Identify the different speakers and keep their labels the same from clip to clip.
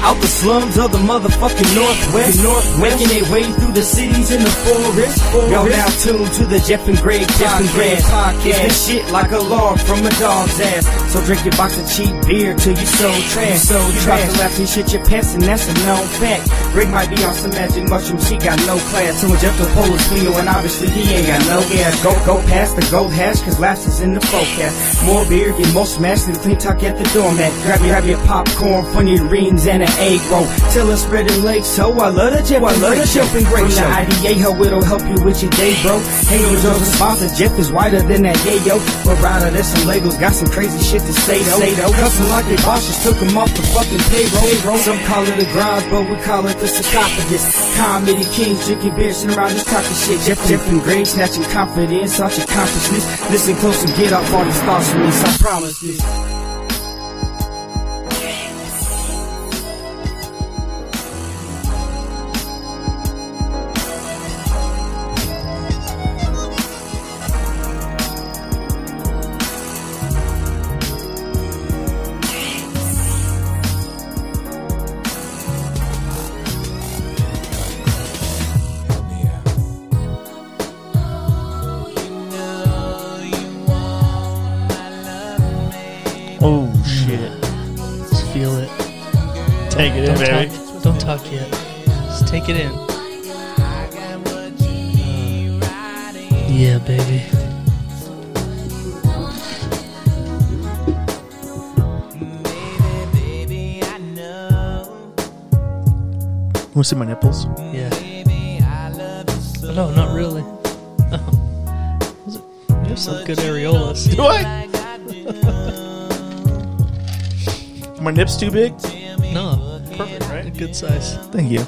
Speaker 1: Out the slums of the motherfucking Northwest. Northwest. Making their way through the cities in the forest. Y'all now tuned to the Jeff and Greg Jeff and Greg podcast. It's this shit like a log from a dog's ass. So drink your box of cheap beer till you so trash. So you drop the left and shit your pants and that's a known fact. Greg might be on some magic mushroom, she got no class. So when Jeff the pole is Leo and obviously he ain't got no gas. Go, go past the gold hash cause laughs is in the forecast. More beer, get more smashed than clean talk at the doormat. Grab your, grab your popcorn, funny rings and an egg roll. Till it's spread and lake, so I love the Jeff, I love the Jeff and Greg show. From the IDA, hoe, it'll help you with your day, bro. Hey, yo, Joe's a sponsor, Jeff is whiter than that yayo. But rider, there's some Legos, got some crazy shit to say though. Say though. Custom like they bosses took them off the fucking payroll. Some call it a grind, but we call it the sarcophagus. Comedy kings drinking beer, sitting around this talking shit. Jeff, Jeff and Greg snatching confidence, out your consciousness. Listen close and get off all these thoughts from this, I promise this.
Speaker 2: Oh shit!
Speaker 3: Just feel it.
Speaker 2: Take it in,
Speaker 3: Don't
Speaker 2: baby.
Speaker 3: talk. Don't talk yet. Just take it in. Uh, Yeah, baby.
Speaker 2: Want to see my nipples?
Speaker 3: Yeah. Oh, no, not really. Oh. Was it- You have some good areolas.
Speaker 2: Do I? my nips too big?
Speaker 3: No, perfect, right? Good size.
Speaker 2: Thank you.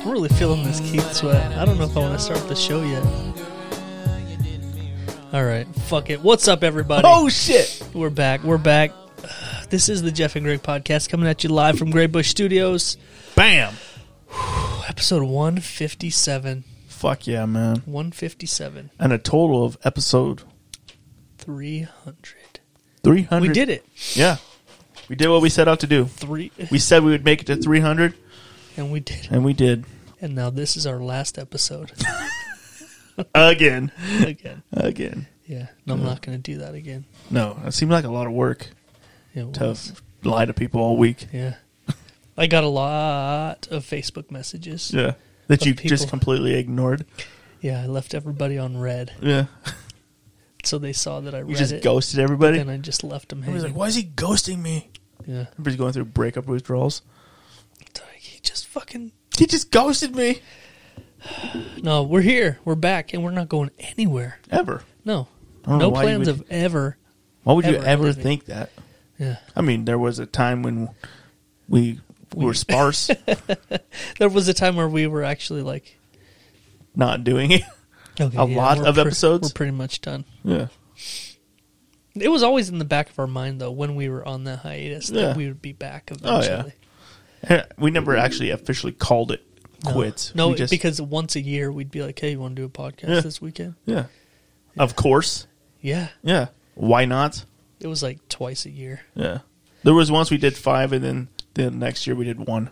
Speaker 3: I'm really feeling this Keith sweat. I don't know if I want to start the show yet. All right, fuck it. What's up, everybody?
Speaker 2: Oh shit!
Speaker 3: We're back. We're back. This is the Jeff and Greg podcast coming at you live from Grey Bush Studios,
Speaker 2: Bam!
Speaker 3: episode 157.
Speaker 2: Fuck yeah, man!
Speaker 3: 157.
Speaker 2: And a total of episode
Speaker 3: 300.
Speaker 2: three hundred.
Speaker 3: We did it.
Speaker 2: Yeah, we did what we set out to do.
Speaker 3: Three.
Speaker 2: We said we would make it to three hundred,
Speaker 3: And we did it.
Speaker 2: and we did
Speaker 3: And now this is our last episode
Speaker 2: again,
Speaker 3: again.
Speaker 2: again.
Speaker 3: Yeah. No, I'm not going to do that again.
Speaker 2: No, it seemed like a lot of work
Speaker 3: It was-
Speaker 2: to lie to people all week.
Speaker 3: Yeah. I got a lot of Facebook messages.
Speaker 2: Yeah, that
Speaker 3: Of
Speaker 2: you
Speaker 3: people.
Speaker 2: just completely ignored.
Speaker 3: Yeah, I left everybody on red,
Speaker 2: Yeah,
Speaker 3: so they saw that I
Speaker 2: you
Speaker 3: read
Speaker 2: just
Speaker 3: it,
Speaker 2: ghosted everybody.
Speaker 3: and I just left them hanging.
Speaker 2: Everybody's like, "Why is he ghosting me?"
Speaker 3: Yeah,
Speaker 2: Everybody's going through breakup withdrawals.
Speaker 3: It's like, he just fucking.
Speaker 2: He just ghosted me.
Speaker 3: No, we're here, we're back, and we're not going anywhere.
Speaker 2: Ever?
Speaker 3: No,
Speaker 2: I don't know
Speaker 3: no
Speaker 2: why you
Speaker 3: plans
Speaker 2: would-
Speaker 3: of ever.
Speaker 2: Why would you
Speaker 3: Ever
Speaker 2: ever
Speaker 3: living.
Speaker 2: think that?
Speaker 3: Yeah,
Speaker 2: I mean, there was a time when we were sparse,
Speaker 3: there was a time where we were actually like
Speaker 2: not doing it.
Speaker 3: okay,
Speaker 2: A lot
Speaker 3: we're
Speaker 2: of episodes?
Speaker 3: We're pretty much done.
Speaker 2: Yeah,
Speaker 3: It was always in the back of our mind though when we were on the hiatus
Speaker 2: Yeah.
Speaker 3: that we would be back
Speaker 2: yeah.
Speaker 3: eventually.
Speaker 2: Eh, we never actually officially called it
Speaker 3: No.
Speaker 2: quits.
Speaker 3: No,
Speaker 2: We just-
Speaker 3: because once a year we'd be like, "Hey, you want to do a podcast
Speaker 2: Yeah.
Speaker 3: this weekend?"
Speaker 2: yeah, of course,
Speaker 3: Yeah,
Speaker 2: yeah. Why not?
Speaker 3: it was like twice a year.
Speaker 2: Yeah, there was once we did five, and then the next year we did one.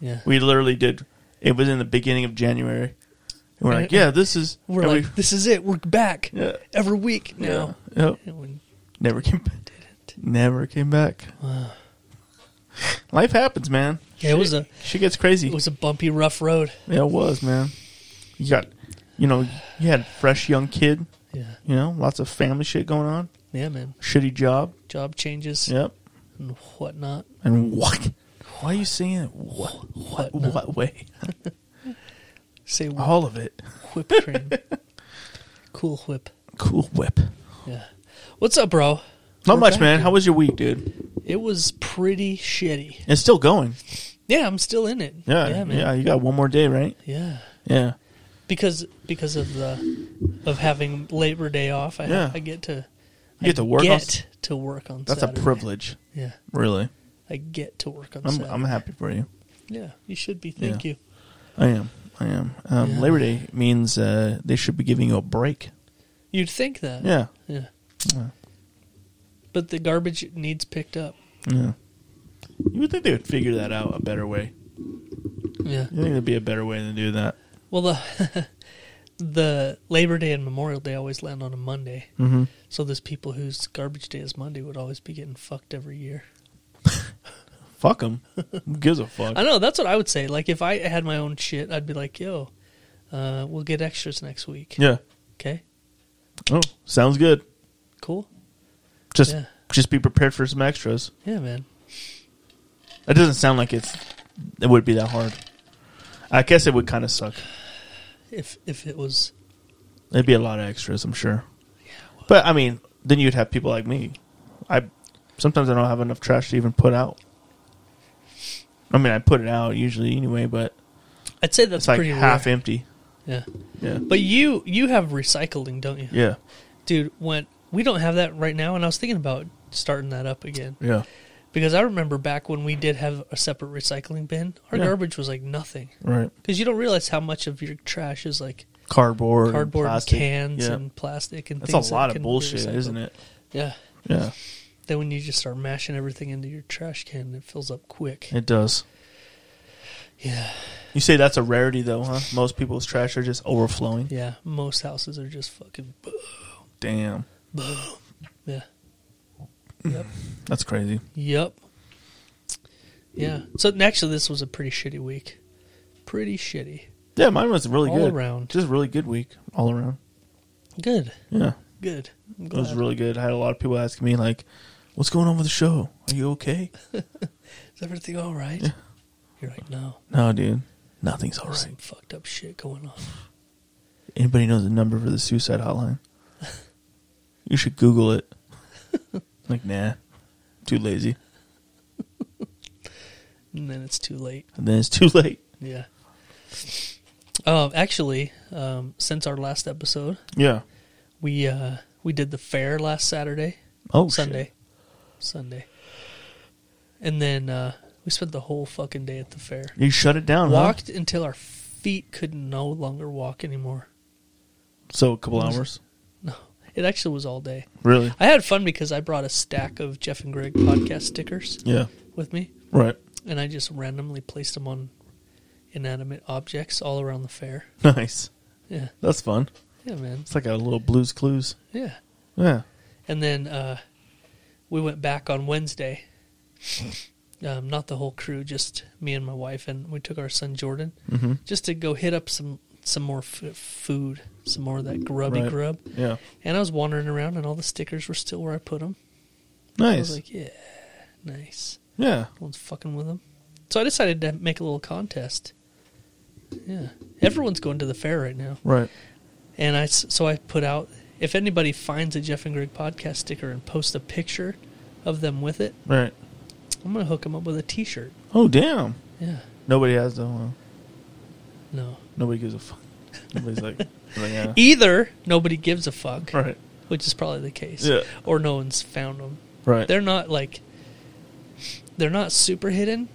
Speaker 3: Yeah,
Speaker 2: We literally did. It was in the beginning of January. And we're
Speaker 3: And
Speaker 2: like,
Speaker 3: it-
Speaker 2: yeah, this is.
Speaker 3: we're
Speaker 2: and
Speaker 3: like,
Speaker 2: we-
Speaker 3: "This is it. We're back
Speaker 2: Yeah.
Speaker 3: every week now."
Speaker 2: yeah, yep.
Speaker 3: And we
Speaker 2: never came.
Speaker 3: did it.
Speaker 2: Never came back. Life happens, man.
Speaker 3: Yeah, it was a
Speaker 2: She gets crazy.
Speaker 3: it was a bumpy, rough road.
Speaker 2: yeah, it was, man. You got, you know, you had a fresh young kid.
Speaker 3: Yeah,
Speaker 2: You know, lots of family shit going on.
Speaker 3: yeah, man.
Speaker 2: Shitty job.
Speaker 3: Job changes
Speaker 2: Yep.
Speaker 3: and whatnot.
Speaker 2: And what? Why are you saying it? What? What?
Speaker 3: Whatnot.
Speaker 2: What way?
Speaker 3: Say wh-
Speaker 2: All of it.
Speaker 3: whipped cream, cool whip.
Speaker 2: Cool whip.
Speaker 3: Yeah. What's up, bro?
Speaker 2: Not
Speaker 3: We're
Speaker 2: much,
Speaker 3: back,
Speaker 2: man.
Speaker 3: dude.
Speaker 2: How was your week, dude?
Speaker 3: It was pretty shitty.
Speaker 2: It's still going.
Speaker 3: Yeah, I'm still in it.
Speaker 2: Yeah.
Speaker 3: yeah,
Speaker 2: Yeah,
Speaker 3: man.
Speaker 2: You got one more day, right?
Speaker 3: yeah.
Speaker 2: Yeah.
Speaker 3: because because of the of having Labor Day off, I ha-
Speaker 2: Yeah.
Speaker 3: I get to
Speaker 2: You get to work. on-
Speaker 3: get to work on.
Speaker 2: that's
Speaker 3: Saturday.
Speaker 2: a privilege,
Speaker 3: Yeah,
Speaker 2: really.
Speaker 3: I get to work on.
Speaker 2: I'm,
Speaker 3: Saturday.
Speaker 2: I'm happy for you.
Speaker 3: yeah, you should be. Thank
Speaker 2: Yeah.
Speaker 3: you.
Speaker 2: I am. I am. Um,
Speaker 3: Yeah.
Speaker 2: Labor Day means uh, they should be giving you a break.
Speaker 3: You'd think that.
Speaker 2: Yeah.
Speaker 3: yeah. But the garbage needs picked up.
Speaker 2: Yeah. You would think they would figure that out a better way.
Speaker 3: Yeah.
Speaker 2: You think there'd be a better way than do that?
Speaker 3: Well, the the Labor Day and Memorial Day always land on a Monday,
Speaker 2: Mm-hmm.
Speaker 3: so there's people whose garbage day is Monday would always be getting fucked every year.
Speaker 2: Fuck them. Who gives a fuck?
Speaker 3: I know that's what I would say. Like if I had my own shit, I'd be like, "Yo, uh, we'll get extras next week."
Speaker 2: Yeah.
Speaker 3: Okay,
Speaker 2: Oh, sounds good.
Speaker 3: cool.
Speaker 2: Just
Speaker 3: Yeah.
Speaker 2: just be prepared for some extras.
Speaker 3: Yeah, man.
Speaker 2: That doesn't sound like it's it would be that hard. I guess it would kind of suck.
Speaker 3: If if it was
Speaker 2: It'd be a lot of extras, I'm sure. but I mean, then you'd have people like me. I sometimes I don't have enough trash to even put out. I mean, I put it out usually anyway, but
Speaker 3: I'd say that's
Speaker 2: it's like
Speaker 3: pretty
Speaker 2: half
Speaker 3: rare.
Speaker 2: empty.
Speaker 3: Yeah,
Speaker 2: Yeah,
Speaker 3: but you you have recycling, don't you,
Speaker 2: yeah,
Speaker 3: dude? When we don't have that right now, and I was thinking about starting that up again
Speaker 2: yeah.
Speaker 3: because I remember back when we did have a separate recycling bin, our
Speaker 2: Yeah.
Speaker 3: garbage was like nothing
Speaker 2: Right,
Speaker 3: because you don't realize how much of your trash is like
Speaker 2: cardboard, and
Speaker 3: cardboard and
Speaker 2: plastic.
Speaker 3: cans
Speaker 2: Yeah.
Speaker 3: and plastic and
Speaker 2: that's
Speaker 3: things
Speaker 2: a lot
Speaker 3: that
Speaker 2: of
Speaker 3: can be
Speaker 2: bullshit,
Speaker 3: recycled.
Speaker 2: isn't it?
Speaker 3: Yeah.
Speaker 2: Yeah,
Speaker 3: Then when you just start mashing everything into your trash can, it fills up quick.
Speaker 2: it does.
Speaker 3: Yeah.
Speaker 2: You say that's a rarity, though, huh? Most people's trash are just overflowing.
Speaker 3: Yeah. Most houses are just fucking boom.
Speaker 2: Damn,
Speaker 3: boom. Yeah. Yep.
Speaker 2: that's crazy.
Speaker 3: Yep. Yeah. So actually, this was a pretty shitty week. Pretty shitty.
Speaker 2: Yeah, mine was really
Speaker 3: All
Speaker 2: good.
Speaker 3: around.
Speaker 2: just really good week all around.
Speaker 3: Good.
Speaker 2: Yeah.
Speaker 3: Good. I'm
Speaker 2: It was
Speaker 3: glad.
Speaker 2: really good. I had a lot of people asking me like, "What's going on with the show? Are you okay?"
Speaker 3: Is everything all right?
Speaker 2: Yeah.
Speaker 3: You're like, no.
Speaker 2: No, dude, nothing's all
Speaker 3: There's
Speaker 2: right.
Speaker 3: some fucked up shit going on.
Speaker 2: Anybody knows the number for the suicide hotline? you should Google it. like, nah, too lazy.
Speaker 3: And then it's too late.
Speaker 2: And then it's too late.
Speaker 3: Yeah. Um, actually, um, since our last episode,
Speaker 2: Yeah.
Speaker 3: we uh, we did the fair last Saturday.
Speaker 2: Oh, shit.
Speaker 3: Sunday. Sunday. And then uh, we spent the whole fucking day at the fair.
Speaker 2: You shut it down, huh?
Speaker 3: Walked until our feet could no longer walk anymore.
Speaker 2: So a couple
Speaker 3: Was-
Speaker 2: hours.
Speaker 3: No, it actually was all day.
Speaker 2: Really?
Speaker 3: I had fun because I brought a stack of Jeff and Greg podcast stickers
Speaker 2: Yeah.
Speaker 3: with me,
Speaker 2: Right.
Speaker 3: and I just randomly placed them on inanimate objects all around the fair.
Speaker 2: Nice.
Speaker 3: Yeah,
Speaker 2: That's fun.
Speaker 3: yeah, man,
Speaker 2: It's like a little Blue's Clues.
Speaker 3: yeah.
Speaker 2: Yeah.
Speaker 3: And then uh, we went back on Wednesday. Um, not the whole crew, just me and my wife, and we took our son Jordan
Speaker 2: Mm-hmm.
Speaker 3: just to go hit up some some more f- food, some more of that grubby
Speaker 2: Right.
Speaker 3: grub.
Speaker 2: Yeah.
Speaker 3: And I was wandering around, and all the stickers were still where I put them. I was
Speaker 2: Nice.
Speaker 3: like, yeah, nice.
Speaker 2: yeah.
Speaker 3: No one's fucking with them. So I decided to make a little contest. Yeah, everyone's going to the fair right now,
Speaker 2: Right.
Speaker 3: and I s- so I put out if anybody finds a Jeff and Greg podcast sticker and posts a picture of them with it,
Speaker 2: Right.
Speaker 3: I'm gonna hook them up with a T-shirt.
Speaker 2: Oh, damn.
Speaker 3: Yeah,
Speaker 2: Nobody has though. huh?
Speaker 3: no.
Speaker 2: Nobody gives a fuck. Nobody's like, like, yeah.
Speaker 3: Either nobody gives a fuck,
Speaker 2: right,
Speaker 3: which is probably the case,
Speaker 2: Yeah.
Speaker 3: or no one's found them.
Speaker 2: right.
Speaker 3: They're not like they're not super hidden,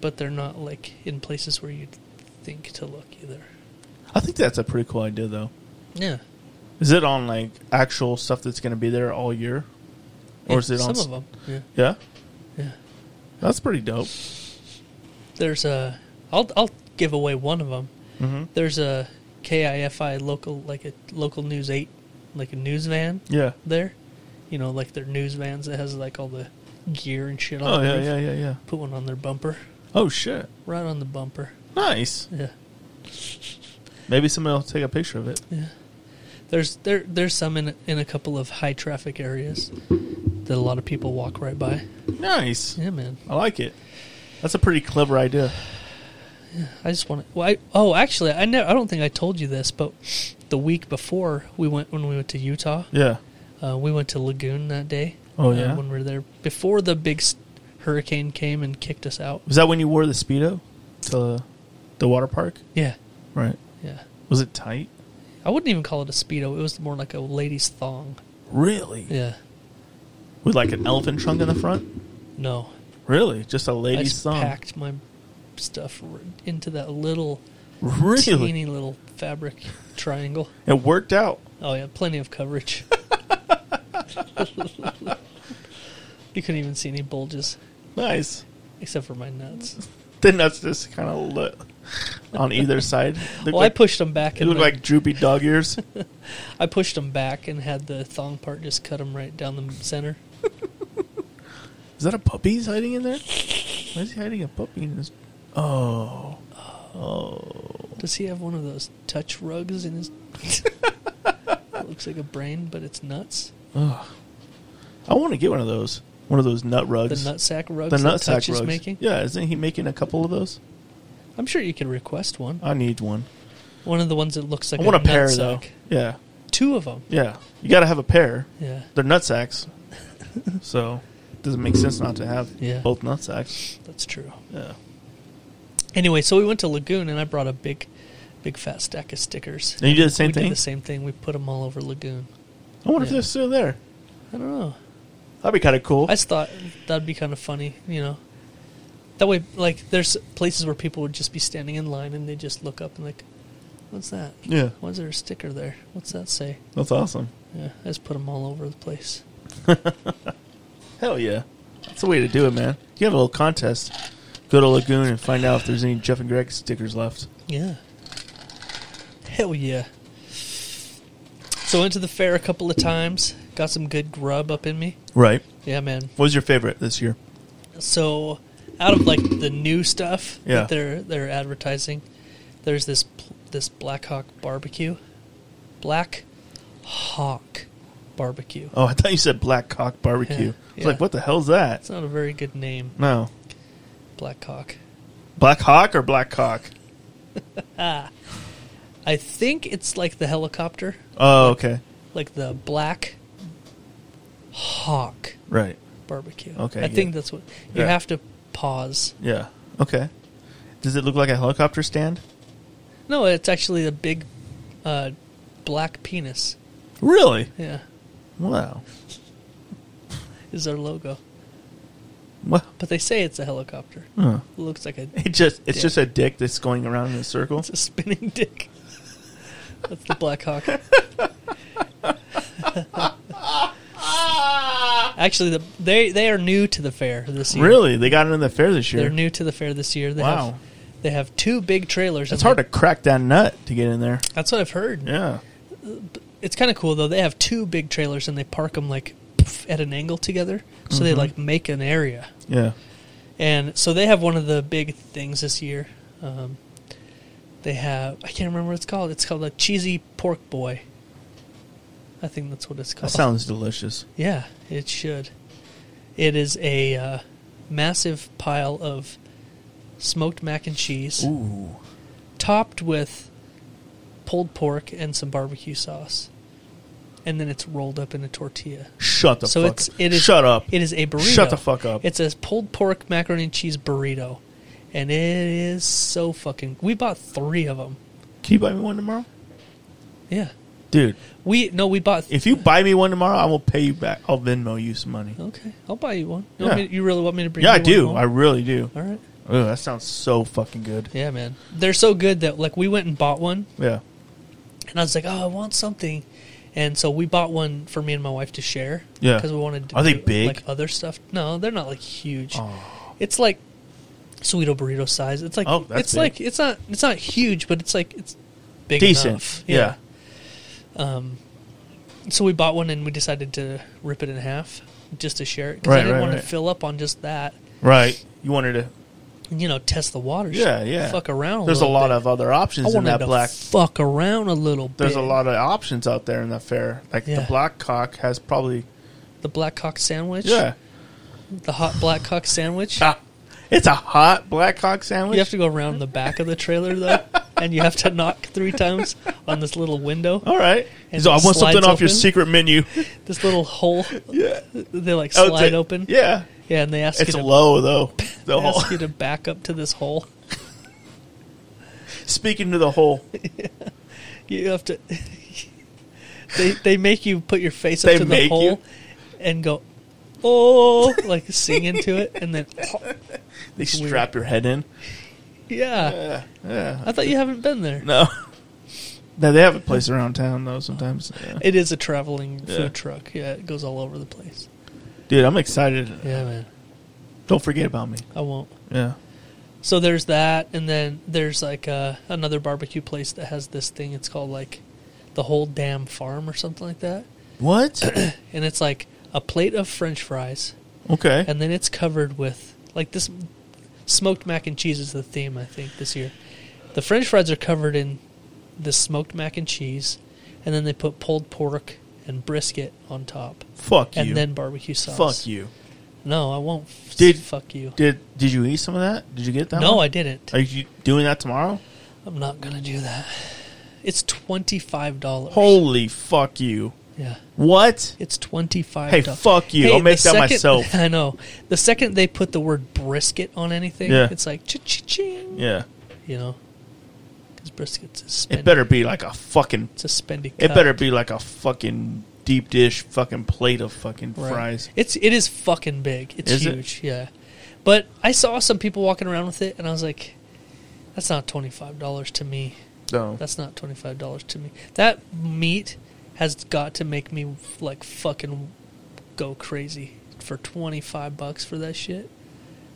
Speaker 3: but they're not like in places where you'd think to look either.
Speaker 2: I think that's a pretty cool idea though.
Speaker 3: Yeah,
Speaker 2: Is it on like actual stuff that's going to be there all year, or is
Speaker 3: Yeah,
Speaker 2: it on
Speaker 3: some
Speaker 2: s-
Speaker 3: of them? Yeah.
Speaker 2: Yeah,
Speaker 3: Yeah.
Speaker 2: that's pretty dope.
Speaker 3: There's a. I'll I'll give away one of them.
Speaker 2: Mm-hmm.
Speaker 3: There's a KIFI local like a local news eight like a news van
Speaker 2: Yeah.
Speaker 3: there. You know, like their news vans that has like all the gear and shit on
Speaker 2: Oh
Speaker 3: the
Speaker 2: yeah,
Speaker 3: roof.
Speaker 2: yeah, yeah, yeah.
Speaker 3: Put one on their bumper,
Speaker 2: Oh shit,
Speaker 3: right on the bumper.
Speaker 2: nice.
Speaker 3: Yeah,
Speaker 2: Maybe somebody will take a picture of it.
Speaker 3: yeah. There's there there's some in in a couple of high traffic areas that a lot of people walk right by.
Speaker 2: Nice.
Speaker 3: Yeah, man.
Speaker 2: I like it. That's a pretty clever idea.
Speaker 3: I just want to. Well, I, oh, actually, I never. I don't think I told you this, but the week before we went when we went to Utah,
Speaker 2: Yeah.
Speaker 3: uh, we went to Lagoon that day.
Speaker 2: Oh,
Speaker 3: uh,
Speaker 2: yeah?
Speaker 3: when we were there before the big s- hurricane came and kicked us out.
Speaker 2: Was that when you wore the speedo to the water park?
Speaker 3: Yeah,
Speaker 2: Right.
Speaker 3: yeah.
Speaker 2: Was it tight?
Speaker 3: I wouldn't even call it a speedo. It was more like a lady's thong.
Speaker 2: Really?
Speaker 3: Yeah.
Speaker 2: With like an elephant trunk in the front?
Speaker 3: No,
Speaker 2: Really? Just a
Speaker 3: I
Speaker 2: lady's
Speaker 3: just
Speaker 2: thong?
Speaker 3: packed my stuff r- into that little
Speaker 2: Really?
Speaker 3: teeny little fabric triangle.
Speaker 2: It worked out.
Speaker 3: Oh yeah, plenty of coverage. you couldn't even see any bulges.
Speaker 2: Nice.
Speaker 3: except for my nuts.
Speaker 2: The nuts just kind of lit on either side. Looked
Speaker 3: Well, I
Speaker 2: like,
Speaker 3: pushed them back.
Speaker 2: it
Speaker 3: And
Speaker 2: looked
Speaker 3: like
Speaker 2: like droopy dog ears.
Speaker 3: I pushed them back and had the thong part just cut them right down the center.
Speaker 2: Is that a puppy he's hiding in there? Why is he hiding a puppy in his? Oh,
Speaker 3: Oh. Does he have one of those touch rugs in his? It looks like a brain, but it's nuts.
Speaker 2: I want to get one of those. One of those nut
Speaker 3: The
Speaker 2: rugs.
Speaker 3: nutsack rugs
Speaker 2: the
Speaker 3: that
Speaker 2: nut sack
Speaker 3: Touch
Speaker 2: rugs.
Speaker 3: is making.
Speaker 2: Yeah, isn't he making a couple of those?
Speaker 3: I'm sure you could request one.
Speaker 2: I need one.
Speaker 3: One of the ones that looks like
Speaker 2: I want a pair
Speaker 3: nutsack.
Speaker 2: though. Yeah,
Speaker 3: Two of them.
Speaker 2: yeah. You got to have a pair.
Speaker 3: Yeah,
Speaker 2: They're nut sacks, so it doesn't make sense not to have
Speaker 3: Yeah.
Speaker 2: both nut sacks.
Speaker 3: that's true.
Speaker 2: Yeah.
Speaker 3: Anyway, so we went to Lagoon, and I brought a big, big fat stack of stickers.
Speaker 2: And you did the same
Speaker 3: we
Speaker 2: thing.
Speaker 3: did the same thing. We put them all over Lagoon.
Speaker 2: I wonder if
Speaker 3: Yeah.
Speaker 2: they're still there.
Speaker 3: I don't know.
Speaker 2: That'd be kind of cool.
Speaker 3: I just thought that'd be kind of funny, you know. That way, like, there's places where people would just be standing in line and they just look up and like, what's that?
Speaker 2: yeah,
Speaker 3: Why is there a sticker there? What's that say?
Speaker 2: that's awesome.
Speaker 3: Yeah, I just put them all over the place.
Speaker 2: Hell yeah, that's the way to do it, man. You have a little contest. Go to Lagoon and find out if there's any Jeff and Greg stickers left.
Speaker 3: Yeah. Hell yeah. So went to the fair a couple of times. Got some good grub up in me.
Speaker 2: Right.
Speaker 3: Yeah, man.
Speaker 2: What was your favorite this year?
Speaker 3: so out of like the new stuff
Speaker 2: Yeah.
Speaker 3: that they're they're advertising, there's this pl- this Black Hawk barbecue, Black Hawk barbecue.
Speaker 2: Oh, I thought you said Black Cock Barbecue.
Speaker 3: Yeah,
Speaker 2: I was
Speaker 3: yeah.
Speaker 2: like, what the hell's that?
Speaker 3: It's not a very good name,
Speaker 2: No,
Speaker 3: Black Hawk.
Speaker 2: Black Hawk or Black Cock?
Speaker 3: I think it's like the helicopter,
Speaker 2: Oh, okay.
Speaker 3: like the Black Hawk
Speaker 2: Right.
Speaker 3: barbecue.
Speaker 2: Okay,
Speaker 3: I
Speaker 2: yeah.
Speaker 3: think that's what you
Speaker 2: Yeah.
Speaker 3: have to pause.
Speaker 2: Yeah. Okay. Does it look like a helicopter stand?
Speaker 3: No, it's actually a big uh, black penis.
Speaker 2: Really?
Speaker 3: Yeah,
Speaker 2: Wow.
Speaker 3: is their logo.
Speaker 2: Wow.
Speaker 3: But they say it's a helicopter.
Speaker 2: Huh.
Speaker 3: It looks like a
Speaker 2: It just it's
Speaker 3: Dick.
Speaker 2: just a dick that's going around in a circle.
Speaker 3: It's a spinning dick. That's the Black Hawk. Actually, the, they they are new to the fair this year.
Speaker 2: Really? They got it in the fair this year.
Speaker 3: They're new to the fair this year. They
Speaker 2: Wow.
Speaker 3: Have, they have two big trailers.
Speaker 2: It's
Speaker 3: and
Speaker 2: hard
Speaker 3: they-
Speaker 2: to crack that nut to get in there.
Speaker 3: That's what I've heard.
Speaker 2: Yeah.
Speaker 3: It's kind of cool though. They have two big trailers and they park them like poof, at an angle together, so
Speaker 2: Mm-hmm.
Speaker 3: they like make an area.
Speaker 2: Yeah.
Speaker 3: And so they have one of the big things this year. Um, they have I can't remember what it's called. It's called a cheesy pork boy. I think that's what it's
Speaker 2: That
Speaker 3: called.
Speaker 2: sounds delicious.
Speaker 3: yeah, it should. It is a uh, massive pile of smoked mac and cheese,
Speaker 2: Ooh.
Speaker 3: topped with pulled pork and some barbecue sauce, and then it's rolled up in a tortilla.
Speaker 2: Shut the
Speaker 3: so
Speaker 2: fuck
Speaker 3: it's
Speaker 2: up.
Speaker 3: it is
Speaker 2: Shut up.
Speaker 3: It is a burrito.
Speaker 2: Shut the fuck up.
Speaker 3: It's a pulled pork macaroni and cheese burrito, and it is so fucking. We bought three of them.
Speaker 2: Can you buy me one tomorrow?
Speaker 3: Yeah,
Speaker 2: Dude,
Speaker 3: we no, we bought.
Speaker 2: if you buy me one tomorrow, I will pay you back. I'll Venmo you some money.
Speaker 3: okay, I'll buy you one. You, want
Speaker 2: Yeah.
Speaker 3: me- you really want me to bring?
Speaker 2: Yeah,
Speaker 3: you
Speaker 2: I
Speaker 3: one
Speaker 2: do.
Speaker 3: home?
Speaker 2: I really do.
Speaker 3: All right.
Speaker 2: Ugh, that sounds so fucking good.
Speaker 3: Yeah, man, they're so good that like we went and bought one,
Speaker 2: Yeah.
Speaker 3: and I was like, oh, I want something, and so we bought one for me and my wife to share.
Speaker 2: Yeah.
Speaker 3: because we wanted. To
Speaker 2: Are they
Speaker 3: do,
Speaker 2: big?
Speaker 3: Like other stuff? No, they're not like huge. It's like. Sweeto burrito size. It's like
Speaker 2: Oh, that's
Speaker 3: it's
Speaker 2: big.
Speaker 3: like it's not it's not huge, but it's like it's big
Speaker 2: Decent.
Speaker 3: enough.
Speaker 2: yeah.
Speaker 3: So we bought one and we decided to rip it in half just to share it because
Speaker 2: Right,
Speaker 3: I didn't
Speaker 2: right,
Speaker 3: want
Speaker 2: right.
Speaker 3: to fill up on just that.
Speaker 2: Right. You wanted to.
Speaker 3: And, you know, test the waters.
Speaker 2: Yeah, yeah.
Speaker 3: Fuck around. A
Speaker 2: There's a
Speaker 3: little
Speaker 2: lot
Speaker 3: bit.
Speaker 2: of other options
Speaker 3: I
Speaker 2: in
Speaker 3: wanted
Speaker 2: that
Speaker 3: to
Speaker 2: black.
Speaker 3: fuck around a little bit.
Speaker 2: There's a lot of options out there in the fair. Like the
Speaker 3: Yeah.
Speaker 2: black cock has probably.
Speaker 3: The black cock sandwich.
Speaker 2: Yeah.
Speaker 3: The hot black cock sandwich.
Speaker 2: Ah, it's a hot black cock sandwich.
Speaker 3: You have to go around the back of the trailer though, and you have to knock three times on this little window,
Speaker 2: All right.
Speaker 3: And
Speaker 2: So I
Speaker 3: it
Speaker 2: want something
Speaker 3: slides
Speaker 2: off your
Speaker 3: open.
Speaker 2: secret menu.
Speaker 3: this little hole.
Speaker 2: Yeah.
Speaker 3: They like
Speaker 2: Oh, it's
Speaker 3: slide
Speaker 2: a-
Speaker 3: open.
Speaker 2: Yeah.
Speaker 3: Yeah, and they ask
Speaker 2: It's
Speaker 3: you to
Speaker 2: low though. The
Speaker 3: they
Speaker 2: whole,
Speaker 3: ask you to back up to this hole.
Speaker 2: speaking to the whole,
Speaker 3: You have to. they they make you put your face
Speaker 2: They
Speaker 3: up to the
Speaker 2: make
Speaker 3: hole
Speaker 2: you?
Speaker 3: and go, oh, like sing into it, and then
Speaker 2: they strap your head in.
Speaker 3: yeah.
Speaker 2: Yeah. Yeah.
Speaker 3: I thought you haven't been there.
Speaker 2: No. No, they have a place around town though. Sometimes, Yeah.
Speaker 3: It is a traveling
Speaker 2: Yeah.
Speaker 3: food truck. Yeah, it goes all over the place.
Speaker 2: dude, I'm excited.
Speaker 3: Yeah, man.
Speaker 2: Don't forget about me.
Speaker 3: I won't.
Speaker 2: Yeah.
Speaker 3: So there's that, and then there's like uh, another barbecue place that has this thing. It's called like the whole damn farm or something like that,
Speaker 2: What?
Speaker 3: and it's like a plate of French fries,
Speaker 2: okay.
Speaker 3: and then it's covered with like this smoked mac and cheese is the theme I think this year. The French fries are covered in this smoked mac and cheese, and then they put pulled pork and brisket on top,
Speaker 2: Fuck you.
Speaker 3: and then barbecue sauce.
Speaker 2: Fuck you.
Speaker 3: No, I won't. F-
Speaker 2: Did-
Speaker 3: fuck you?
Speaker 2: Did Did you eat some of that? Did you get that?
Speaker 3: no,
Speaker 2: one?
Speaker 3: I didn't.
Speaker 2: Are you doing that tomorrow?
Speaker 3: I'm not gonna do that. It's twenty five dollars.
Speaker 2: Holy fuck you!
Speaker 3: yeah,
Speaker 2: What?
Speaker 3: it's twenty five.
Speaker 2: Hey, fuck you. I'll make that myself.
Speaker 3: I know. The second they put the word brisket on anything,
Speaker 2: Yeah.
Speaker 3: it's like cha-cha-ching.
Speaker 2: Yeah.
Speaker 3: You know, because brisket's a
Speaker 2: It
Speaker 3: spendy.
Speaker 2: better be like a fucking.
Speaker 3: It's a spendy.
Speaker 2: It
Speaker 3: cut.
Speaker 2: better be like a fucking deep dish fucking plate of fucking
Speaker 3: Right.
Speaker 2: fries.
Speaker 3: It's it is fucking big. It's
Speaker 2: Is it?
Speaker 3: huge. Yeah, but I saw some people walking around with it, and I was like, that's not twenty five dollars to me.
Speaker 2: No.
Speaker 3: That's not twenty five dollars to me. That meat has got to make me like fucking go crazy for twenty five bucks for that shit.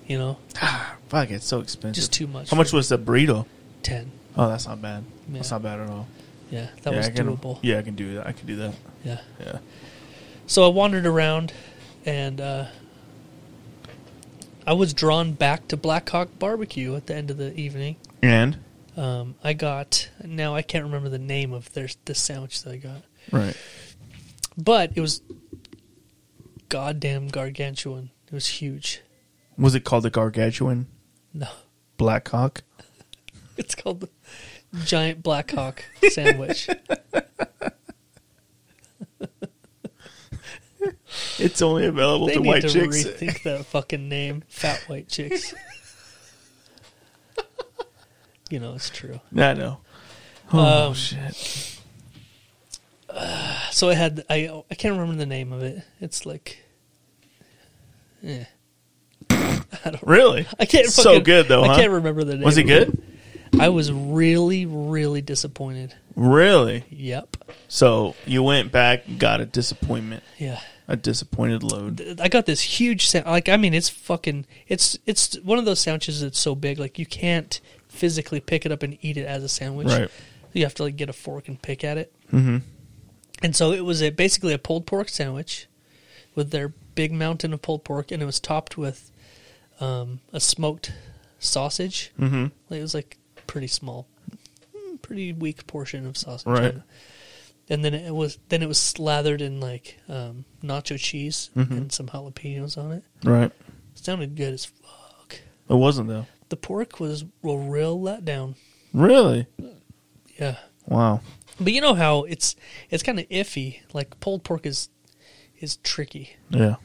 Speaker 3: You know,
Speaker 2: Fuck, it's so expensive.
Speaker 3: just too much.
Speaker 2: How much
Speaker 3: for
Speaker 2: was the burrito?
Speaker 3: ten?
Speaker 2: Oh, that's not bad.
Speaker 3: Yeah.
Speaker 2: That's not bad at all.
Speaker 3: Yeah, that
Speaker 2: yeah,
Speaker 3: was
Speaker 2: I can,
Speaker 3: doable. Yeah.
Speaker 2: Yeah, I can do that. I can do that. Yeah.
Speaker 3: So I wandered around, and uh, I was drawn back to Black Hawk Barbecue at the end of the evening.
Speaker 2: And
Speaker 3: Um, I got now I can't remember the name of their the sandwich that I got.
Speaker 2: right.
Speaker 3: But it was goddamn gargantuan. It was huge.
Speaker 2: Was it called the gargantuan
Speaker 3: No,
Speaker 2: black hawk?
Speaker 3: it's called the giant black hawk sandwich.
Speaker 2: It's only available
Speaker 3: they
Speaker 2: to
Speaker 3: need
Speaker 2: white
Speaker 3: to
Speaker 2: chicks.
Speaker 3: rethink that fucking name, fat white chicks. you know it's true.
Speaker 2: I know. Oh
Speaker 3: Um, uh,
Speaker 2: shit.
Speaker 3: So I had I I can't remember the name of it. It's like, eh.
Speaker 2: Really?
Speaker 3: I can't.
Speaker 2: So
Speaker 3: fucking-
Speaker 2: good, though,
Speaker 3: I
Speaker 2: huh?
Speaker 3: can't remember the name.
Speaker 2: Was it
Speaker 3: of
Speaker 2: good?
Speaker 3: I was really, really disappointed.
Speaker 2: Really?
Speaker 3: Yep.
Speaker 2: So you went back, and got a disappointment,
Speaker 3: Yeah.
Speaker 2: a disappointed load.
Speaker 3: Th- I got this huge sound. Like I mean, it's fucking. It's it's one of those sandwiches that's so big, like you can't physically pick it up and eat it as a sandwich.
Speaker 2: Right.
Speaker 3: You have to like get a fork and pick at it. Mm-hmm. And so it was a basically a pulled pork sandwich with their big mountain of pulled pork, and it was topped with um, a smoked sausage. Mm-hmm. It was like pretty small, mm, pretty weak portion of sausage.
Speaker 2: Right.
Speaker 3: And then it was then it was slathered in like um, nacho cheese
Speaker 2: Mm-hmm.
Speaker 3: and some jalapenos on it.
Speaker 2: Right.
Speaker 3: Sounded good as fuck.
Speaker 2: It wasn't though.
Speaker 3: The pork was a real letdown.
Speaker 2: Really?
Speaker 3: Yeah.
Speaker 2: Wow.
Speaker 3: But you know how it's it's kind of iffy. Like pulled pork is is tricky,
Speaker 2: Yeah.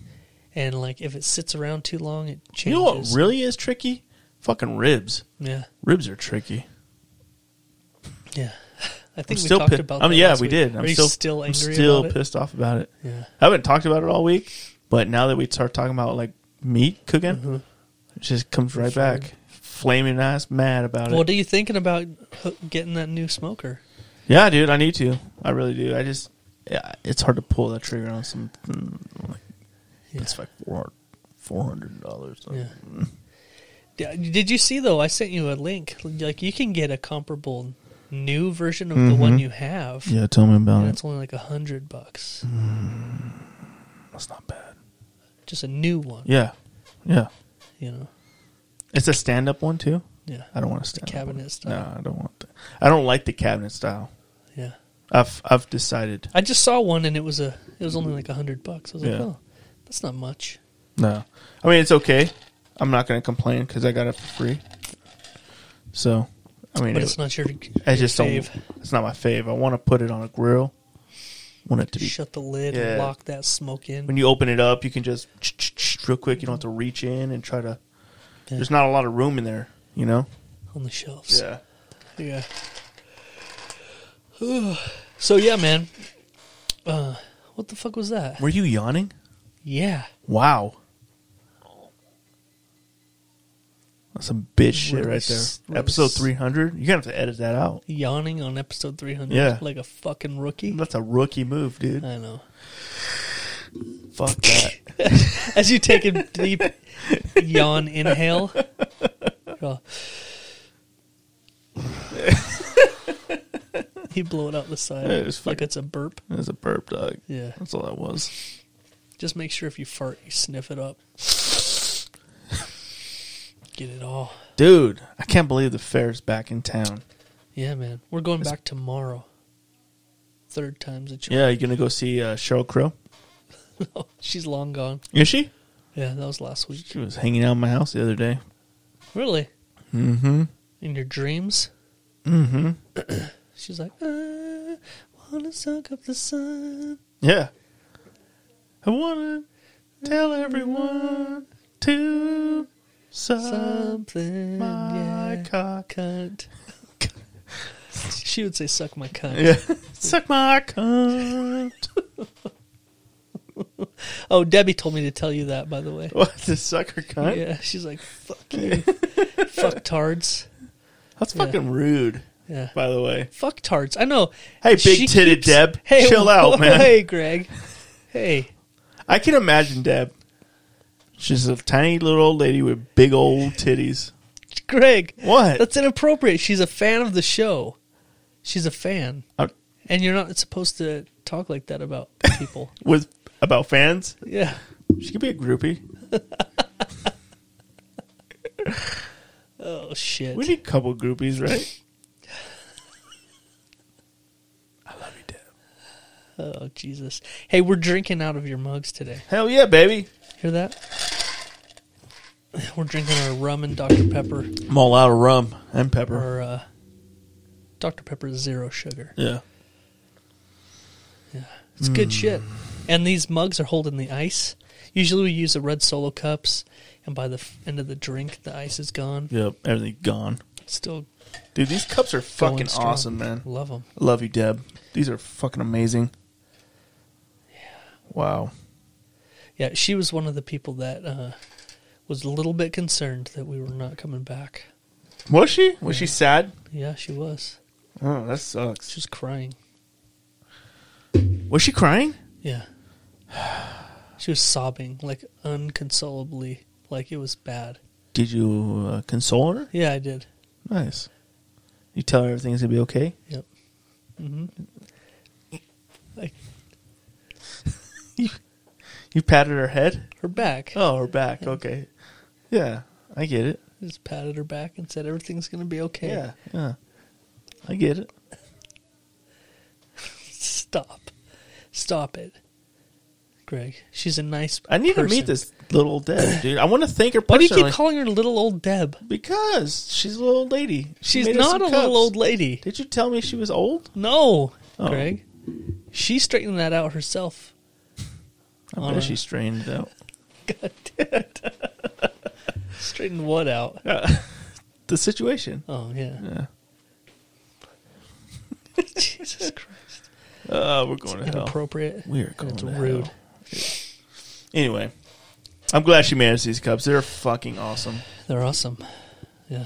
Speaker 3: and like if it sits around too long, it
Speaker 2: You
Speaker 3: changes.
Speaker 2: know what really is tricky? Fucking ribs.
Speaker 3: Yeah,
Speaker 2: Ribs are tricky.
Speaker 3: yeah. I think
Speaker 2: I'm
Speaker 3: we
Speaker 2: still
Speaker 3: talked
Speaker 2: pi-
Speaker 3: about.
Speaker 2: I mean,
Speaker 3: that
Speaker 2: yeah,
Speaker 3: last
Speaker 2: we
Speaker 3: week.
Speaker 2: did.
Speaker 3: Are
Speaker 2: I'm
Speaker 3: you
Speaker 2: still
Speaker 3: still
Speaker 2: I'm
Speaker 3: angry
Speaker 2: still
Speaker 3: about
Speaker 2: pissed off about it.
Speaker 3: it? Yeah.
Speaker 2: I haven't talked about it all week, but now that we start talking about like meat cooking,
Speaker 3: Mm-hmm.
Speaker 2: it just comes right
Speaker 3: Fine.
Speaker 2: back, flaming ass mad about
Speaker 3: What
Speaker 2: it.
Speaker 3: are you thinking about h- getting that new smoker?
Speaker 2: Yeah, dude, I need to. I really do. I just, yeah, it's hard to pull that trigger on something. Like,
Speaker 3: Yeah.
Speaker 2: It's like four four hundred dollars.
Speaker 3: Yeah. Yeah, Did you see though? I sent you a link. Like you can get a comparable new version of the one you have.
Speaker 2: Mm-hmm. Yeah, Mm-hmm. tell me about
Speaker 3: And
Speaker 2: it.
Speaker 3: it's only like a hundred bucks.
Speaker 2: That's not bad.
Speaker 3: Just a new one.
Speaker 2: Yeah, yeah.
Speaker 3: You know.
Speaker 2: It's a stand up one too.
Speaker 3: Yeah.
Speaker 2: I don't want to stand
Speaker 3: cabinet style.
Speaker 2: No, I don't want that. I don't like the cabinet style.
Speaker 3: Yeah.
Speaker 2: I've I've decided.
Speaker 3: I just saw one and it was a it was only like a hundred bucks. I was like,
Speaker 2: Yeah.
Speaker 3: oh, that's not much.
Speaker 2: No, I mean it's okay. I'm not going to complain because I got it for free. So, I mean,
Speaker 3: But
Speaker 2: it-
Speaker 3: it's not your.
Speaker 2: I
Speaker 3: your
Speaker 2: just
Speaker 3: fave.
Speaker 2: don't. It's not my fave. I want to put it on a grill. Want it to be
Speaker 3: shut the lid
Speaker 2: Yeah.
Speaker 3: and lock that smoke in.
Speaker 2: when you open it up, you can just real quick. You don't have to reach in and try to.
Speaker 3: Yeah.
Speaker 2: There's not a lot of room in there, you know.
Speaker 3: on the shelves. Yeah. so yeah, man. Uh, what the fuck was that?
Speaker 2: Were you yawning?
Speaker 3: Yeah.
Speaker 2: Wow. That's some bitch shit
Speaker 3: Really
Speaker 2: right
Speaker 3: s-
Speaker 2: there.
Speaker 3: really
Speaker 2: Episode
Speaker 3: s-
Speaker 2: 300. You're going to have to edit that out.
Speaker 3: Yawning on episode 300
Speaker 2: Yeah.
Speaker 3: like a fucking rookie.
Speaker 2: That's a rookie move, dude.
Speaker 3: I know.
Speaker 2: Fuck that.
Speaker 3: As you take a deep yawn inhale. Oh. he blew it out the side.
Speaker 2: Yeah, it was
Speaker 3: like
Speaker 2: fucking-
Speaker 3: it's a burp.
Speaker 2: It was a burp, dog.
Speaker 3: Yeah.
Speaker 2: That's all that was.
Speaker 3: Just make sure if you fart, you sniff it up. Get it all.
Speaker 2: Dude, I can't believe the fair's back in town.
Speaker 3: Yeah, man. We're going
Speaker 2: It's-
Speaker 3: back tomorrow. Third time's a charm.
Speaker 2: Yeah, you gonna go see uh, Cheryl Crow?
Speaker 3: She's long gone.
Speaker 2: Is she?
Speaker 3: Yeah, that was last week.
Speaker 2: She was hanging out in my house the other day.
Speaker 3: Really?
Speaker 2: Mm-hmm.
Speaker 3: In your dreams?
Speaker 2: Mm-hmm.
Speaker 3: She's like, I wanna soak up the sun.
Speaker 2: Yeah. I wanna tell everyone to suck
Speaker 3: Something.
Speaker 2: my
Speaker 3: yeah.
Speaker 2: cock.
Speaker 3: cunt. she would say, suck my cunt.
Speaker 2: Yeah. suck my cunt.
Speaker 3: Oh, Debbie told me to tell you that, by the way.
Speaker 2: What the sucker cunt?
Speaker 3: Yeah, she's like, fuck you. Fucktards.
Speaker 2: That's
Speaker 3: Yeah.
Speaker 2: fucking rude.
Speaker 3: Yeah.
Speaker 2: By the way.
Speaker 3: Fucktards. I know.
Speaker 2: Hey, big
Speaker 3: She
Speaker 2: titted
Speaker 3: keeps-
Speaker 2: Deb. chill out, man.
Speaker 3: Hey, Greg. Hey.
Speaker 2: I can imagine Deb. She's a tiny little old lady with big old titties.
Speaker 3: Greg.
Speaker 2: What?
Speaker 3: That's inappropriate. She's a fan of the show. She's a fan.
Speaker 2: Uh,
Speaker 3: And you're not supposed to talk like that about people.
Speaker 2: with about fans?
Speaker 3: yeah.
Speaker 2: She could be a groupie.
Speaker 3: Oh, shit.
Speaker 2: We need a couple groupies, right? I love you, Deb.
Speaker 3: Oh, Jesus. Hey, we're drinking out of your mugs today.
Speaker 2: Hell yeah, baby.
Speaker 3: Hear that? We're drinking our rum and Dr. Pepper.
Speaker 2: I'm all out of rum and pepper.
Speaker 3: Or, uh, Dr. Pepper zero sugar.
Speaker 2: Yeah.
Speaker 3: It's
Speaker 2: Hmm.
Speaker 3: good shit. And these mugs are holding the ice. Usually we use the red solo cups, and by the f- end of the drink, the ice is gone.
Speaker 2: Yep. Everything gone.
Speaker 3: Still
Speaker 2: Dude, these cups are
Speaker 3: going
Speaker 2: fucking
Speaker 3: strong.
Speaker 2: awesome, man.
Speaker 3: Love them.
Speaker 2: Love you, Deb. These are fucking amazing. Wow.
Speaker 3: Yeah, she was one of the people that uh, was a little bit concerned that we were not coming back.
Speaker 2: Was she? Was she sad?
Speaker 3: Yeah, she was.
Speaker 2: Oh, that sucks.
Speaker 3: She was crying.
Speaker 2: Was she crying?
Speaker 3: Yeah. She was sobbing, like unconsolably, like it was bad.
Speaker 2: Did you uh, console her?
Speaker 3: Yeah, I did.
Speaker 2: Nice. You tell her everything's gonna be okay.
Speaker 3: Yep. Mm-hmm. Like
Speaker 2: You patted her head.
Speaker 3: her back.
Speaker 2: Oh, her back. Okay. Yeah, I get it.
Speaker 3: Just patted her back and said everything's gonna be okay.
Speaker 2: Yeah, yeah. I get it.
Speaker 3: Stop. Stop it. Greg. She's a nice
Speaker 2: I need to
Speaker 3: person.
Speaker 2: meet this little Deb, dude. I want to thank her
Speaker 3: Why do
Speaker 2: personally.
Speaker 3: you keep calling her little old Deb?
Speaker 2: because she's a little old lady. She
Speaker 3: She's
Speaker 2: made us
Speaker 3: not
Speaker 2: some
Speaker 3: a
Speaker 2: cups.
Speaker 3: little old lady.
Speaker 2: Did you tell me she was old?
Speaker 3: No,
Speaker 2: Oh.
Speaker 3: Greg. She straightened that out herself.
Speaker 2: I
Speaker 3: Oh,
Speaker 2: bet
Speaker 3: no.
Speaker 2: she strained it out.
Speaker 3: God damn it. straightened what out?
Speaker 2: The situation.
Speaker 3: Oh yeah.
Speaker 2: Yeah.
Speaker 3: Jesus Christ.
Speaker 2: Uh, we're going to hell.
Speaker 3: Inappropriate.
Speaker 2: We are going
Speaker 3: That's
Speaker 2: to
Speaker 3: rude.
Speaker 2: hell. Anyway, I'm glad she managed these cups. They're fucking awesome.
Speaker 3: They're awesome. Yeah.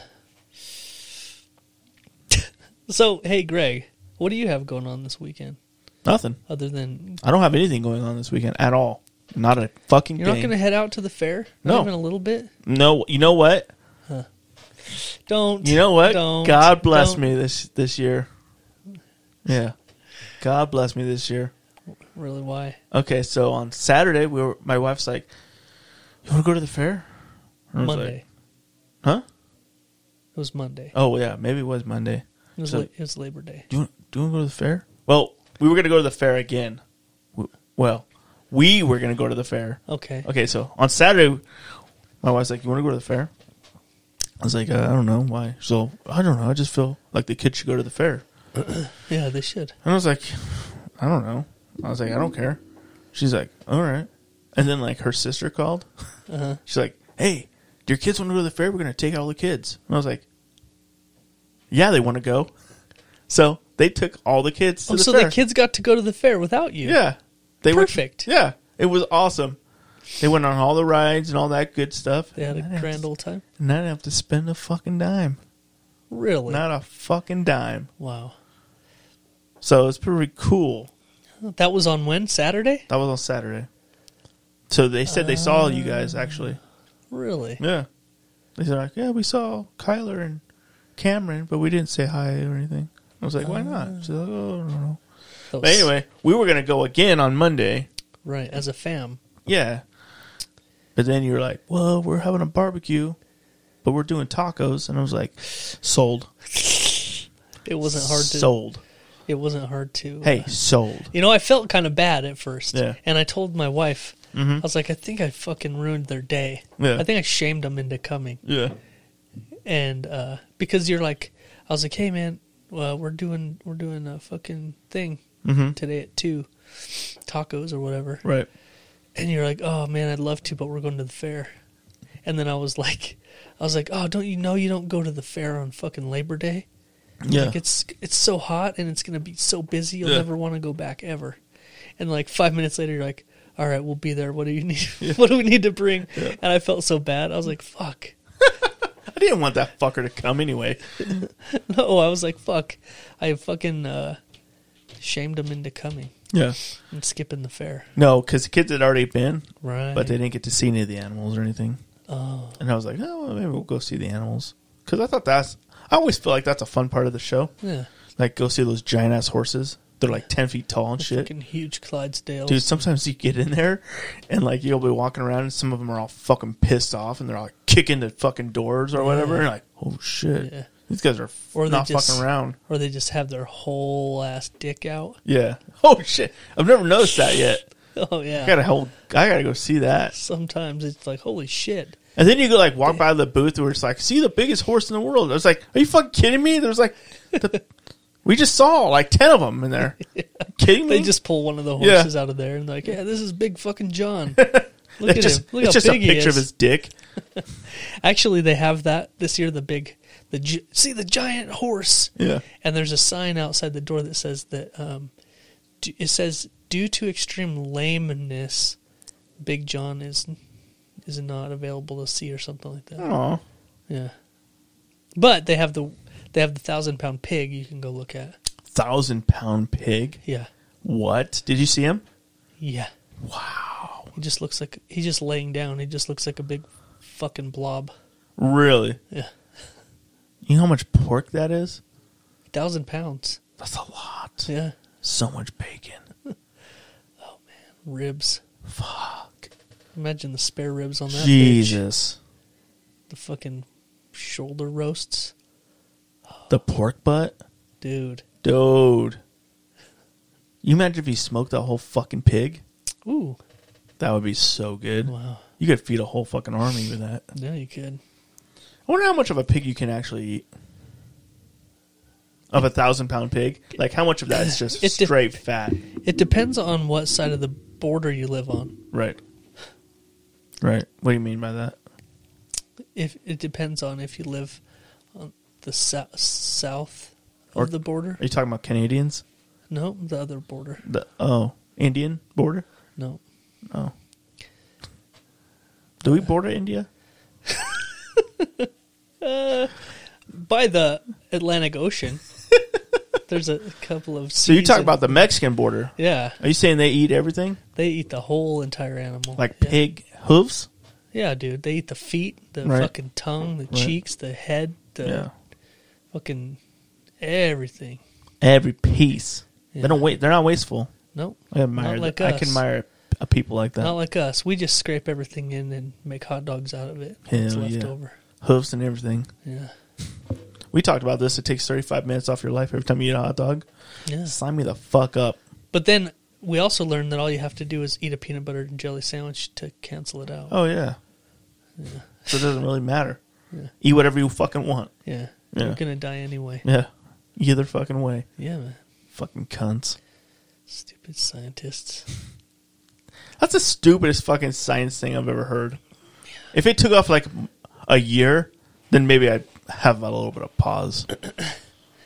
Speaker 3: so, hey, Greg, what do you have going on this weekend
Speaker 2: Nothing.
Speaker 3: other than
Speaker 2: I don't have anything going on this weekend at all. Not a fucking
Speaker 3: you're not
Speaker 2: thing.
Speaker 3: going to head out to the fair?
Speaker 2: No.
Speaker 3: Not even a little bit?
Speaker 2: No, you know what?
Speaker 3: Don't.
Speaker 2: You know what?
Speaker 3: Don't,
Speaker 2: God bless
Speaker 3: don't.
Speaker 2: me this this year. Yeah. God bless me this year.
Speaker 3: Really, why?
Speaker 2: Okay, so on Saturday we were my wife's like, You wanna go to the fair? And I was
Speaker 3: Monday.
Speaker 2: like, huh?
Speaker 3: it was Monday.
Speaker 2: Oh yeah, maybe it was Monday.
Speaker 3: it, was
Speaker 2: so-
Speaker 3: la- it was Labor Day.
Speaker 2: Do you want, do you want to go to the fair? Well, we were gonna go to the fair again. W- Well, we were gonna go to the fair.
Speaker 3: Okay.
Speaker 2: Okay, so on Saturday, my wife's like, "You want to go to the fair?" I was like, uh, "I don't know why." So I don't know. I just feel like the kids should go to the fair.
Speaker 3: Yeah, they should.
Speaker 2: And I was like, "I don't know." I was like, "I don't care." She's like, "All right." And then like her sister called.
Speaker 3: Uh-huh.
Speaker 2: She's like, "Hey, do your kids want to go to the fair? We're gonna take all the kids." And I was like, "Yeah, they want to go." So they took all the kids to
Speaker 3: Oh,
Speaker 2: the
Speaker 3: so
Speaker 2: fair.
Speaker 3: the kids got to go to the fair without you.
Speaker 2: Yeah. They
Speaker 3: Perfect.
Speaker 2: Were, yeah. It was awesome. They went on all the rides and all that good stuff.
Speaker 3: They had
Speaker 2: And I
Speaker 3: a
Speaker 2: didn't
Speaker 3: grand
Speaker 2: have to-
Speaker 3: old time.
Speaker 2: And I didn't have to spend a fucking dime.
Speaker 3: Really?
Speaker 2: Not a fucking dime.
Speaker 3: wow.
Speaker 2: So it's pretty cool.
Speaker 3: That was on when? Saturday? Uh.
Speaker 2: That was on Saturday. So they said they saw you guys actually.
Speaker 3: Really?
Speaker 2: Yeah. They said like, yeah, we saw Kyler and Cameron, but we didn't say hi or anything. I was like, why
Speaker 3: Uh.
Speaker 2: not? She's like, oh, I don't know.
Speaker 3: Those-
Speaker 2: But anyway, we were gonna go again on Monday.
Speaker 3: Right, as a fam.
Speaker 2: Yeah. But then you were like, well, we're having a barbecue, but we're doing tacos, and I was like, sold,
Speaker 3: It wasn't hard to
Speaker 2: sold.
Speaker 3: it wasn't hard to uh,
Speaker 2: Hey, sold.
Speaker 3: You know, I felt kind of bad at first.
Speaker 2: Yeah. Mm-hmm.
Speaker 3: And I told my wife, I was like, I think I fucking ruined their day.
Speaker 2: Yeah.
Speaker 3: I think I shamed them into coming.
Speaker 2: Yeah.
Speaker 3: And uh, because you're like, I was like, hey man, well, we're doing we're doing a fucking thing
Speaker 2: Mm-hmm.
Speaker 3: today at two, tacos or whatever.
Speaker 2: Right.
Speaker 3: And you're like, oh man, I'd love to, but we're going to the fair. And then I was like, I was like, oh, don't you know you don't go to the fair on fucking Labor Day?
Speaker 2: Yeah.
Speaker 3: Like it's it's so hot and it's gonna be so busy you'll
Speaker 2: Yeah.
Speaker 3: never want to go back ever. And like five minutes later, you're like, "All right, we'll be there. What do you need? what do we need to bring?" And I felt so bad. I was like, "Fuck."
Speaker 2: I didn't want that fucker to come anyway.
Speaker 3: No, I was like, "Fuck." I fucking uh, shamed them into coming
Speaker 2: Yeah.
Speaker 3: and skipping the fair.
Speaker 2: No, because the kids had already been,
Speaker 3: Right.
Speaker 2: but they didn't get to see any of the animals or anything. Oh. And I was like, oh, well, maybe we'll go see the animals. Because I thought that's, I always feel like that's a fun part of the show.
Speaker 3: yeah,
Speaker 2: Like, go see those giant ass horses. They're like 10 feet tall and shit.
Speaker 3: fucking huge Clydesdales.
Speaker 2: Dude, sometimes you get in there and like you'll be walking around and some of them are all fucking pissed off and they're like kicking the fucking doors or whatever. And like, oh shit.
Speaker 3: Yeah.
Speaker 2: These guys are f-
Speaker 3: Or they
Speaker 2: not
Speaker 3: just-
Speaker 2: fucking around.
Speaker 3: or they just have their whole ass dick out.
Speaker 2: Yeah. Oh shit. I've never noticed that yet.
Speaker 3: Oh
Speaker 2: I
Speaker 3: yeah.
Speaker 2: gotta whole, I gotta go see that.
Speaker 3: Sometimes it's like, "Holy shit."
Speaker 2: And then you go like walk by the booth where it's like, see the biggest horse in the world. I was like, are you fucking kidding me? There's like, the, we just saw like ten of them in there. Kidding me?
Speaker 3: They just pull one of the
Speaker 2: Mm-hmm. Yeah.
Speaker 3: horses out of there and they're like, yeah, this is big fucking John. Look at
Speaker 2: It's just,
Speaker 3: him. Look
Speaker 2: it's
Speaker 3: how
Speaker 2: just a
Speaker 3: big he
Speaker 2: picture
Speaker 3: is.
Speaker 2: of his dick.
Speaker 3: Actually, they have that this year. The big, the gi- see the giant horse.
Speaker 2: Yeah.
Speaker 3: And there's a sign outside the door that says that um, d- it says due to extreme lameness, Big John is is not available to see or something like that.
Speaker 2: Oh,
Speaker 3: Yeah. But they have the they have the thousand pound pig you can go look at.
Speaker 2: thousand pound pig.
Speaker 3: Yeah.
Speaker 2: What? Did you see him?
Speaker 3: Yeah. Wow. He just looks like he's just laying down. He just looks like a big fucking blob.
Speaker 2: Really?
Speaker 3: Yeah.
Speaker 2: You know how much pork that is?
Speaker 3: Thousand pounds.
Speaker 2: That's a lot.
Speaker 3: Yeah.
Speaker 2: So much bacon.
Speaker 3: Ribs.
Speaker 2: Fuck.
Speaker 3: Imagine the spare ribs on that. bitch.
Speaker 2: Jesus.
Speaker 3: The fucking shoulder roasts.
Speaker 2: The pork butt?
Speaker 3: Dude.
Speaker 2: Dude. You imagine if you smoked that whole fucking pig?
Speaker 3: Ooh.
Speaker 2: That would be so good.
Speaker 3: Wow.
Speaker 2: You could feed a whole fucking army with that. I
Speaker 3: Yeah, you could.
Speaker 2: wonder how much of a pig you can actually eat. Of a thousand pound pig? Like how much of that is just
Speaker 3: It de-
Speaker 2: straight fat?
Speaker 3: It depends on what side of the border you live on.
Speaker 2: Right. Right. What do you mean by that?
Speaker 3: If it depends on if you live on the sou- south of
Speaker 2: Or-
Speaker 3: the border.
Speaker 2: Are you talking about Canadians?
Speaker 3: No, the other border.
Speaker 2: The oh, Indian border?
Speaker 3: No.
Speaker 2: Oh. Do we border India?
Speaker 3: By the Atlantic Ocean. There's a couple of
Speaker 2: So you
Speaker 3: seas
Speaker 2: talk
Speaker 3: and-
Speaker 2: about the Mexican border.
Speaker 3: Yeah,
Speaker 2: Are you saying they eat everything?
Speaker 3: they eat the whole entire animal.
Speaker 2: Like
Speaker 3: yeah.
Speaker 2: pig hooves?
Speaker 3: Yeah, dude, they eat the feet, the
Speaker 2: Right.
Speaker 3: fucking tongue, the cheeks, the head, the
Speaker 2: Yeah.
Speaker 3: fucking everything.
Speaker 2: Every piece. They don't wait they're not wasteful.
Speaker 3: Nope,
Speaker 2: I admire
Speaker 3: Not like
Speaker 2: that. I can
Speaker 3: us.
Speaker 2: admire a people like that.
Speaker 3: not like us. We just scrape everything in and make hot dogs out of it. it's
Speaker 2: Hell
Speaker 3: left
Speaker 2: yeah.
Speaker 3: over.
Speaker 2: hooves and everything.
Speaker 3: Yeah,
Speaker 2: We talked about this. It takes thirty five minutes off your life every time you eat a hot dog.
Speaker 3: yeah.
Speaker 2: Sign me the fuck up.
Speaker 3: But then we also learned that all you have to do is eat a peanut butter and jelly sandwich to cancel it out.
Speaker 2: Oh yeah. So it doesn't really matter.
Speaker 3: Yeah.
Speaker 2: Eat whatever you fucking want.
Speaker 3: Yeah,
Speaker 2: Yeah.
Speaker 3: you're gonna die anyway.
Speaker 2: Yeah. Either fucking way.
Speaker 3: Yeah, man.
Speaker 2: Fucking cunts.
Speaker 3: Stupid scientists.
Speaker 2: That's the stupidest fucking science thing I've ever heard. If it took off like a year, then maybe I'd have a little bit of pause.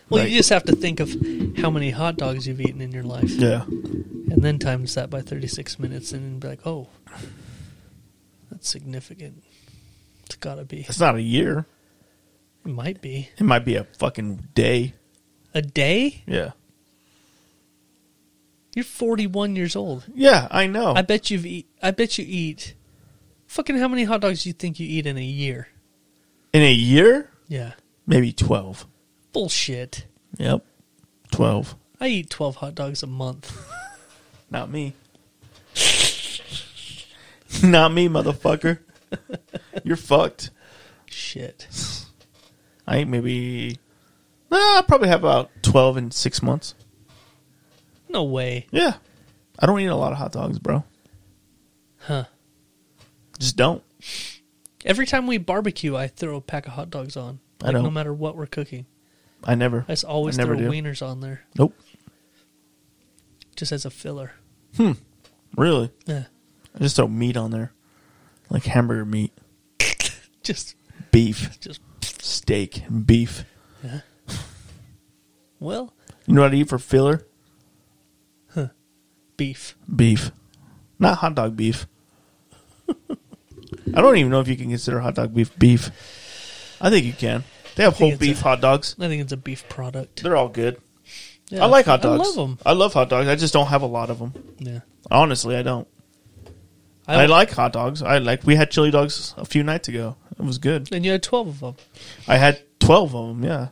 Speaker 3: Well,
Speaker 2: Like-
Speaker 3: you just have to think of how many hot dogs you've eaten in your life.
Speaker 2: Yeah.
Speaker 3: and then times that by 36 minutes and be like oh that's significant it's gotta be
Speaker 2: It's not a year.
Speaker 3: it might be
Speaker 2: It might be a fucking day.
Speaker 3: a day
Speaker 2: Yeah.
Speaker 3: you're 41 years old
Speaker 2: Yeah, I know.
Speaker 3: i bet you've eat i bet you eat Fucking how many hot dogs do you think you eat in a year?
Speaker 2: In a year,
Speaker 3: Yeah.
Speaker 2: maybe twelve.
Speaker 3: Bullshit.
Speaker 2: Yep, twelve.
Speaker 3: I eat 12 hot dogs a month.
Speaker 2: Not me. Not me, motherfucker. You're fucked.
Speaker 3: Shit.
Speaker 2: I ate maybe. Nah, I probably have about twelve in six months.
Speaker 3: No way.
Speaker 2: Yeah, I don't eat a lot of hot dogs, bro.
Speaker 3: Huh.
Speaker 2: Just don't.
Speaker 3: Every time we barbecue, I throw a pack of hot dogs on.
Speaker 2: I
Speaker 3: Like, no
Speaker 2: don't.
Speaker 3: matter what we're cooking.
Speaker 2: I never.
Speaker 3: I just always
Speaker 2: I
Speaker 3: throw
Speaker 2: never do.
Speaker 3: wieners on there
Speaker 2: Nope.
Speaker 3: just as a filler.
Speaker 2: Really.
Speaker 3: Yeah.
Speaker 2: I just throw meat on there, like hamburger meat,
Speaker 3: Just,
Speaker 2: beef,
Speaker 3: just,
Speaker 2: steak, and beef.
Speaker 3: well,
Speaker 2: You know what I eat for filler?
Speaker 3: beef.
Speaker 2: Beef, not hot dog beef. I don't even know if you can consider hot dog beef beef. I think you can. They have
Speaker 3: think
Speaker 2: whole
Speaker 3: it's
Speaker 2: beef
Speaker 3: a-
Speaker 2: hot dogs.
Speaker 3: I think it's a beef product.
Speaker 2: They're all good.
Speaker 3: Yeah.
Speaker 2: I like hot dogs.
Speaker 3: I love them.
Speaker 2: I love hot dogs. I just don't have a lot of them.
Speaker 3: Yeah.
Speaker 2: Honestly, I don't. I, like hot dogs. I like. We had chili dogs a few nights ago. It was good.
Speaker 3: And you had 12 of them.
Speaker 2: I had twelve of them. Yeah,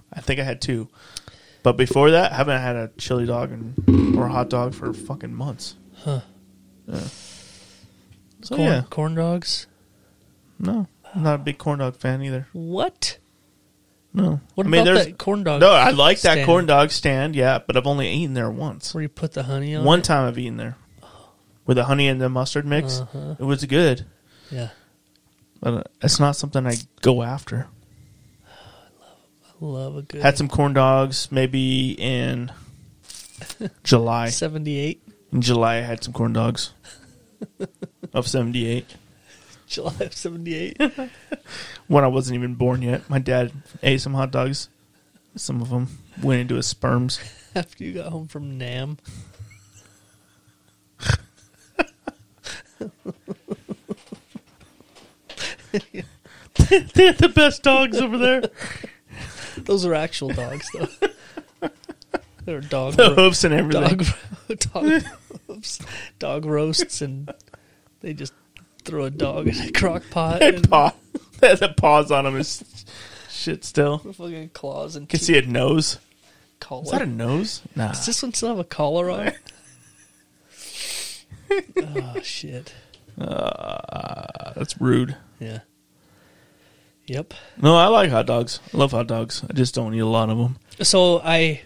Speaker 2: I think I had two. But before that, I haven't had a chili dog and, or a hot dog for fucking months.
Speaker 3: Huh.
Speaker 2: Yeah. So
Speaker 3: corn,
Speaker 2: yeah,
Speaker 3: corn dogs.
Speaker 2: no, I'm not a big corn dog fan either.
Speaker 3: What?
Speaker 2: No,
Speaker 3: What
Speaker 2: I mean,
Speaker 3: about
Speaker 2: there's
Speaker 3: that corn dog?
Speaker 2: no. I like that
Speaker 3: stand
Speaker 2: corn dog stand. Yeah, but I've only eaten there once.
Speaker 3: Where you put the honey on?
Speaker 2: One
Speaker 3: it?
Speaker 2: time I've eaten there with the honey and the mustard mix.
Speaker 3: Uh-huh.
Speaker 2: It was good,
Speaker 3: Yeah.
Speaker 2: but uh, it's not something I go after.
Speaker 3: Love a good
Speaker 2: Had some corn dogs maybe in July.
Speaker 3: 78
Speaker 2: In July, I had some corn dogs of 78
Speaker 3: July of 78.
Speaker 2: when I wasn't even born yet. My dad ate some hot dogs. Some of them went into his sperms.
Speaker 3: after you got home from Nam.
Speaker 2: They're the best dogs over there.
Speaker 3: Those are actual dogs, though. They're dog
Speaker 2: The
Speaker 3: ro-
Speaker 2: hoofs and everything.
Speaker 3: dog ro- dog roasts, dog roasts, and they just throw a dog in a crock pot
Speaker 2: They
Speaker 3: and
Speaker 2: paw. They had the paws on him. Is shit still.
Speaker 3: fucking claws and
Speaker 2: Can see a nose.
Speaker 3: collar.
Speaker 2: Is that a nose? Nah.
Speaker 3: Does this one still have a collar on? it? oh shit!
Speaker 2: That's rude.
Speaker 3: Yeah. Yep.
Speaker 2: No, I like hot dogs. I love hot dogs. I just don't eat a lot of them.
Speaker 3: So I,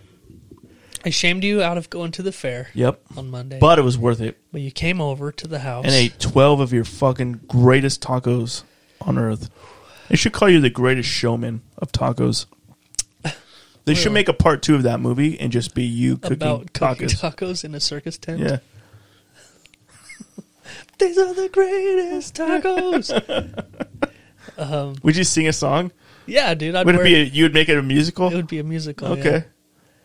Speaker 3: I shamed you out of going to the fair
Speaker 2: Yep.
Speaker 3: on Monday,
Speaker 2: But it was worth it.
Speaker 3: But you came over to the house
Speaker 2: and ate 12 of your fucking greatest tacos on earth. They should call you the greatest showman of tacos. They should
Speaker 3: Really?
Speaker 2: make a part two of that movie and just be you cooking
Speaker 3: about cooking
Speaker 2: tacos.
Speaker 3: tacos. in a circus tent.
Speaker 2: yeah.
Speaker 3: These are the greatest tacos.
Speaker 2: Would you sing a song?
Speaker 3: yeah, dude. I'd
Speaker 2: Would it
Speaker 3: wear,
Speaker 2: be a, you would make it a musical?
Speaker 3: it would be oh, a musical.
Speaker 2: okay.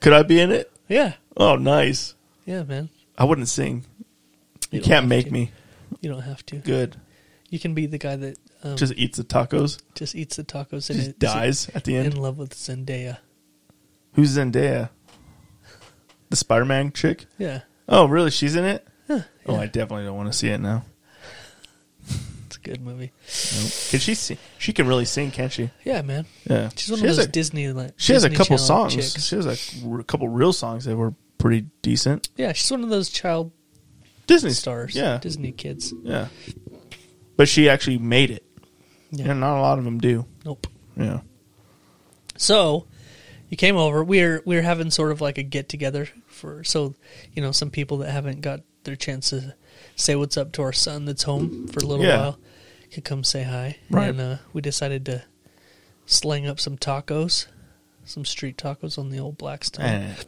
Speaker 2: Could I be in it?
Speaker 3: Yeah.
Speaker 2: Oh, nice.
Speaker 3: Yeah, yeah man.
Speaker 2: I wouldn't sing. You,
Speaker 3: don't
Speaker 2: can't
Speaker 3: have
Speaker 2: make
Speaker 3: to.
Speaker 2: me
Speaker 3: You don't have to.
Speaker 2: good.
Speaker 3: You can be the guy that um, just,
Speaker 2: Just eats the tacos.
Speaker 3: eats the tacos and is
Speaker 2: Just dies at the
Speaker 3: in
Speaker 2: end.
Speaker 3: love with Zendaya.
Speaker 2: Who's Zendaya? The Spider-Man chick?
Speaker 3: Yeah,
Speaker 2: Oh, really? She's in it? Oh, I definitely don't want to see it now.
Speaker 3: it's a good movie.
Speaker 2: Can she sing? She can really sing, can't she?
Speaker 3: Yeah, man.
Speaker 2: Yeah.
Speaker 3: She's one
Speaker 2: she has
Speaker 3: of those
Speaker 2: a,
Speaker 3: Disneyland.
Speaker 2: She has a
Speaker 3: Disney
Speaker 2: couple
Speaker 3: Channel
Speaker 2: songs.
Speaker 3: chicks.
Speaker 2: She has a r- couple real songs that were pretty decent.
Speaker 3: Yeah, she's one of those child
Speaker 2: Disney
Speaker 3: stars.
Speaker 2: Yeah.
Speaker 3: Disney kids.
Speaker 2: Yeah. But she actually made it.
Speaker 3: Yeah.
Speaker 2: Yeah. not a lot of them do.
Speaker 3: Nope.
Speaker 2: Yeah.
Speaker 3: So you came over. We're we're having sort of like a get together for so you know some people that haven't got their chance to say what's up to our son that's home for a little
Speaker 2: Yeah.
Speaker 3: while could come say hi.
Speaker 2: Right.
Speaker 3: And uh, we decided to sling up some tacos, some street tacos on the old Blackstone.
Speaker 2: And, Eh.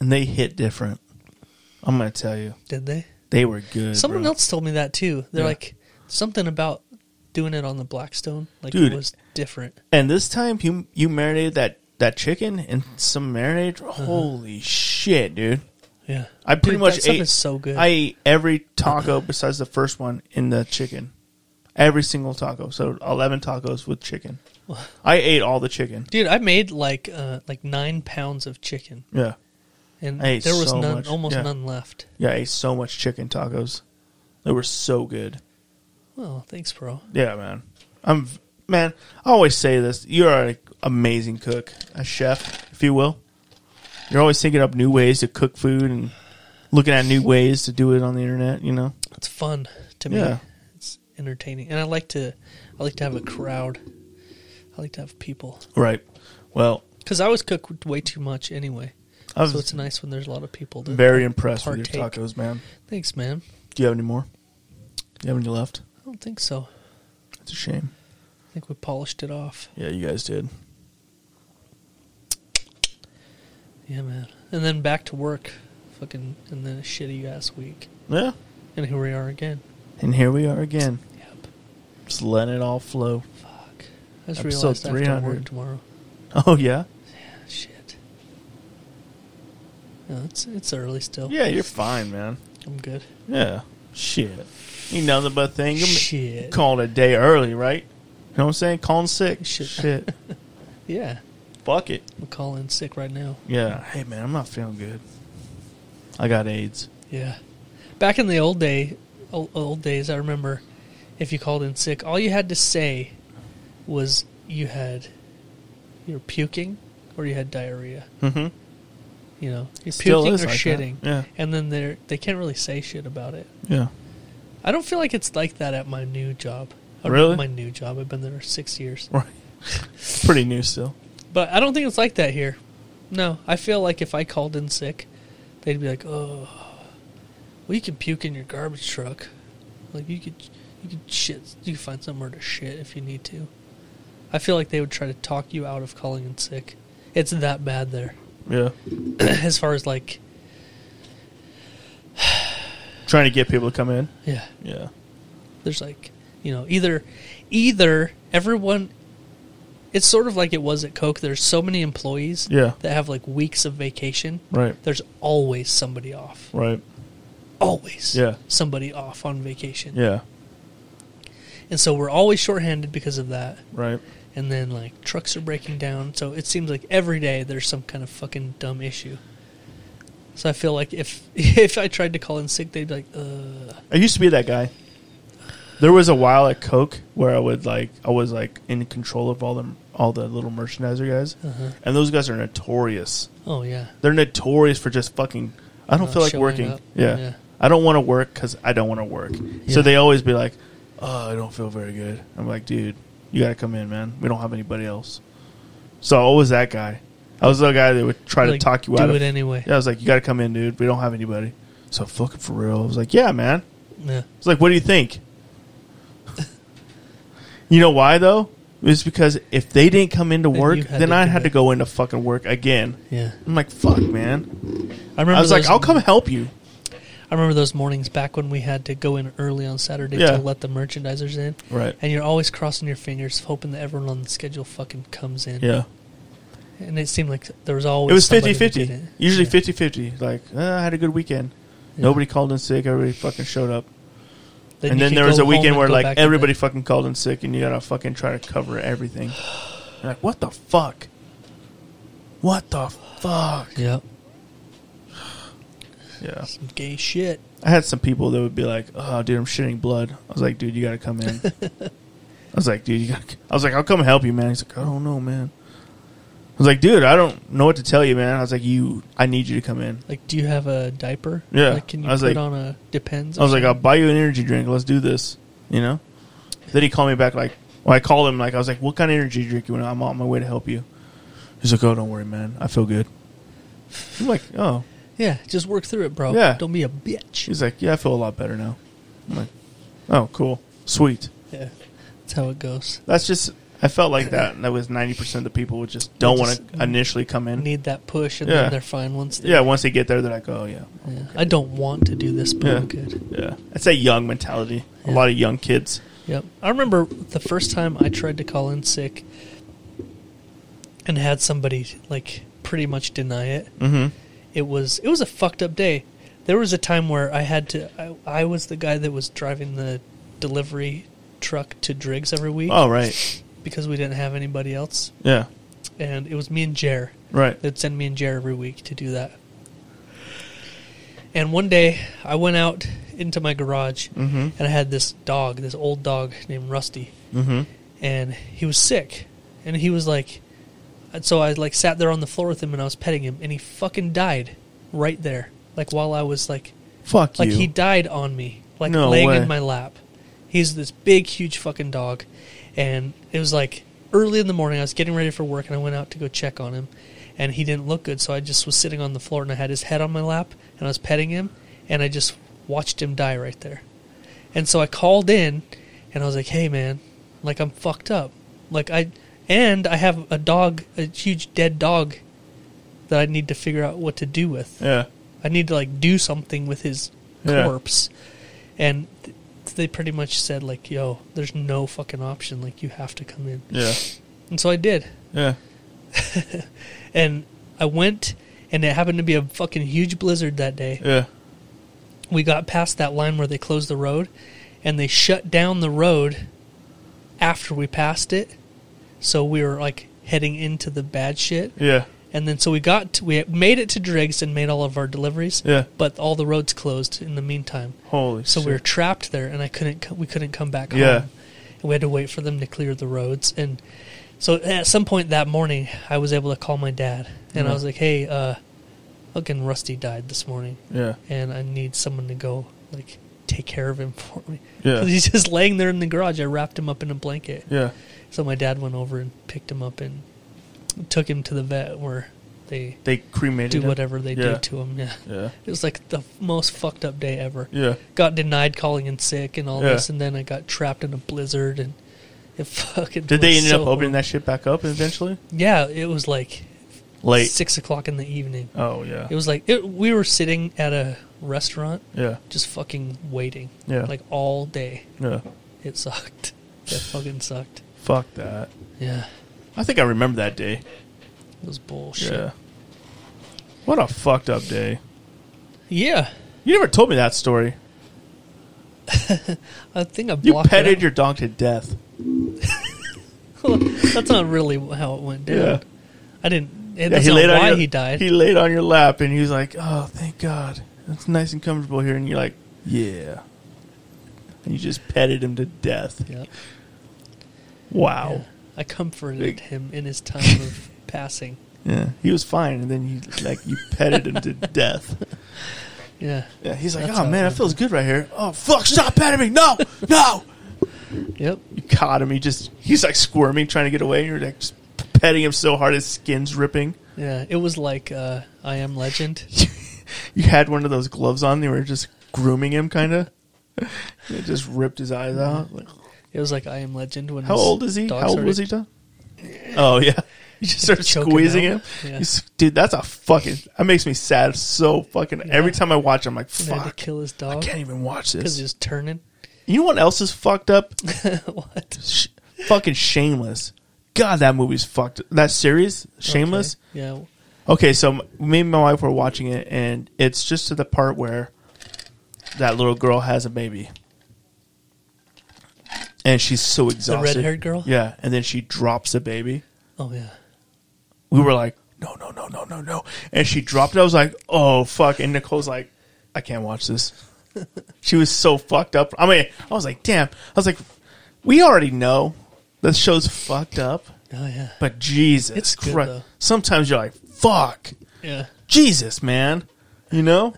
Speaker 2: and they hit different. I'm going to tell you.
Speaker 3: Did they?
Speaker 2: They were good.
Speaker 3: Someone
Speaker 2: bro.
Speaker 3: else told me that too. They're
Speaker 2: Yeah.
Speaker 3: like something about doing it on the Blackstone. Like
Speaker 2: Dude.
Speaker 3: it was different.
Speaker 2: And this time you you marinated that that chicken and some marinade.
Speaker 3: Uh-huh.
Speaker 2: Holy shit, dude.
Speaker 3: Yeah.
Speaker 2: I pretty
Speaker 3: Dude,
Speaker 2: much
Speaker 3: that
Speaker 2: ate.
Speaker 3: stuff is so good.
Speaker 2: I ate every taco besides the first one in the chicken. Every single taco. So eleven tacos with chicken. I ate all the chicken.
Speaker 3: Dude, I made like uh, like nine pounds of chicken.
Speaker 2: Yeah,
Speaker 3: and
Speaker 2: I ate
Speaker 3: there was
Speaker 2: so
Speaker 3: none,
Speaker 2: much.
Speaker 3: almost
Speaker 2: Yeah.
Speaker 3: none left.
Speaker 2: yeah. I ate so much chicken tacos. They were so good.
Speaker 3: Well, thanks, bro.
Speaker 2: Yeah, man. I'm man. I always say this. You are an amazing cook, a chef, if you will. You're always thinking up new ways to cook food and looking at new ways to do it on the internet. You know.
Speaker 3: It's fun to me.
Speaker 2: Yeah.
Speaker 3: It's entertaining, and I like to. I like to have a crowd. I like to have people
Speaker 2: Right. Well,
Speaker 3: because I always cook way too much anyway.
Speaker 2: I was
Speaker 3: so it's nice when there's a lot of people. To
Speaker 2: very impressed with your
Speaker 3: partake.
Speaker 2: tacos, man.
Speaker 3: Thanks, man.
Speaker 2: Do you have any more? Do you have any left?
Speaker 3: I don't think so.
Speaker 2: It's a shame.
Speaker 3: I think we polished it off.
Speaker 2: Yeah, you guys did.
Speaker 3: Yeah, man. And then back to work, fucking, and then a shitty ass week,
Speaker 2: Yeah.
Speaker 3: and here we are again.
Speaker 2: And here we are again,
Speaker 3: Yep.
Speaker 2: just letting it all flow.
Speaker 3: Fuck. I just
Speaker 2: Episode
Speaker 3: realized I have to
Speaker 2: 300.
Speaker 3: work tomorrow.
Speaker 2: Oh yeah.
Speaker 3: Shit. No, it's it's early still.
Speaker 2: Yeah, you're fine, man.
Speaker 3: I'm good.
Speaker 2: Yeah. Shit. You nothing but thing.
Speaker 3: Shit.
Speaker 2: Called a day early, right? You know what I'm saying? Calling sick.
Speaker 3: Shit.
Speaker 2: Shit.
Speaker 3: Yeah.
Speaker 2: Fuck it.
Speaker 3: I'm calling sick right now.
Speaker 2: Yeah. Hey, man, I'm not feeling good. I got AIDS.
Speaker 3: Yeah. Back in the old day, old, old days, I remember if you called in sick, all you had to say was you had you were puking or you had diarrhea.
Speaker 2: Mm-hmm.
Speaker 3: You know, you're
Speaker 2: Still
Speaker 3: puking
Speaker 2: is
Speaker 3: or
Speaker 2: like that.
Speaker 3: shitting.
Speaker 2: Yeah.
Speaker 3: And then they they can't really say shit about it.
Speaker 2: Yeah.
Speaker 3: I don't feel like it's like that at my new job. Or
Speaker 2: Really?
Speaker 3: My new job. I've been there six years.
Speaker 2: Right. Pretty new still.
Speaker 3: But I don't think it's like that here. No, I feel like if I called in sick, they'd be like, "Oh, well, you can puke in your garbage truck. Like you could, you could shit. You could find somewhere to shit if you need to." I feel like they would try to talk you out of calling in sick. It's that bad there,
Speaker 2: Yeah.
Speaker 3: as far as like,
Speaker 2: Trying to get people to come in.
Speaker 3: yeah.
Speaker 2: Yeah.
Speaker 3: There's like, you know, either, either everyone. It's sort of like it was at Coke. There's so many employees
Speaker 2: Yeah.
Speaker 3: that have like weeks of vacation.
Speaker 2: Right.
Speaker 3: There's always somebody off.
Speaker 2: Right.
Speaker 3: always
Speaker 2: Yeah.
Speaker 3: somebody off on vacation.
Speaker 2: Yeah.
Speaker 3: And so we're always shorthanded because of that.
Speaker 2: Right.
Speaker 3: And then like trucks are breaking down. So it seems like every day there's some kind of fucking dumb issue. So I feel like if if I tried to call in sick, they'd be like, uh,
Speaker 2: I used to be that guy. There was a while at Coke where I would like I was like in control of all the all the little merchandiser guys, and those guys are notorious.
Speaker 3: oh yeah,
Speaker 2: They're notorious for just fucking. I don't
Speaker 3: Not
Speaker 2: feel like
Speaker 3: showing
Speaker 2: working.
Speaker 3: up.
Speaker 2: Yeah.
Speaker 3: Yeah.
Speaker 2: I don't want to work because I don't want to work.
Speaker 3: Yeah.
Speaker 2: So they always be like, "Oh, I don't feel very good." I'm like, "Dude, you gotta come in, man. We don't have anybody else." So I was that guy. I was the guy that would try
Speaker 3: Like,
Speaker 2: to talk you
Speaker 3: do
Speaker 2: out of
Speaker 3: it anyway.
Speaker 2: Yeah, I was like, "You gotta come in, dude. We don't have anybody." So fucking for real, I was like, "Yeah, man."
Speaker 3: yeah,
Speaker 2: It's like, what do you think? you know why though? It's because if they didn't come into
Speaker 3: Then
Speaker 2: work,
Speaker 3: you had
Speaker 2: then
Speaker 3: to
Speaker 2: I
Speaker 3: do
Speaker 2: had
Speaker 3: it.
Speaker 2: to go into fucking work again.
Speaker 3: yeah.
Speaker 2: I'm like, fuck, man.
Speaker 3: I remember.
Speaker 2: I was like,
Speaker 3: those-
Speaker 2: I'll come help you.
Speaker 3: I remember those mornings back when we had to go in early on Saturday
Speaker 2: Yeah.
Speaker 3: to let the merchandisers in,
Speaker 2: Right.
Speaker 3: and you're always crossing your fingers, hoping that everyone on the schedule fucking comes in.
Speaker 2: Yeah.
Speaker 3: And it seemed like there was always
Speaker 2: It was
Speaker 3: somebody
Speaker 2: 50
Speaker 3: who
Speaker 2: 50.
Speaker 3: didn't.
Speaker 2: Usually
Speaker 3: Yeah.
Speaker 2: 50 50. Like, uh, I had a good weekend. Nobody called in sick. Everybody fucking showed up.
Speaker 3: Then
Speaker 2: and
Speaker 3: you
Speaker 2: then
Speaker 3: could
Speaker 2: there was
Speaker 3: go
Speaker 2: a
Speaker 3: home
Speaker 2: weekend
Speaker 3: and
Speaker 2: where
Speaker 3: go
Speaker 2: like
Speaker 3: back to
Speaker 2: everybody
Speaker 3: bed.
Speaker 2: fucking called in sick, and you gotta fucking try to cover everything. You're like, what the fuck? What the fuck?
Speaker 3: Yeah,
Speaker 2: Yeah.
Speaker 3: some gay shit.
Speaker 2: I had some people that would be like, "Oh, dude, I'm shitting blood." I was like, "Dude, you gotta come in." I was like, "Dude, you gotta." I was like, "I'll come help you, man." He's like, "I don't know, man." I was like, "Dude, I don't know what to tell you, man." I was like, "You, I need you to come in."
Speaker 3: Like, do you have a diaper?
Speaker 2: Yeah.
Speaker 3: Like, can you
Speaker 2: I was like-
Speaker 3: put on a Depends? or
Speaker 2: I was like, "I'll
Speaker 3: something?
Speaker 2: buy you an energy drink. Let's do this," you know. Then he called me back like, well, I called him like, I was like, "What kind of energy drink you want? I'm on my way to help you." He's like, "Oh, don't worry, man. I feel good." I'm like, "Oh."
Speaker 3: yeah, just work through it, bro.
Speaker 2: Yeah.
Speaker 3: Don't be a bitch.
Speaker 2: He's like, "Yeah, I feel a lot better now." I'm like, "Oh, cool, sweet."
Speaker 3: Yeah. That's how it goes.
Speaker 2: That's just I felt like that. and That was ninety percent of the people would just don't
Speaker 3: They
Speaker 2: want
Speaker 3: just
Speaker 2: to initially come in.
Speaker 3: Need that push, and
Speaker 2: Yeah.
Speaker 3: then they're fine once. They,
Speaker 2: yeah, once they get there, they're like, oh yeah,
Speaker 3: yeah. I don't want to do this, but
Speaker 2: Yeah.
Speaker 3: I'm good.
Speaker 2: yeah. That's a young mentality. A
Speaker 3: Yeah.
Speaker 2: lot of young kids.
Speaker 3: Yep. I remember the first time I tried to call in sick, and had somebody like pretty much deny it.
Speaker 2: Mm-hmm.
Speaker 3: it was it was a fucked up day. There was a time where I had to I, I was the guy that was driving the delivery truck to Driggs every week
Speaker 2: Oh right,
Speaker 3: because we didn't have anybody else,
Speaker 2: yeah,
Speaker 3: and it was me and Jer.
Speaker 2: right,
Speaker 3: They'd send me and Jer every week to do that. And one day I went out into my garage, and I had this dog, this old dog named Rusty,
Speaker 2: Mm-hmm.
Speaker 3: and he was sick, and he was like, and so I like sat there on the floor with him, and I was petting him, and he fucking died right there, like while I was like,
Speaker 2: Fuck
Speaker 3: like
Speaker 2: you.
Speaker 3: he died on me, like
Speaker 2: No
Speaker 3: laying
Speaker 2: way.
Speaker 3: in my lap. He's this big, huge fucking dog, and it was like early in the morning. I was getting ready for work, and I went out to go check on him, and he didn't look good. So I just was sitting on the floor, and I had his head on my lap, and I was petting him, and I just watched him die right there. And so I called in, and I was like, "Hey, man, like I'm fucked up, like I." And I have a dog, a huge dead dog, that I need to figure out what to do with.
Speaker 2: yeah.
Speaker 3: I need to like do something with his
Speaker 2: Yeah.
Speaker 3: corpse. And th- they pretty much said like, "Yo, there's no fucking option. Like you have to come in."
Speaker 2: Yeah.
Speaker 3: And so I did.
Speaker 2: Yeah.
Speaker 3: And I went and it happened to be a fucking huge blizzard that day.
Speaker 2: Yeah.
Speaker 3: We got past that line where they closed the road and they shut down the road after we passed it. So we were like heading into the bad shit.
Speaker 2: Yeah.
Speaker 3: And then so we got to, we made it to Driggs and made all of our deliveries.
Speaker 2: Yeah.
Speaker 3: But all the roads closed in the meantime.
Speaker 2: Holy
Speaker 3: So
Speaker 2: shit.
Speaker 3: we were trapped there, and I couldn't. co- We couldn't come back home.
Speaker 2: Yeah.
Speaker 3: And we had to wait for them to clear the roads. And so at some point that morning, I was able to call my dad, and I
Speaker 2: Yeah.
Speaker 3: was like, "Hey, uh, fucking Rusty died this morning,
Speaker 2: Yeah.
Speaker 3: and I need someone to go like take care of him for me."
Speaker 2: Yeah.
Speaker 3: 'Cause he's just laying there in the garage. I wrapped him up in a blanket.
Speaker 2: Yeah.
Speaker 3: So my dad went over and picked him up and took him to the vet where they
Speaker 2: They cremated
Speaker 3: do
Speaker 2: him.
Speaker 3: whatever they
Speaker 2: Yeah.
Speaker 3: do to him. Yeah.
Speaker 2: Yeah.
Speaker 3: It was like the most fucked up day ever
Speaker 2: Yeah.
Speaker 3: got denied calling in sick and all
Speaker 2: Yeah.
Speaker 3: this, and then I got trapped in a blizzard and it fucking.
Speaker 2: Did they
Speaker 3: was
Speaker 2: end
Speaker 3: so
Speaker 2: up opening
Speaker 3: horrible.
Speaker 2: that shit back up eventually?
Speaker 3: Yeah, it was like
Speaker 2: Late.
Speaker 3: six o'clock in the evening.
Speaker 2: Oh yeah.
Speaker 3: It was like it, we were sitting at a restaurant,
Speaker 2: Yeah.
Speaker 3: just fucking waiting,
Speaker 2: Yeah.
Speaker 3: like all day.
Speaker 2: Yeah.
Speaker 3: It sucked. It fucking sucked.
Speaker 2: Fuck that.
Speaker 3: Yeah,
Speaker 2: I think I remember that day.
Speaker 3: it was bullshit.
Speaker 2: Yeah. What a fucked up day.
Speaker 3: Yeah,
Speaker 2: You never told me that story.
Speaker 3: I think I
Speaker 2: You
Speaker 3: blocked
Speaker 2: petted
Speaker 3: it
Speaker 2: your dog to death.
Speaker 3: out. That's not really how it went down.
Speaker 2: Yeah.
Speaker 3: I didn't. eh, That's not
Speaker 2: on
Speaker 3: why
Speaker 2: your,
Speaker 3: he died.
Speaker 2: He laid on your lap and he was like, "Oh, thank God, it's nice and comfortable here." And you're like, "Yeah," and you just petted him to death.
Speaker 3: Yep.
Speaker 2: Wow.
Speaker 3: I comforted
Speaker 2: Big-
Speaker 3: him in his time of passing.
Speaker 2: Yeah. he was fine, and then you like you petted him to death.
Speaker 3: Yeah.
Speaker 2: Yeah, he's like,
Speaker 3: That's
Speaker 2: "Oh
Speaker 3: how it
Speaker 2: man, it
Speaker 3: went.
Speaker 2: feels good right here." Oh fuck, stop petting me! No, no.
Speaker 3: Yep.
Speaker 2: You caught him. He just he's like squirming, trying to get away. And you're like just petting him so hard his skin's ripping.
Speaker 3: Yeah. It was like uh, I Am Legend.
Speaker 2: you had one of those gloves on. They were just grooming him, kind of. It just ripped his eyes out. Like,
Speaker 3: It was like I Am Legend when
Speaker 2: how
Speaker 3: his
Speaker 2: old is he?
Speaker 3: dog
Speaker 2: How old
Speaker 3: started-
Speaker 2: was he? Tom? Oh yeah, you just start
Speaker 3: Choke him
Speaker 2: squeezing him.
Speaker 3: out. Yeah.
Speaker 2: You s- Dude, that's a fucking. That makes me sad. So fucking. Every
Speaker 3: Yeah.
Speaker 2: time I watch, I'm like,
Speaker 3: and had to
Speaker 2: fuck.
Speaker 3: kill his
Speaker 2: I
Speaker 3: dog
Speaker 2: can't even watch
Speaker 3: because
Speaker 2: this.
Speaker 3: he was turning.
Speaker 2: you know what else is fucked up?
Speaker 3: what?
Speaker 2: Sh- fucking Shameless. God, that movie's fucked. That series, Shameless.
Speaker 3: Okay. Yeah.
Speaker 2: Okay, so m- me and my wife were watching it, and it's just to the part where that little girl has a baby, and she's so exhausted.
Speaker 3: red-haired girl?
Speaker 2: yeah. And then she drops the baby.
Speaker 3: Oh yeah.
Speaker 2: We were like, no, no, no, no, no, no. And she dropped it. I was like, oh fuck. And Nicole's like, I can't watch this. she was so fucked up. I mean, I was like, damn. I was like, we already know this show's fucked up,
Speaker 3: Oh yeah.
Speaker 2: but Jesus
Speaker 3: It's good,
Speaker 2: Christ.
Speaker 3: though.
Speaker 2: Sometimes you're like, fuck.
Speaker 3: Yeah.
Speaker 2: Jesus, man. You know?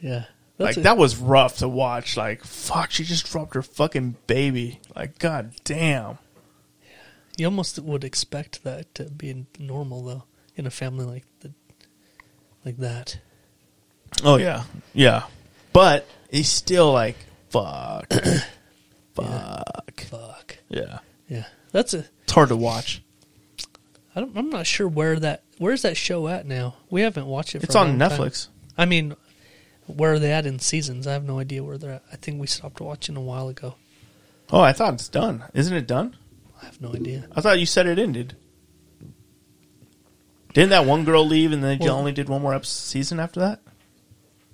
Speaker 3: Yeah.
Speaker 2: like
Speaker 3: That's a-
Speaker 2: that was rough to watch. Like, fuck, she just dropped her fucking baby. Like, god damn.
Speaker 3: You almost would expect that to be normal though in a family like the, like that.
Speaker 2: Oh yeah. Yeah. But he's still like, fuck. fuck.
Speaker 3: Fuck.
Speaker 2: Yeah.
Speaker 3: Yeah. That's a.
Speaker 2: It's hard to watch.
Speaker 3: I don't, I'm not sure where that. Where's that show at now? We haven't watched it. For
Speaker 2: It's
Speaker 3: a
Speaker 2: on
Speaker 3: long time.
Speaker 2: Netflix.
Speaker 3: I mean, where are they at in seasons? I have no idea where they're at. I think we stopped watching a while ago.
Speaker 2: Oh, I thought it's done. Isn't it done?
Speaker 3: I have no idea.
Speaker 2: I thought you said it ended. Didn't that one girl leave and then you
Speaker 3: Well-
Speaker 2: only did one more episode season after that?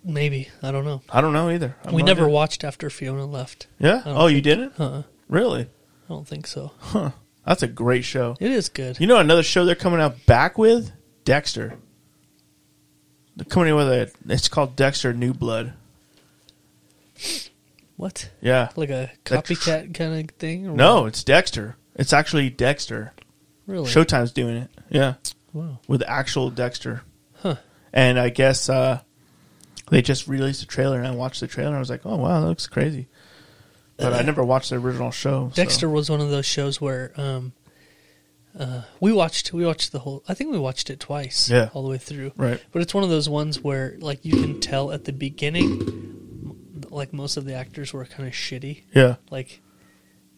Speaker 3: Maybe I don't know.
Speaker 2: I don't know either. I have
Speaker 3: we
Speaker 2: no
Speaker 3: never
Speaker 2: idea.
Speaker 3: watched after Fiona left.
Speaker 2: Yeah.
Speaker 3: don't
Speaker 2: Oh, you didn't?
Speaker 3: Huh?
Speaker 2: Really?
Speaker 3: I don't think so.
Speaker 2: Huh. That's a great show.
Speaker 3: It is good.
Speaker 2: You know another show they're coming out back with? Dexter. They're coming out with a it's called Dexter New Blood.
Speaker 3: What?
Speaker 2: Yeah.
Speaker 3: Like a
Speaker 2: That tr-
Speaker 3: copycat kind of thing? Or
Speaker 2: No,
Speaker 3: what?
Speaker 2: it's Dexter. It's actually Dexter.
Speaker 3: Oh, really.
Speaker 2: Showtime's doing it. Yeah.
Speaker 3: wow.
Speaker 2: With actual Dexter.
Speaker 3: Huh.
Speaker 2: And I guess uh, they just released a trailer, and I watched the trailer, and I was like, oh, wow, that looks crazy. But I never watched the original show. so-
Speaker 3: Dexter was one of those shows where um, uh, we watched we watched the whole. I think we watched it twice.
Speaker 2: Yeah.
Speaker 3: all the way through.
Speaker 2: Right.
Speaker 3: But it's one of those ones where like you can tell at the beginning, m- like most of the actors were kind of shitty.
Speaker 2: Yeah.
Speaker 3: Like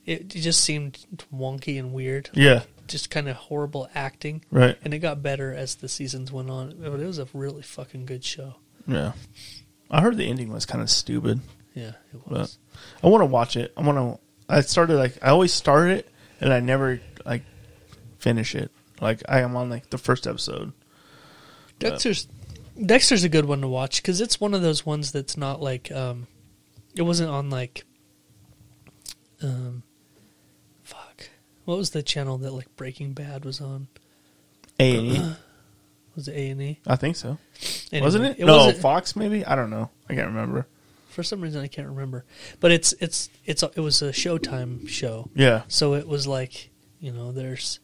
Speaker 3: it just seemed wonky and weird.
Speaker 2: Yeah.
Speaker 3: Just kind of horrible acting.
Speaker 2: Right.
Speaker 3: And it got better as the seasons went on. But it was a really fucking good show.
Speaker 2: Yeah. I heard the ending was kind of stupid.
Speaker 3: Yeah, it
Speaker 2: but
Speaker 3: was.
Speaker 2: I want to watch it. I want to. I started like I always start it and I never like finish it. Like I am on like the first episode.
Speaker 3: Dexter's Dexter's a good one to watch because it's one of those ones that's not like um, it wasn't on like um, fuck, what was the channel that like Breaking Bad was on?
Speaker 2: A and E.
Speaker 3: Was it A and E?
Speaker 2: I think so.
Speaker 3: Uh-huh. Anyway,
Speaker 2: wasn't it?
Speaker 3: It
Speaker 2: no,
Speaker 3: wasn't,
Speaker 2: Fox maybe. I don't know. I can't remember.
Speaker 3: for some reason I can't remember. But it's it's it's it was a Showtime show,
Speaker 2: Yeah.
Speaker 3: so it was like you know there's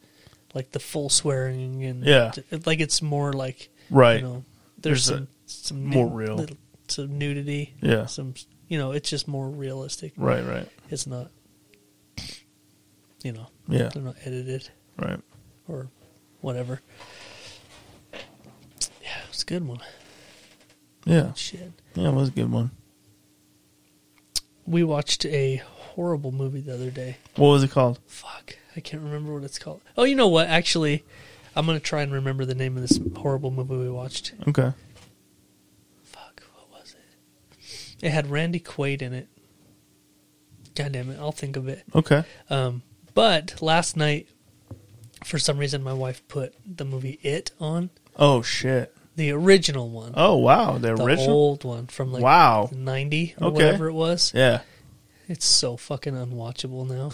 Speaker 3: like the full swearing and
Speaker 2: Yeah.
Speaker 3: like it's more like
Speaker 2: Right.
Speaker 3: You know, there's,
Speaker 2: There's a-
Speaker 3: some some
Speaker 2: more real.
Speaker 3: little- some nudity.
Speaker 2: Yeah.
Speaker 3: Some you know, it's just more realistic.
Speaker 2: Right. Right.
Speaker 3: It's not you know,
Speaker 2: Yeah.
Speaker 3: they're not edited
Speaker 2: Right.
Speaker 3: or whatever. Yeah, it's a good one.
Speaker 2: Yeah.
Speaker 3: Shit.
Speaker 2: Yeah. It was a good one.
Speaker 3: We watched a horrible movie the other day.
Speaker 2: What was it called?
Speaker 3: Fuck. I can't remember what it's called. Oh, you know what? Actually, I'm going to try and remember the name of this horrible movie we watched.
Speaker 2: Okay.
Speaker 3: Fuck, what was it? It had Randy Quaid in it. God damn it, I'll think of it.
Speaker 2: Okay.
Speaker 3: Um, but last night, for some reason, my wife put the movie It on
Speaker 2: Oh shit.
Speaker 3: the original one,
Speaker 2: Oh wow. The
Speaker 3: the
Speaker 2: original.
Speaker 3: old one from like
Speaker 2: Wow.
Speaker 3: ninety or
Speaker 2: Okay.
Speaker 3: whatever it was.
Speaker 2: Yeah.
Speaker 3: It's so fucking unwatchable now.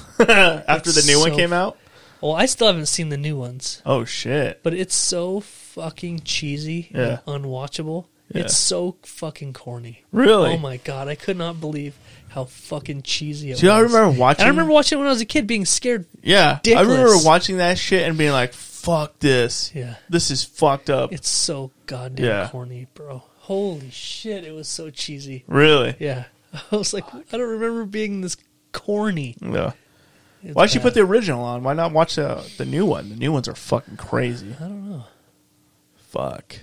Speaker 2: After the
Speaker 3: It's
Speaker 2: new one
Speaker 3: so
Speaker 2: came out.
Speaker 3: well, I still haven't seen the new ones,
Speaker 2: Oh shit.
Speaker 3: but it's so fucking cheesy
Speaker 2: Yeah.
Speaker 3: and unwatchable.
Speaker 2: Yeah.
Speaker 3: It's so fucking corny.
Speaker 2: Really?
Speaker 3: Oh my god, I could not believe how fucking cheesy it
Speaker 2: Do
Speaker 3: was.
Speaker 2: y'all remember watching?
Speaker 3: And I remember watching it when I was a kid, being scared.
Speaker 2: Yeah, I remember
Speaker 3: Ridiculous.
Speaker 2: watching that shit and being like, "Fuck this!
Speaker 3: Yeah.
Speaker 2: this is fucked up."
Speaker 3: It's so goddamn
Speaker 2: Yeah.
Speaker 3: corny, bro. Holy shit, it was so cheesy.
Speaker 2: really?
Speaker 3: Yeah. I was like, I don't remember being this corny.
Speaker 2: Yeah.
Speaker 3: It's
Speaker 2: Why'd you put
Speaker 3: bad.
Speaker 2: the original on? Why not watch the the new one? The new ones are fucking crazy.
Speaker 3: I don't know.
Speaker 2: Fuck.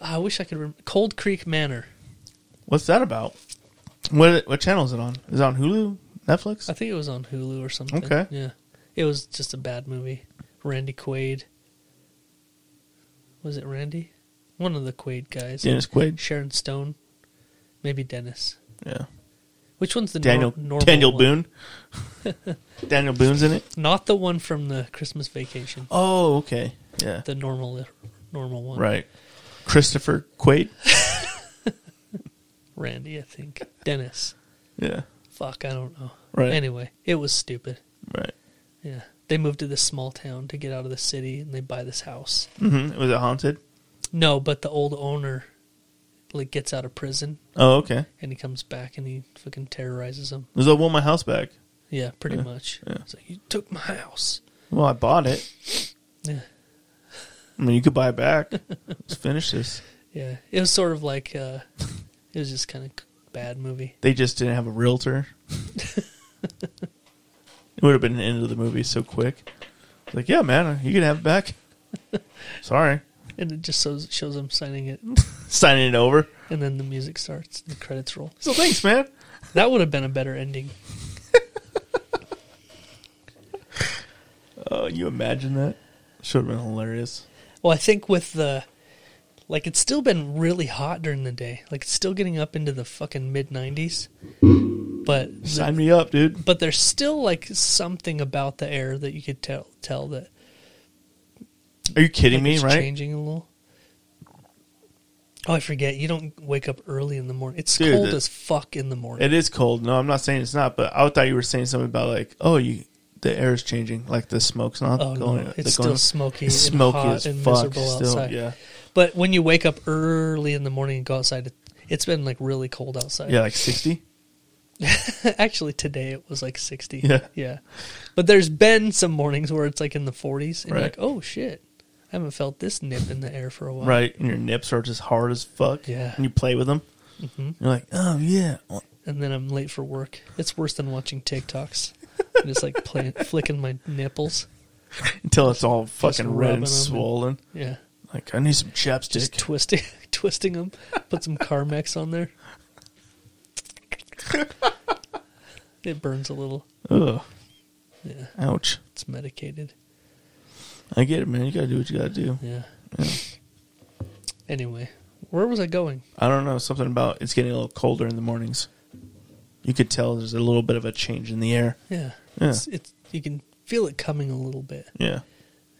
Speaker 3: I wish I could remember. Cold Creek Manor.
Speaker 2: What's that about? What what channel is it on? Is it on Hulu, Netflix?
Speaker 3: I think it was on Hulu or something.
Speaker 2: Okay.
Speaker 3: Yeah. It was just a bad movie. Randy Quaid. Was it Randy? One of the Quaid guys.
Speaker 2: Dennis Quaid.
Speaker 3: Sharon Stone. Maybe Dennis.
Speaker 2: Yeah.
Speaker 3: Which one's the nor-
Speaker 2: Daniel
Speaker 3: normal
Speaker 2: Daniel
Speaker 3: one?
Speaker 2: Boone. Daniel Boone's in it.
Speaker 3: Not the one from the Christmas vacation.
Speaker 2: Oh, okay. Yeah.
Speaker 3: The normal normal one.
Speaker 2: Right. Christopher Quaid.
Speaker 3: Randy, I think. Dennis.
Speaker 2: Yeah.
Speaker 3: Fuck, I don't know.
Speaker 2: Right.
Speaker 3: Anyway, it was stupid.
Speaker 2: Right.
Speaker 3: Yeah. They moved to this small town to get out of the city and they buy this house.
Speaker 2: hmm Was it haunted?
Speaker 3: No, but the old owner like gets out of prison
Speaker 2: Oh, okay.
Speaker 3: and he comes back and he fucking terrorizes them.
Speaker 2: Was I want my house back?
Speaker 3: Yeah, pretty
Speaker 2: Yeah,
Speaker 3: much.
Speaker 2: yeah.
Speaker 3: It's like you took my house.
Speaker 2: Well, I bought it.
Speaker 3: Yeah.
Speaker 2: I mean, you could buy it back. Let's finish this.
Speaker 3: Yeah. It was sort of like uh it was just kind of bad movie.
Speaker 2: They just didn't have a realtor. it would have been the end of the movie so quick. Like, yeah, man, you can have it back. Sorry.
Speaker 3: And it just shows shows him signing it
Speaker 2: Signing it over.
Speaker 3: and then the music starts and the credits roll.
Speaker 2: So thanks, man.
Speaker 3: That would have been a better ending.
Speaker 2: Oh, you imagine that? Should have been hilarious.
Speaker 3: Well, I think with the like it's still been really hot during the day. Like it's still getting up into the fucking mid 90s. But
Speaker 2: Sign me up, dude.
Speaker 3: but there's still like something about the air that you could tell tell that
Speaker 2: Are you kidding
Speaker 3: like,
Speaker 2: me,
Speaker 3: it's
Speaker 2: right?
Speaker 3: changing a little. Oh, I forget. You don't wake up early in the morning. It's
Speaker 2: Dude,
Speaker 3: cold
Speaker 2: that-
Speaker 3: as fuck in the morning.
Speaker 2: It is cold. No, I'm not saying it's not, but I thought you were saying something about like, oh, you the air is changing, like the smoke's not
Speaker 3: Oh, no.
Speaker 2: going.
Speaker 3: It's
Speaker 2: going-
Speaker 3: still smoky
Speaker 2: It's
Speaker 3: and hot and miserable outside.
Speaker 2: Yeah,
Speaker 3: But when you wake up early in the morning and go outside, it- It's been like really cold outside.
Speaker 2: Yeah, like sixty.
Speaker 3: Actually, today it was like 60.
Speaker 2: Yeah.
Speaker 3: But there's been some mornings where it's like in the 40s, and
Speaker 2: Right.
Speaker 3: you're like, oh shit, I haven't felt this nip in the air for a while.
Speaker 2: Right, and your nips are just hard as fuck.
Speaker 3: Yeah. Mm-hmm.
Speaker 2: and you play with them. You're like, oh yeah, Well,
Speaker 3: And then I'm late for work. It's worse than watching TikToks. I'm just like playing, flicking my nipples.
Speaker 2: until it's all fucking
Speaker 3: rubbing
Speaker 2: red
Speaker 3: 'em
Speaker 2: and
Speaker 3: and-
Speaker 2: swollen.
Speaker 3: Yeah.
Speaker 2: Like I need some
Speaker 3: Just
Speaker 2: chapstick.
Speaker 3: twisting, twisting them. Put some Carmex on there. it burns a little.
Speaker 2: Ugh,
Speaker 3: Yeah.
Speaker 2: ouch.
Speaker 3: It's medicated.
Speaker 2: I get it, man. You gotta do what you gotta do.
Speaker 3: Yeah. Anyway, where was I going?
Speaker 2: I don't know something about it's getting a little colder in the mornings. You could tell there's a little bit of a change in the air.
Speaker 3: Yeah.
Speaker 2: Yeah.
Speaker 3: It's, it's you can feel it coming a little bit.
Speaker 2: Yeah.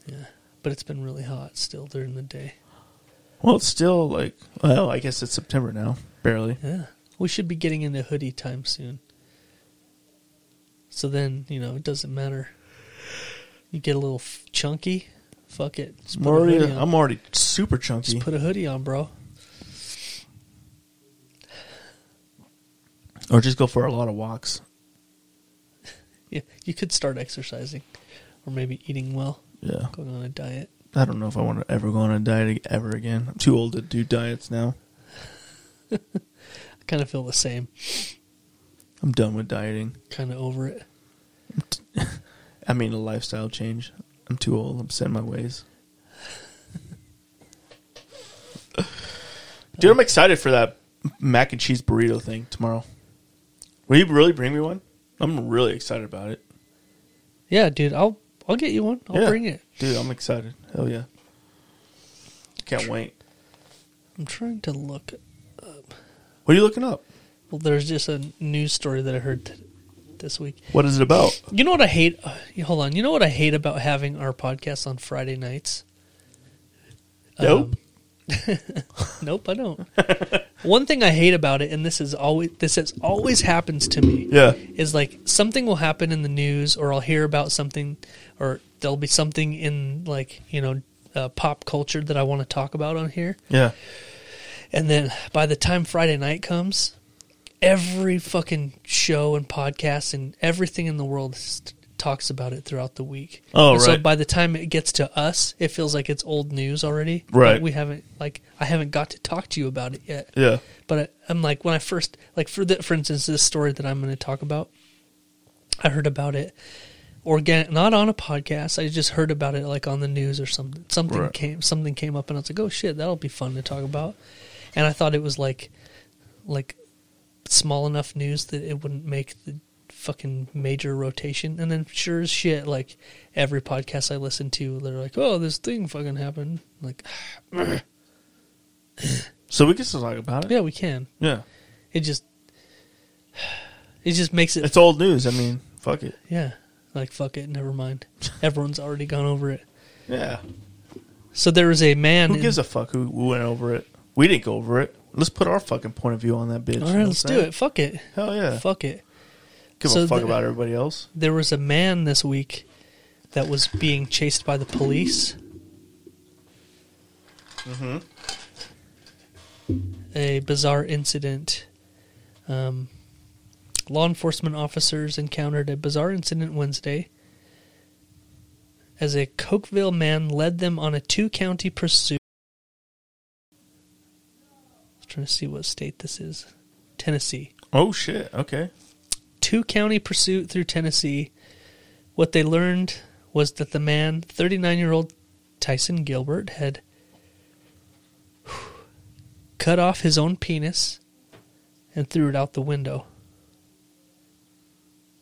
Speaker 3: Yeah. But it's been really hot still during the day.
Speaker 2: Well, it's still like well, I guess it's September now, barely.
Speaker 3: Yeah. We should be getting into hoodie time soon. So then, you know, it doesn't matter. You get a little f- chunky. Fuck it. Just
Speaker 2: I'm
Speaker 3: put, a
Speaker 2: already,
Speaker 3: hoodie on.
Speaker 2: I'm already super
Speaker 3: Just
Speaker 2: chunky.
Speaker 3: put a hoodie on, bro.
Speaker 2: or just go for a lot of walks.
Speaker 3: Yeah. You could start exercising or maybe eating well,
Speaker 2: Yeah.
Speaker 3: going on a diet.
Speaker 2: I don't know if I want to ever go on a diet ever again. I'm too old to do diets now.
Speaker 3: I kind of feel the same.
Speaker 2: I'm done with dieting.
Speaker 3: Kind of over it.
Speaker 2: I mean, a lifestyle change. I'm too old. I'm set in my ways. Dude, I'm excited for that mac and cheese burrito thing tomorrow. Will you really bring me one? I'm really excited about it.
Speaker 3: Yeah, dude. I'll I'll get you one. I'll
Speaker 2: Yeah.
Speaker 3: bring it.
Speaker 2: Dude, I'm excited. Hell yeah. Can't wait.
Speaker 3: I'm trying to look.
Speaker 2: What are you looking up?
Speaker 3: Well, there's just a news story that I heard t- this week.
Speaker 2: What is it about?
Speaker 3: You know what I hate? uh, hold on. You know what I hate about having our podcast on Friday nights? Um,
Speaker 2: Nope.
Speaker 3: Nope, I don't. One thing I hate about it, and this is always this has always happens to me,
Speaker 2: Yeah.
Speaker 3: is like something will happen in the news, or I'll hear about something, or there'll be something in like you know uh, pop culture that I want to talk about on here,
Speaker 2: Yeah.
Speaker 3: and then by the time Friday night comes, every fucking show and podcast and everything in the world s- talks about it throughout the week.
Speaker 2: Oh,
Speaker 3: And So
Speaker 2: right.
Speaker 3: by the time it gets to us, it feels like it's old news already.
Speaker 2: Right.
Speaker 3: Like we haven't like I haven't got to talk to you about it yet.
Speaker 2: Yeah.
Speaker 3: But I, I'm like when I first like for the, for instance this story that I'm going to talk about, I heard about it organic not on a podcast. I just heard about it like on the news or something. Something
Speaker 2: Right.
Speaker 3: came something came up and I was like, "Oh shit, that'll be fun to talk about." And I thought it was like like small enough news that it wouldn't make the fucking major rotation. And then sure as shit, like every podcast I listen to, they're like, "Oh, this thing fucking happened." Like,
Speaker 2: So we can still talk about it.
Speaker 3: yeah, we can.
Speaker 2: Yeah.
Speaker 3: It just it just makes it
Speaker 2: It's old news. I mean, fuck it.
Speaker 3: yeah. Like fuck it, never mind. Everyone's already gone over it.
Speaker 2: Yeah.
Speaker 3: So there was a man.
Speaker 2: Who
Speaker 3: in-
Speaker 2: gives a fuck who, who went over it? We didn't go over it. Let's put our fucking point of view on that bitch.
Speaker 3: All right, let's do it. Fuck it.
Speaker 2: Hell yeah.
Speaker 3: Fuck it.
Speaker 2: Give
Speaker 3: So
Speaker 2: a fuck
Speaker 3: the-
Speaker 2: about everybody else.
Speaker 3: There was a man this week that was being chased by the police. Mm-hmm. A bizarre incident. Um, law enforcement officers encountered a bizarre incident Wednesday as a Cokeville man led them on a two county pursuit. trying to see what state this is. Tennessee
Speaker 2: Oh shit. Okay.
Speaker 3: two county pursuit through Tennessee. What they learned was that the man, 39 year old Tyson Gilbert, had cut off his own penis and threw it out the window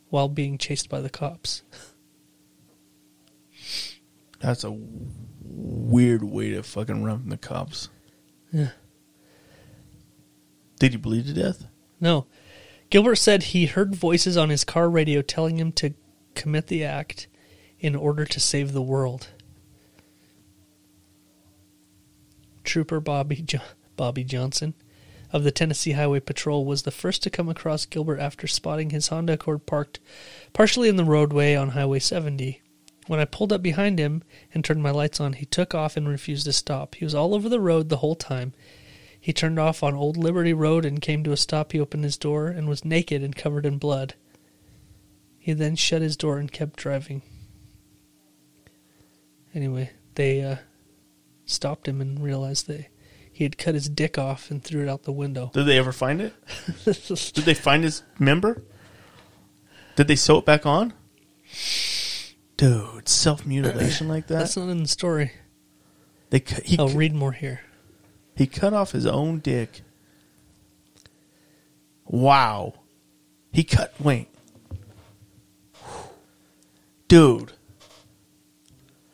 Speaker 3: while being chased by the cops.
Speaker 2: That's a weird way to fucking run from the cops.
Speaker 3: Yeah.
Speaker 2: Did you bleed to death?
Speaker 3: No. Gilbert said he heard voices on his car radio telling him to commit the act in order to save the world. Trooper Bobby jo- Bobby Johnson of the Tennessee Highway Patrol was the first to come across Gilbert after spotting his Honda Accord parked partially in the roadway on Highway 70. When I pulled up behind him and turned my lights on, he took off and refused to stop. He was all over the road the whole time. He turned off on Old Liberty Road and came to a stop. He opened his door and was naked and covered in blood. He then shut his door and kept driving. Anyway, they uh, stopped him and realized that he had cut his dick off and threw it out the window.
Speaker 2: Did they ever find it? Did they find his member? Did they sew it back on? Dude, self mutilation like that.
Speaker 3: That's not in the story.
Speaker 2: They cu- he,
Speaker 3: Oh,
Speaker 2: cu-
Speaker 3: read more here.
Speaker 2: he cut off his own dick. Wow. He cut. Wait. Dude.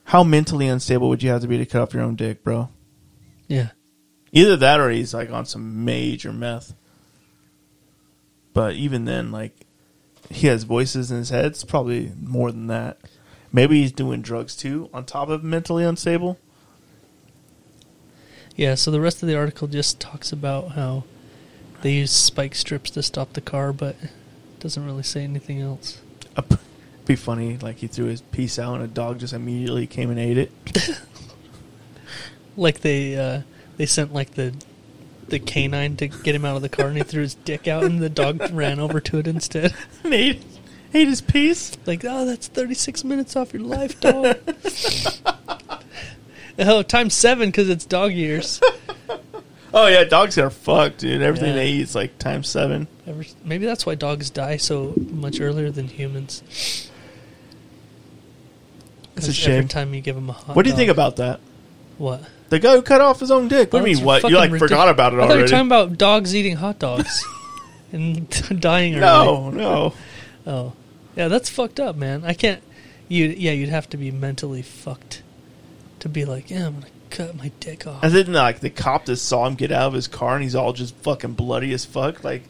Speaker 2: How mentally unstable would you have to be to cut off your own dick, bro?
Speaker 3: Yeah.
Speaker 2: Either that or he's like on some major meth. But even then, like he has voices in his head. It's probably more than that. Maybe he's doing drugs too, on top of mentally unstable.
Speaker 3: Yeah, so the rest of the article just talks about how they use spike strips to stop the car, but it doesn't really say anything else.
Speaker 2: Up- Be funny, like he threw his piece out and a dog just immediately came and ate it.
Speaker 3: Like they uh, they sent like the the canine to get him out of the car, and he threw his dick out, and the dog ran over to it instead.
Speaker 2: And ate, ate his piece.
Speaker 3: Like, oh, that's thirty six minutes off your life, dog. oh, times seven because it's dog years.
Speaker 2: Oh yeah, dogs are fucked, dude. Everything
Speaker 3: Yeah.
Speaker 2: they eat is like times seven.
Speaker 3: Ever, maybe that's why dogs die so much earlier than humans.
Speaker 2: It's a
Speaker 3: 'Cause every
Speaker 2: shame.
Speaker 3: time you give them a hot
Speaker 2: What do you
Speaker 3: dog-
Speaker 2: think about that?
Speaker 3: what?
Speaker 2: The guy who cut off his own dick. What do you
Speaker 3: Dogs
Speaker 2: mean?
Speaker 3: are
Speaker 2: What you
Speaker 3: fucking
Speaker 2: like?
Speaker 3: ridiculous.
Speaker 2: Forgot about it
Speaker 3: I thought you were
Speaker 2: already?
Speaker 3: talking about dogs eating hot dogs and dying early.
Speaker 2: no, no.
Speaker 3: Oh, yeah, that's fucked up, man. I can't. You, yeah, you'd have to be mentally fucked to be like, yeah, I'm gonna cut my dick off.
Speaker 2: And then like the cop that saw him get out of his car and he's all just fucking bloody as fuck. Like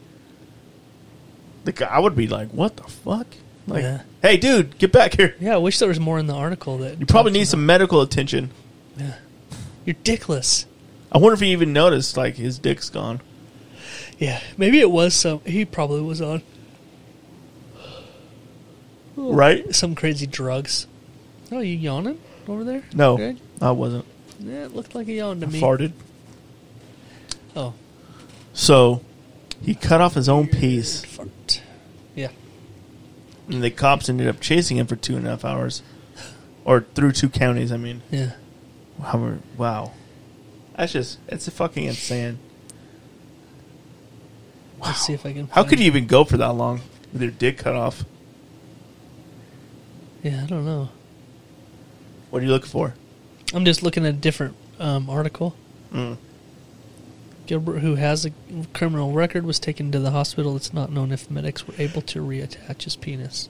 Speaker 2: the guy I would be like, What the fuck? Like
Speaker 3: Yeah.
Speaker 2: hey dude, get back here.
Speaker 3: yeah, I wish there was more in the article that
Speaker 2: You probably
Speaker 3: talked
Speaker 2: need some medical attention.
Speaker 3: about- Yeah, you're dickless.
Speaker 2: I wonder if he even noticed like his dick's gone.
Speaker 3: Yeah, maybe it was some. He probably was on
Speaker 2: Right?
Speaker 3: some crazy drugs. Oh, you yawning over there?
Speaker 2: No.
Speaker 3: Good.
Speaker 2: I wasn't.
Speaker 3: Yeah, it looked like a yawn to
Speaker 2: I
Speaker 3: me.
Speaker 2: farted.
Speaker 3: Oh,
Speaker 2: So he cut off his own piece
Speaker 3: fart. Yeah.
Speaker 2: and the cops ended up chasing him for two and a half hours. Or through two counties, I mean.
Speaker 3: Yeah.
Speaker 2: However, wow. That's just it's fucking insane.
Speaker 3: Let's see if I can.
Speaker 2: How could
Speaker 3: find-
Speaker 2: you even go for that long with your dick cut off?
Speaker 3: Yeah, I don't know.
Speaker 2: What are you looking for?
Speaker 3: I'm just looking at a different um, article.
Speaker 2: Mm.
Speaker 3: Gilbert, who has a criminal record, was taken to the hospital. It's not known if medics were able to reattach his penis.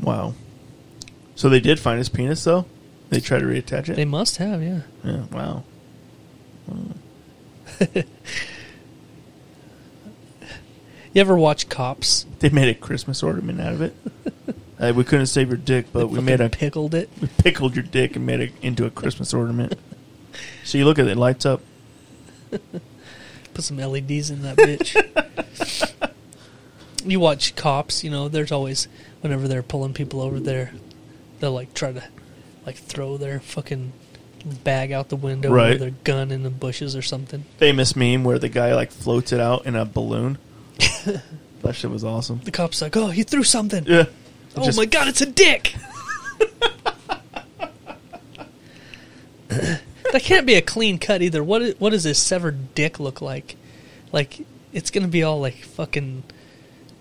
Speaker 2: Wow. So they did find his penis, though. They tried to reattach it.
Speaker 3: They must have, yeah.
Speaker 2: yeah. Wow.
Speaker 3: You ever watch Cops?
Speaker 2: They made a Christmas ornament out of it. Uh, we couldn't save your dick, but
Speaker 3: They
Speaker 2: we
Speaker 3: fucking
Speaker 2: made a
Speaker 3: pickled it.
Speaker 2: we pickled your dick and made it into a Christmas ornament. So you look at it, it lights up.
Speaker 3: Put some LEDs in that bitch. you watch cops, you know, there's always whenever they're pulling people over there, they'll like try to like throw their fucking bag out the window or
Speaker 2: Right.
Speaker 3: their gun in the bushes or something.
Speaker 2: Famous meme where the guy like floats it out in a balloon. that shit was awesome.
Speaker 3: The cop's like, Oh, he threw something.
Speaker 2: Yeah. It
Speaker 3: oh
Speaker 2: just-
Speaker 3: my god, it's a dick. that can't be a clean cut either. What is, what does this severed dick look like? Like it's gonna be all like fucking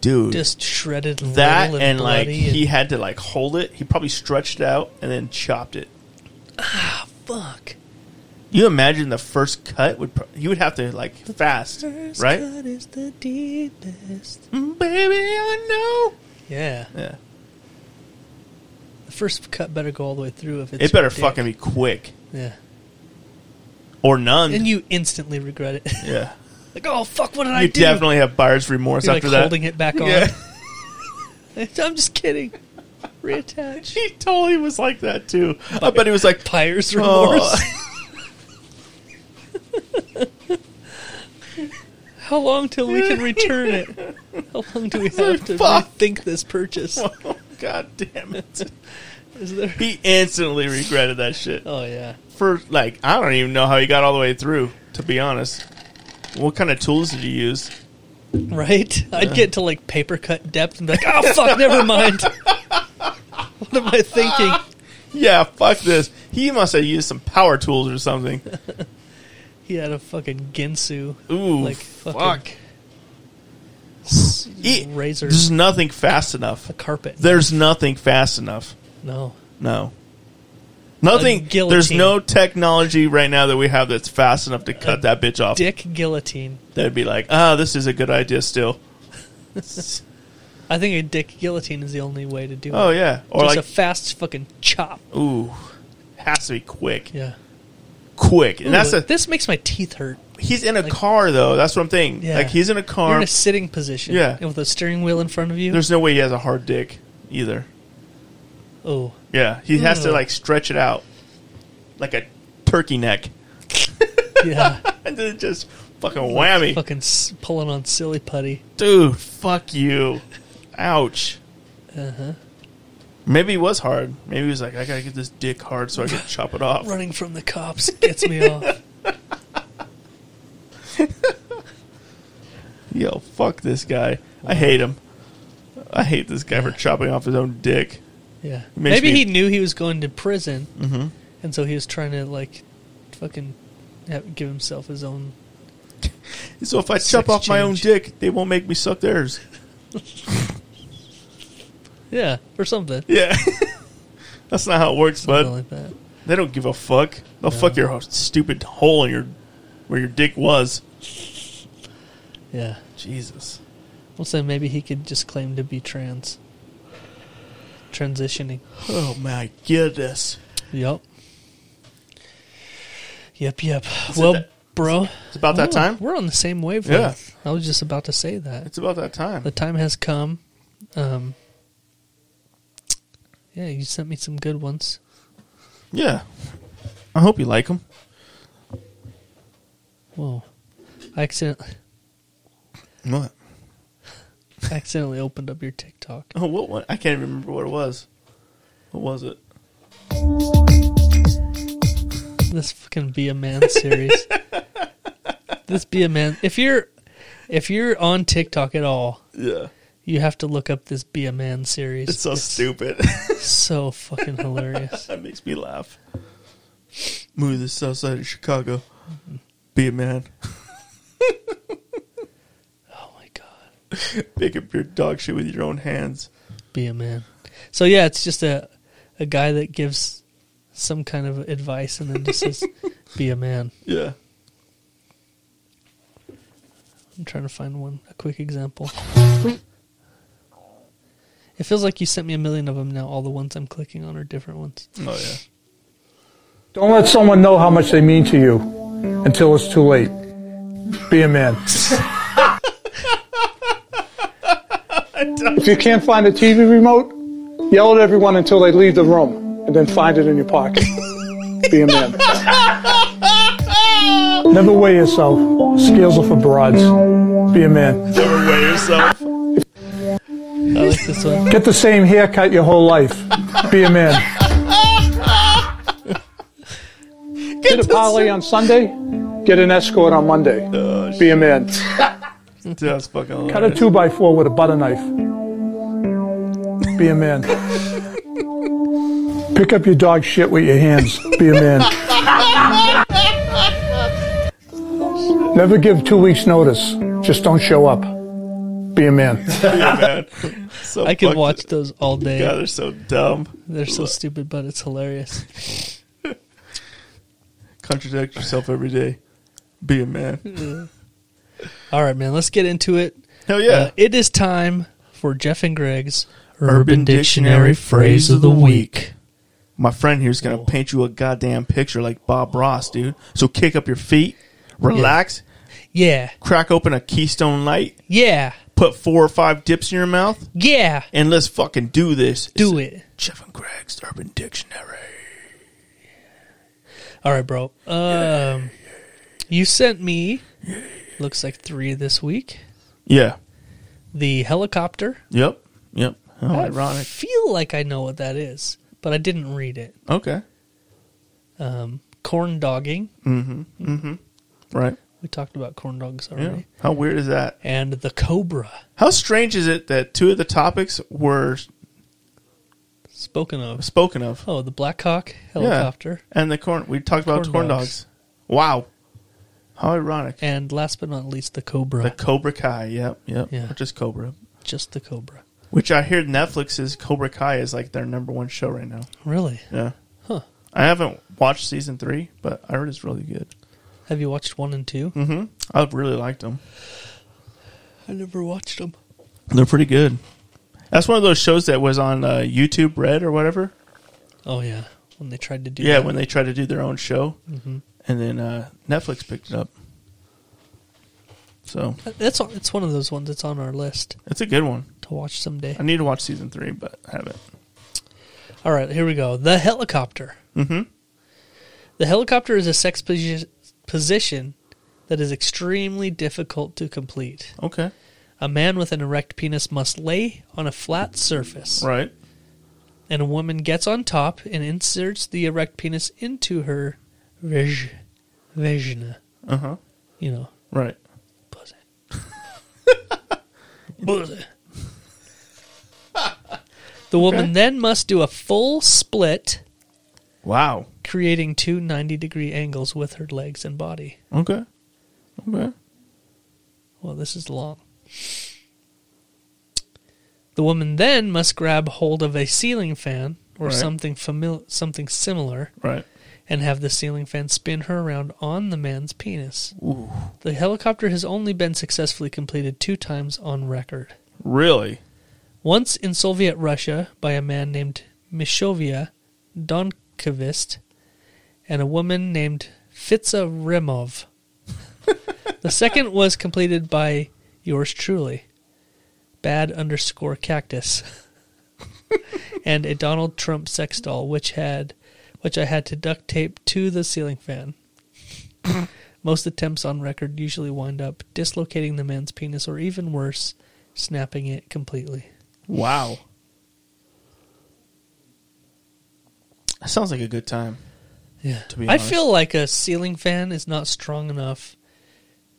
Speaker 2: dude.
Speaker 3: just shredded and
Speaker 2: that
Speaker 3: little
Speaker 2: and,
Speaker 3: and,
Speaker 2: like
Speaker 3: bloody
Speaker 2: he
Speaker 3: and-
Speaker 2: had to like hold it. He probably stretched it out and then chopped it.
Speaker 3: fuck
Speaker 2: You imagine the first cut would pro- you would have to like fast,
Speaker 3: First
Speaker 2: right?
Speaker 3: cut is the deepest.
Speaker 2: Mm, Baby, I
Speaker 3: yeah
Speaker 2: know. Yeah,
Speaker 3: the first cut better go all the way through if it's
Speaker 2: it better
Speaker 3: your dick.
Speaker 2: fucking be quick
Speaker 3: yeah
Speaker 2: or none.
Speaker 3: and you instantly regret it
Speaker 2: yeah,
Speaker 3: like oh fuck what did I
Speaker 2: you
Speaker 3: do
Speaker 2: definitely have buyer's remorse
Speaker 3: You're, like
Speaker 2: after that.
Speaker 3: holding it back on
Speaker 2: Yeah,
Speaker 3: I'm just kidding reattach
Speaker 2: he totally was like that too. I bet he was like,
Speaker 3: Pyre's remorse
Speaker 2: "Oh."
Speaker 3: how long till we can return it how long do we have
Speaker 2: like,
Speaker 3: to
Speaker 2: fuck.
Speaker 3: rethink this purchase
Speaker 2: oh, god damn it!
Speaker 3: is there
Speaker 2: He instantly regretted that shit
Speaker 3: oh yeah
Speaker 2: for like I don't even know how he got all the way through. To be honest, What kind of tools did you use?
Speaker 3: Right? I'd get to like paper cut depth and be like, oh fuck, never mind. what am I thinking?
Speaker 2: Yeah, fuck this. He must have used some power tools or something.
Speaker 3: He had a fucking Ginsu.
Speaker 2: Ooh,
Speaker 3: like fucking
Speaker 2: fuck.
Speaker 3: s-
Speaker 2: He-
Speaker 3: razor
Speaker 2: There's nothing fast enough.
Speaker 3: carpet.
Speaker 2: There's nothing fast enough.
Speaker 3: no.
Speaker 2: No. Nothing.
Speaker 3: guillotine.
Speaker 2: There's no technology right now that we have that's fast enough to cut that bitch off.
Speaker 3: Dick guillotine.
Speaker 2: That'd be like, ah, this is a good idea still.
Speaker 3: I think a dick guillotine is the only way to do
Speaker 2: Oh
Speaker 3: it.
Speaker 2: yeah, or
Speaker 3: Just
Speaker 2: like,
Speaker 3: a fast fucking chop.
Speaker 2: ooh, has to be quick,
Speaker 3: Yeah.
Speaker 2: quick. And that's
Speaker 3: Ooh,
Speaker 2: a
Speaker 3: this makes my teeth hurt.
Speaker 2: he's in a car though. That's what I'm thinking.
Speaker 3: Yeah.
Speaker 2: Like he's in a
Speaker 3: You're
Speaker 2: car.
Speaker 3: in a sitting position.
Speaker 2: Yeah.
Speaker 3: And with a steering wheel in front of you.
Speaker 2: There's no way he has a hard dick either.
Speaker 3: oh.
Speaker 2: Yeah, he has to
Speaker 3: Ugh.
Speaker 2: like stretch it out like a turkey neck,
Speaker 3: Yeah.
Speaker 2: and then just fucking whammy,
Speaker 3: fucking s- pulling on silly putty.
Speaker 2: dude. Fuck you. Ouch. Maybe it was hard. Maybe he was like, I gotta get this dick hard so I can chop it off.
Speaker 3: Running from the cops gets me off.
Speaker 2: Yo, fuck this guy. I hate him. I hate this guy for chopping off his own dick.
Speaker 3: Yeah.
Speaker 2: Makes
Speaker 3: Maybe
Speaker 2: me- Mm-hmm.
Speaker 3: he knew he was going to prison, and so he was trying to like, fucking, have, give himself his own.
Speaker 2: So if I chop
Speaker 3: Sex
Speaker 2: off my own
Speaker 3: change.
Speaker 2: dick, they won't make me suck theirs.
Speaker 3: Yeah, or something.
Speaker 2: Yeah. That's not how it works,
Speaker 3: Something
Speaker 2: bud.
Speaker 3: like that.
Speaker 2: They don't give a fuck. They'll fuck your stupid hole in your where your dick was.
Speaker 3: Yeah.
Speaker 2: Jesus.
Speaker 3: Well, so maybe he could just claim to be trans. Transitioning.
Speaker 2: Oh my goodness.
Speaker 3: Yep. Yep. Yep.
Speaker 2: it
Speaker 3: well,
Speaker 2: that-
Speaker 3: bro.
Speaker 2: It's about that
Speaker 3: oh,
Speaker 2: time.
Speaker 3: We're on the same wavelength. I was just about to say that.
Speaker 2: It's about that time.
Speaker 3: the time has come. Um, yeah, you sent me some good ones.
Speaker 2: Yeah. I hope you like them.
Speaker 3: Whoa, I accidentally,
Speaker 2: What?
Speaker 3: accidentally opened up your TikTok.
Speaker 2: Oh, what one? I can't even remember what it was. What was it?
Speaker 3: This fucking be a man series. this be a man. If you're if you're on TikTok at all,
Speaker 2: Yeah.
Speaker 3: you have to look up this be a man series.
Speaker 2: It's so stupid.
Speaker 3: so fucking hilarious.
Speaker 2: that makes me laugh. Move to the south side of Chicago. Mm-hmm. Be a man.
Speaker 3: Oh my god,
Speaker 2: Pick up your dog shit with your own hands.
Speaker 3: be a man. So yeah, it's just a a guy that gives some kind of advice and then just says, "Be a man."
Speaker 2: Yeah.
Speaker 3: I'm trying to find one, a quick example. It feels like you sent me a million of them now. All the ones I'm clicking on are different ones.
Speaker 2: Oh yeah.
Speaker 4: Don't let someone know how much they mean to you until it's too late. Be a man. if you can't find a TV remote, yell at everyone until they leave the room and then find it in your pocket. Be a man. Never weigh yourself. Scales are for broads. Be a man.
Speaker 2: Never weigh yourself.
Speaker 3: I like this one.
Speaker 4: Get the same haircut your whole life. Be a man. Get a parlay on Sunday. Get an escort on Monday.
Speaker 2: Oh, shit.
Speaker 4: Be a man.
Speaker 2: Dude, that's fucking
Speaker 4: Cut a
Speaker 2: hilarious.
Speaker 4: two by four with a butter knife. Be a man. Pick up your dog shit with your hands. Be a man. Never give two weeks notice. Just don't show up. Be a man.
Speaker 2: Be a man. So
Speaker 3: I could
Speaker 2: fucked
Speaker 3: watch
Speaker 2: up.
Speaker 3: those all day.
Speaker 2: God, they're so dumb.
Speaker 3: They're so stupid, but it's hilarious.
Speaker 2: Contradict yourself every day. Be a man.
Speaker 3: All right, man, let's get into it.
Speaker 2: Hell yeah.
Speaker 3: Uh, it is time for Jeff and Greg's
Speaker 2: Urban Dictionary Phrase of the Week. My friend here's gonna
Speaker 3: Cool.
Speaker 2: paint you a goddamn picture like Bob Ross, dude. So kick up your feet, relax,
Speaker 3: Yeah,
Speaker 2: crack open a Keystone Light,
Speaker 3: yeah,
Speaker 2: put four or five dips in your mouth,
Speaker 3: yeah.
Speaker 2: and let's fucking do this.
Speaker 3: Do it.
Speaker 2: Jeff and Greg's Urban Dictionary.
Speaker 3: All right, bro. Um, you sent me looks like three this week.
Speaker 2: Yeah.
Speaker 3: The helicopter.
Speaker 2: Yep. Yep. How
Speaker 3: I
Speaker 2: ironic.
Speaker 3: feel like I know what that is, but I didn't read it.
Speaker 2: Okay.
Speaker 3: Um, corn dogging,
Speaker 2: Mm-hmm. Right.
Speaker 3: We talked about corn dogs
Speaker 2: Yeah.
Speaker 3: already.
Speaker 2: How weird is that?
Speaker 3: And the cobra
Speaker 2: How strange is it that two of the topics were
Speaker 3: spoken of.
Speaker 2: spoken of?
Speaker 3: Oh, the Black Hawk helicopter.
Speaker 2: And the corn. We talked about
Speaker 3: Corn
Speaker 2: corn
Speaker 3: dogs.
Speaker 2: dogs. Wow. How ironic.
Speaker 3: And last but not least, the cobra.
Speaker 2: The Cobra Kai. Yep. Yep.
Speaker 3: Yeah.
Speaker 2: Or just Cobra.
Speaker 3: Just the cobra.
Speaker 2: Which I hear Netflix's Cobra Kai is like their number one show right now.
Speaker 3: Really?
Speaker 2: Yeah.
Speaker 3: Huh.
Speaker 2: I haven't watched season three, but I heard it's really good.
Speaker 3: Have you watched one and two?
Speaker 2: Mm-hmm. I really liked them.
Speaker 3: I never watched them.
Speaker 2: They're pretty good. That's one of those shows that was on uh, YouTube Red or whatever.
Speaker 3: Oh yeah, when they tried to do
Speaker 2: Yeah,
Speaker 3: that.
Speaker 2: when they tried to do their own show,
Speaker 3: Mm-hmm.
Speaker 2: and then uh, Netflix picked it up. So
Speaker 3: that's on- it's one of those ones that's on our list
Speaker 2: it's a good one.
Speaker 3: to watch someday.
Speaker 2: I need to watch season three, but I haven't.
Speaker 3: All right, here we go. The helicopter.
Speaker 2: Mhm.
Speaker 3: The helicopter is a sex posi- position that is extremely difficult to complete.
Speaker 2: Okay,
Speaker 3: A man with an erect penis must lay on a flat surface,
Speaker 2: right.
Speaker 3: and a woman gets on top and inserts the erect penis into her vag- vagina.
Speaker 2: Uh huh.
Speaker 3: You know,
Speaker 2: Right.
Speaker 3: pussy. pussy. the woman then must do a full split,
Speaker 2: Wow.
Speaker 3: creating two 90 degree angles with her legs and body.
Speaker 2: Okay. Okay.
Speaker 3: Well, this is long. The woman then must grab hold of a ceiling fan or
Speaker 2: Right.
Speaker 3: something famil- something similar
Speaker 2: Right.
Speaker 3: and have the ceiling fan spin her around on the man's penis. The helicopter has only been successfully completed two times on record.
Speaker 2: Really.
Speaker 3: Once in Soviet Russia by a man named Mishovia Donkovist and a woman named Fitza Remov. the second was completed by yours truly, bad underscore cactus, and a Donald Trump sex doll, which had, which I had to duct tape to the ceiling fan. Most attempts on record usually wind up dislocating the man's penis, or even worse, snapping it completely.
Speaker 2: Wow. That sounds like a good time.
Speaker 3: Yeah.
Speaker 2: to be
Speaker 3: I
Speaker 2: honest.
Speaker 3: feel like a ceiling fan is not strong enough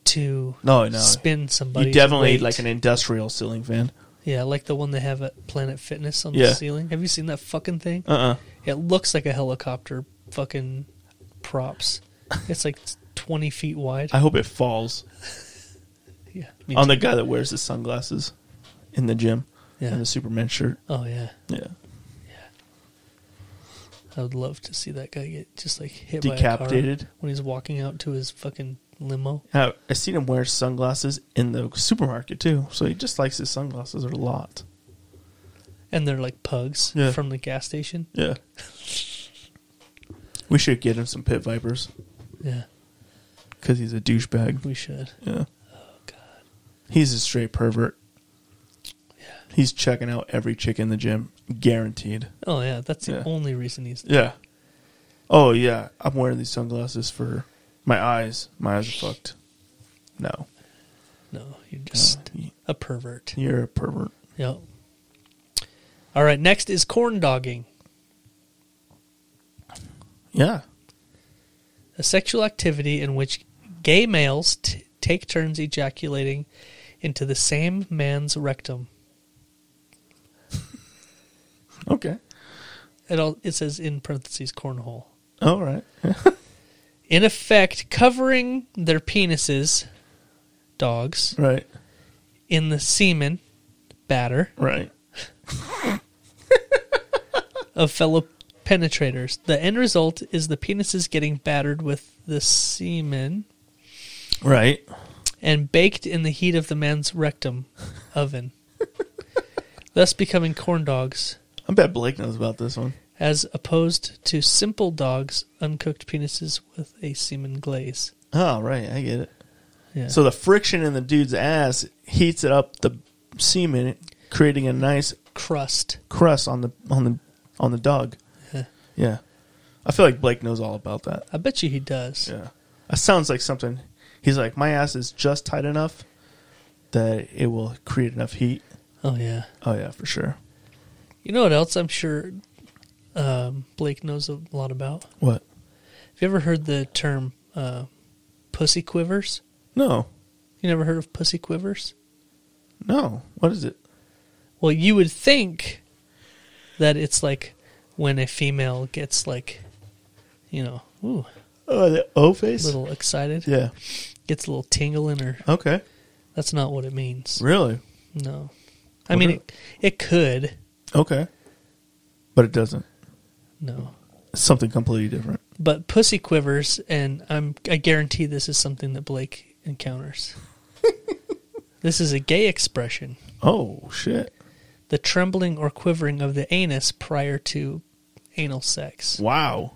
Speaker 3: to
Speaker 2: No, no.
Speaker 3: spin somebody.
Speaker 2: You definitely need like an industrial ceiling fan.
Speaker 3: yeah, like the one they have at Planet Fitness on
Speaker 2: Yeah.
Speaker 3: the ceiling. Have you seen that fucking thing?
Speaker 2: Uh uh
Speaker 3: It looks like a helicopter. Fucking props. It's like twenty feet wide.
Speaker 2: I hope it falls
Speaker 3: yeah. me
Speaker 2: on
Speaker 3: too.
Speaker 2: the guy that wears the sunglasses in the gym
Speaker 3: Yeah.
Speaker 2: and the Superman shirt.
Speaker 3: oh yeah.
Speaker 2: Yeah.
Speaker 3: I would love to see that guy get just like hit by a
Speaker 2: Decapitated.
Speaker 3: car when he's walking out to his fucking limo.
Speaker 2: I, I seen him wear sunglasses in the supermarket too, so he just likes his sunglasses a lot.
Speaker 3: And they're like pugs
Speaker 2: Yeah.
Speaker 3: from the gas station.
Speaker 2: Yeah. We should get him some pit vipers
Speaker 3: Yeah,
Speaker 2: because he's a douchebag.
Speaker 3: we should.
Speaker 2: Yeah.
Speaker 3: Oh,
Speaker 2: He's a straight pervert. He's checking out every chick in the gym, guaranteed.
Speaker 3: Oh yeah, that's the
Speaker 2: Yeah.
Speaker 3: only reason he's
Speaker 2: Yeah. Oh yeah, I'm wearing these sunglasses for my eyes. My eyes are fucked. No, Uh,
Speaker 3: No, you're just
Speaker 2: y-
Speaker 3: a pervert.
Speaker 2: you're a pervert.
Speaker 3: Yep. All right, next is corn dogging,
Speaker 2: Yeah.
Speaker 3: a sexual activity in which gay males t- take turns ejaculating into the same man's rectum.
Speaker 2: Okay.
Speaker 3: It, all, it says in parentheses cornhole.
Speaker 2: All right.
Speaker 3: In effect, covering their penises, dogs,
Speaker 2: Right.
Speaker 3: in the semen, batter,
Speaker 2: Right.
Speaker 3: of fellow penetrators. The end result is the penises getting battered with the semen
Speaker 2: Right.
Speaker 3: and baked in the heat of the man's rectum oven, thus becoming corn dogs,
Speaker 2: I bet Blake knows about this one.
Speaker 3: as opposed to simple dogs, uncooked penises with a semen glaze.
Speaker 2: Oh, right. I get it.
Speaker 3: Yeah.
Speaker 2: So the friction in the dude's ass heats it up the semen, creating a nice
Speaker 3: crust.
Speaker 2: crust on the on the on the dog.
Speaker 3: Yeah.
Speaker 2: Yeah. I feel like Blake knows all about that.
Speaker 3: I bet you he does.
Speaker 2: Yeah. That sounds like something. He's like, my ass is just tight enough that it will create enough heat.
Speaker 3: Oh yeah.
Speaker 2: Oh, yeah, for sure.
Speaker 3: You know what else? I'm sure um, Blake knows a lot about.
Speaker 2: What?
Speaker 3: Have you ever heard the term uh, "pussy quivers"?
Speaker 2: No,
Speaker 3: You never heard of pussy quivers?
Speaker 2: no. What is it?
Speaker 3: Well, you would think that it's like when a female gets like, you know, ooh,
Speaker 2: Oh, the O face.
Speaker 3: little excited,
Speaker 2: Yeah.
Speaker 3: gets a little tingle in her.
Speaker 2: Okay.
Speaker 3: That's not what it means.
Speaker 2: Really?
Speaker 3: No, I mean
Speaker 2: What
Speaker 3: it, it could.
Speaker 2: Okay. But it doesn't.
Speaker 3: No,
Speaker 2: It's something completely different.
Speaker 3: but pussy quivers, and I'm I guarantee this is something that Blake encounters. this is a gay expression.
Speaker 2: Oh shit!
Speaker 3: The trembling or quivering of the anus prior to anal sex.
Speaker 2: Wow.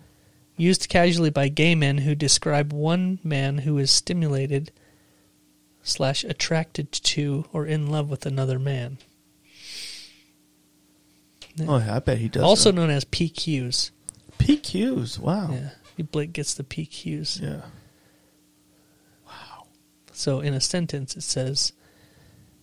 Speaker 3: used casually by gay men who describe one man who is stimulated slash attracted to or in love with another man
Speaker 2: Oh, yeah, I bet he does.
Speaker 3: also
Speaker 2: that.
Speaker 3: known as pqs
Speaker 2: PQs. Wow.
Speaker 3: yeah blake gets the pqs
Speaker 2: Oh. yeah.
Speaker 3: so in a sentence it says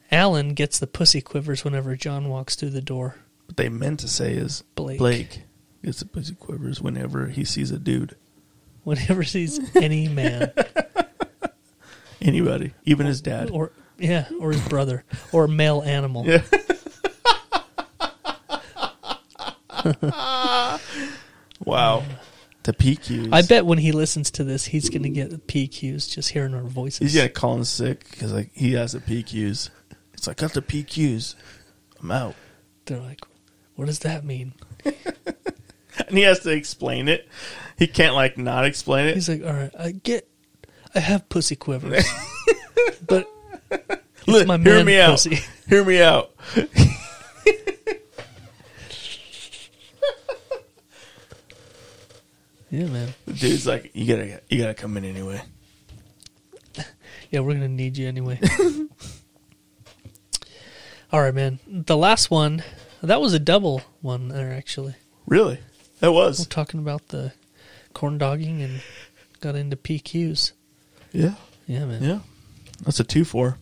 Speaker 3: alan gets the pussy quivers whenever john walks through the door
Speaker 2: What they meant to say is
Speaker 3: Blake.
Speaker 2: Blake gets the pussy quivers whenever he sees a dude,
Speaker 3: whenever he sees any man
Speaker 2: anybody, even his dad.
Speaker 3: or yeah or his brother or male animal
Speaker 2: Yeah. wow. The PQs.
Speaker 3: i bet when he listens to this he's going to get pqs just hearing our voices
Speaker 2: he's gonna call in sick because like he has the PQs. It's like got the PQs. I'm out.
Speaker 3: they're like what does that mean
Speaker 2: and he has to explain it. He can't like not explain it.
Speaker 3: He's like, all right, I get, I have pussy quivers, but
Speaker 2: Look,
Speaker 3: my
Speaker 2: hear
Speaker 3: man
Speaker 2: me
Speaker 3: pussy.
Speaker 2: out. Hear me out.
Speaker 3: yeah, man,
Speaker 2: The dude's like, you gotta, you gotta come in anyway.
Speaker 3: yeah, we're gonna need you anyway. all right, man. The last one, that was a double one there actually.
Speaker 2: Really? That
Speaker 3: We're
Speaker 2: was.
Speaker 3: talking about the corn dogging and got into PQs.
Speaker 2: Yeah.
Speaker 3: Yeah, man.
Speaker 2: Yeah. That's a two four.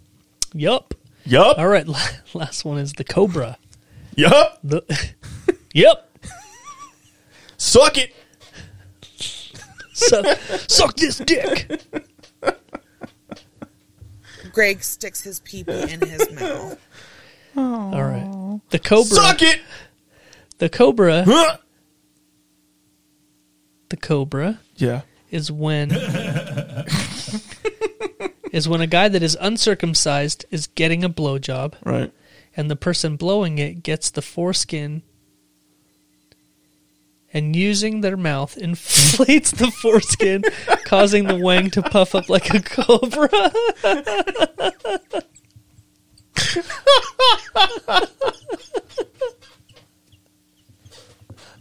Speaker 3: Yup.
Speaker 2: Yup.
Speaker 3: All right, la- last one is the cobra.
Speaker 2: Yup.
Speaker 3: The yep.
Speaker 2: Suck it.
Speaker 3: Suck, suck this dick.
Speaker 5: Greg sticks his pee pee in his mouth.
Speaker 3: All right. The cobra.
Speaker 2: Suck it.
Speaker 3: The cobra.
Speaker 2: Huh?
Speaker 3: The cobra.
Speaker 2: Yeah.
Speaker 3: is when is when a guy that is uncircumcised is getting a blowjob,
Speaker 2: Right.
Speaker 3: and the person blowing it gets the foreskin and using their mouth inflates the foreskin, causing the wang to puff up like a cobra.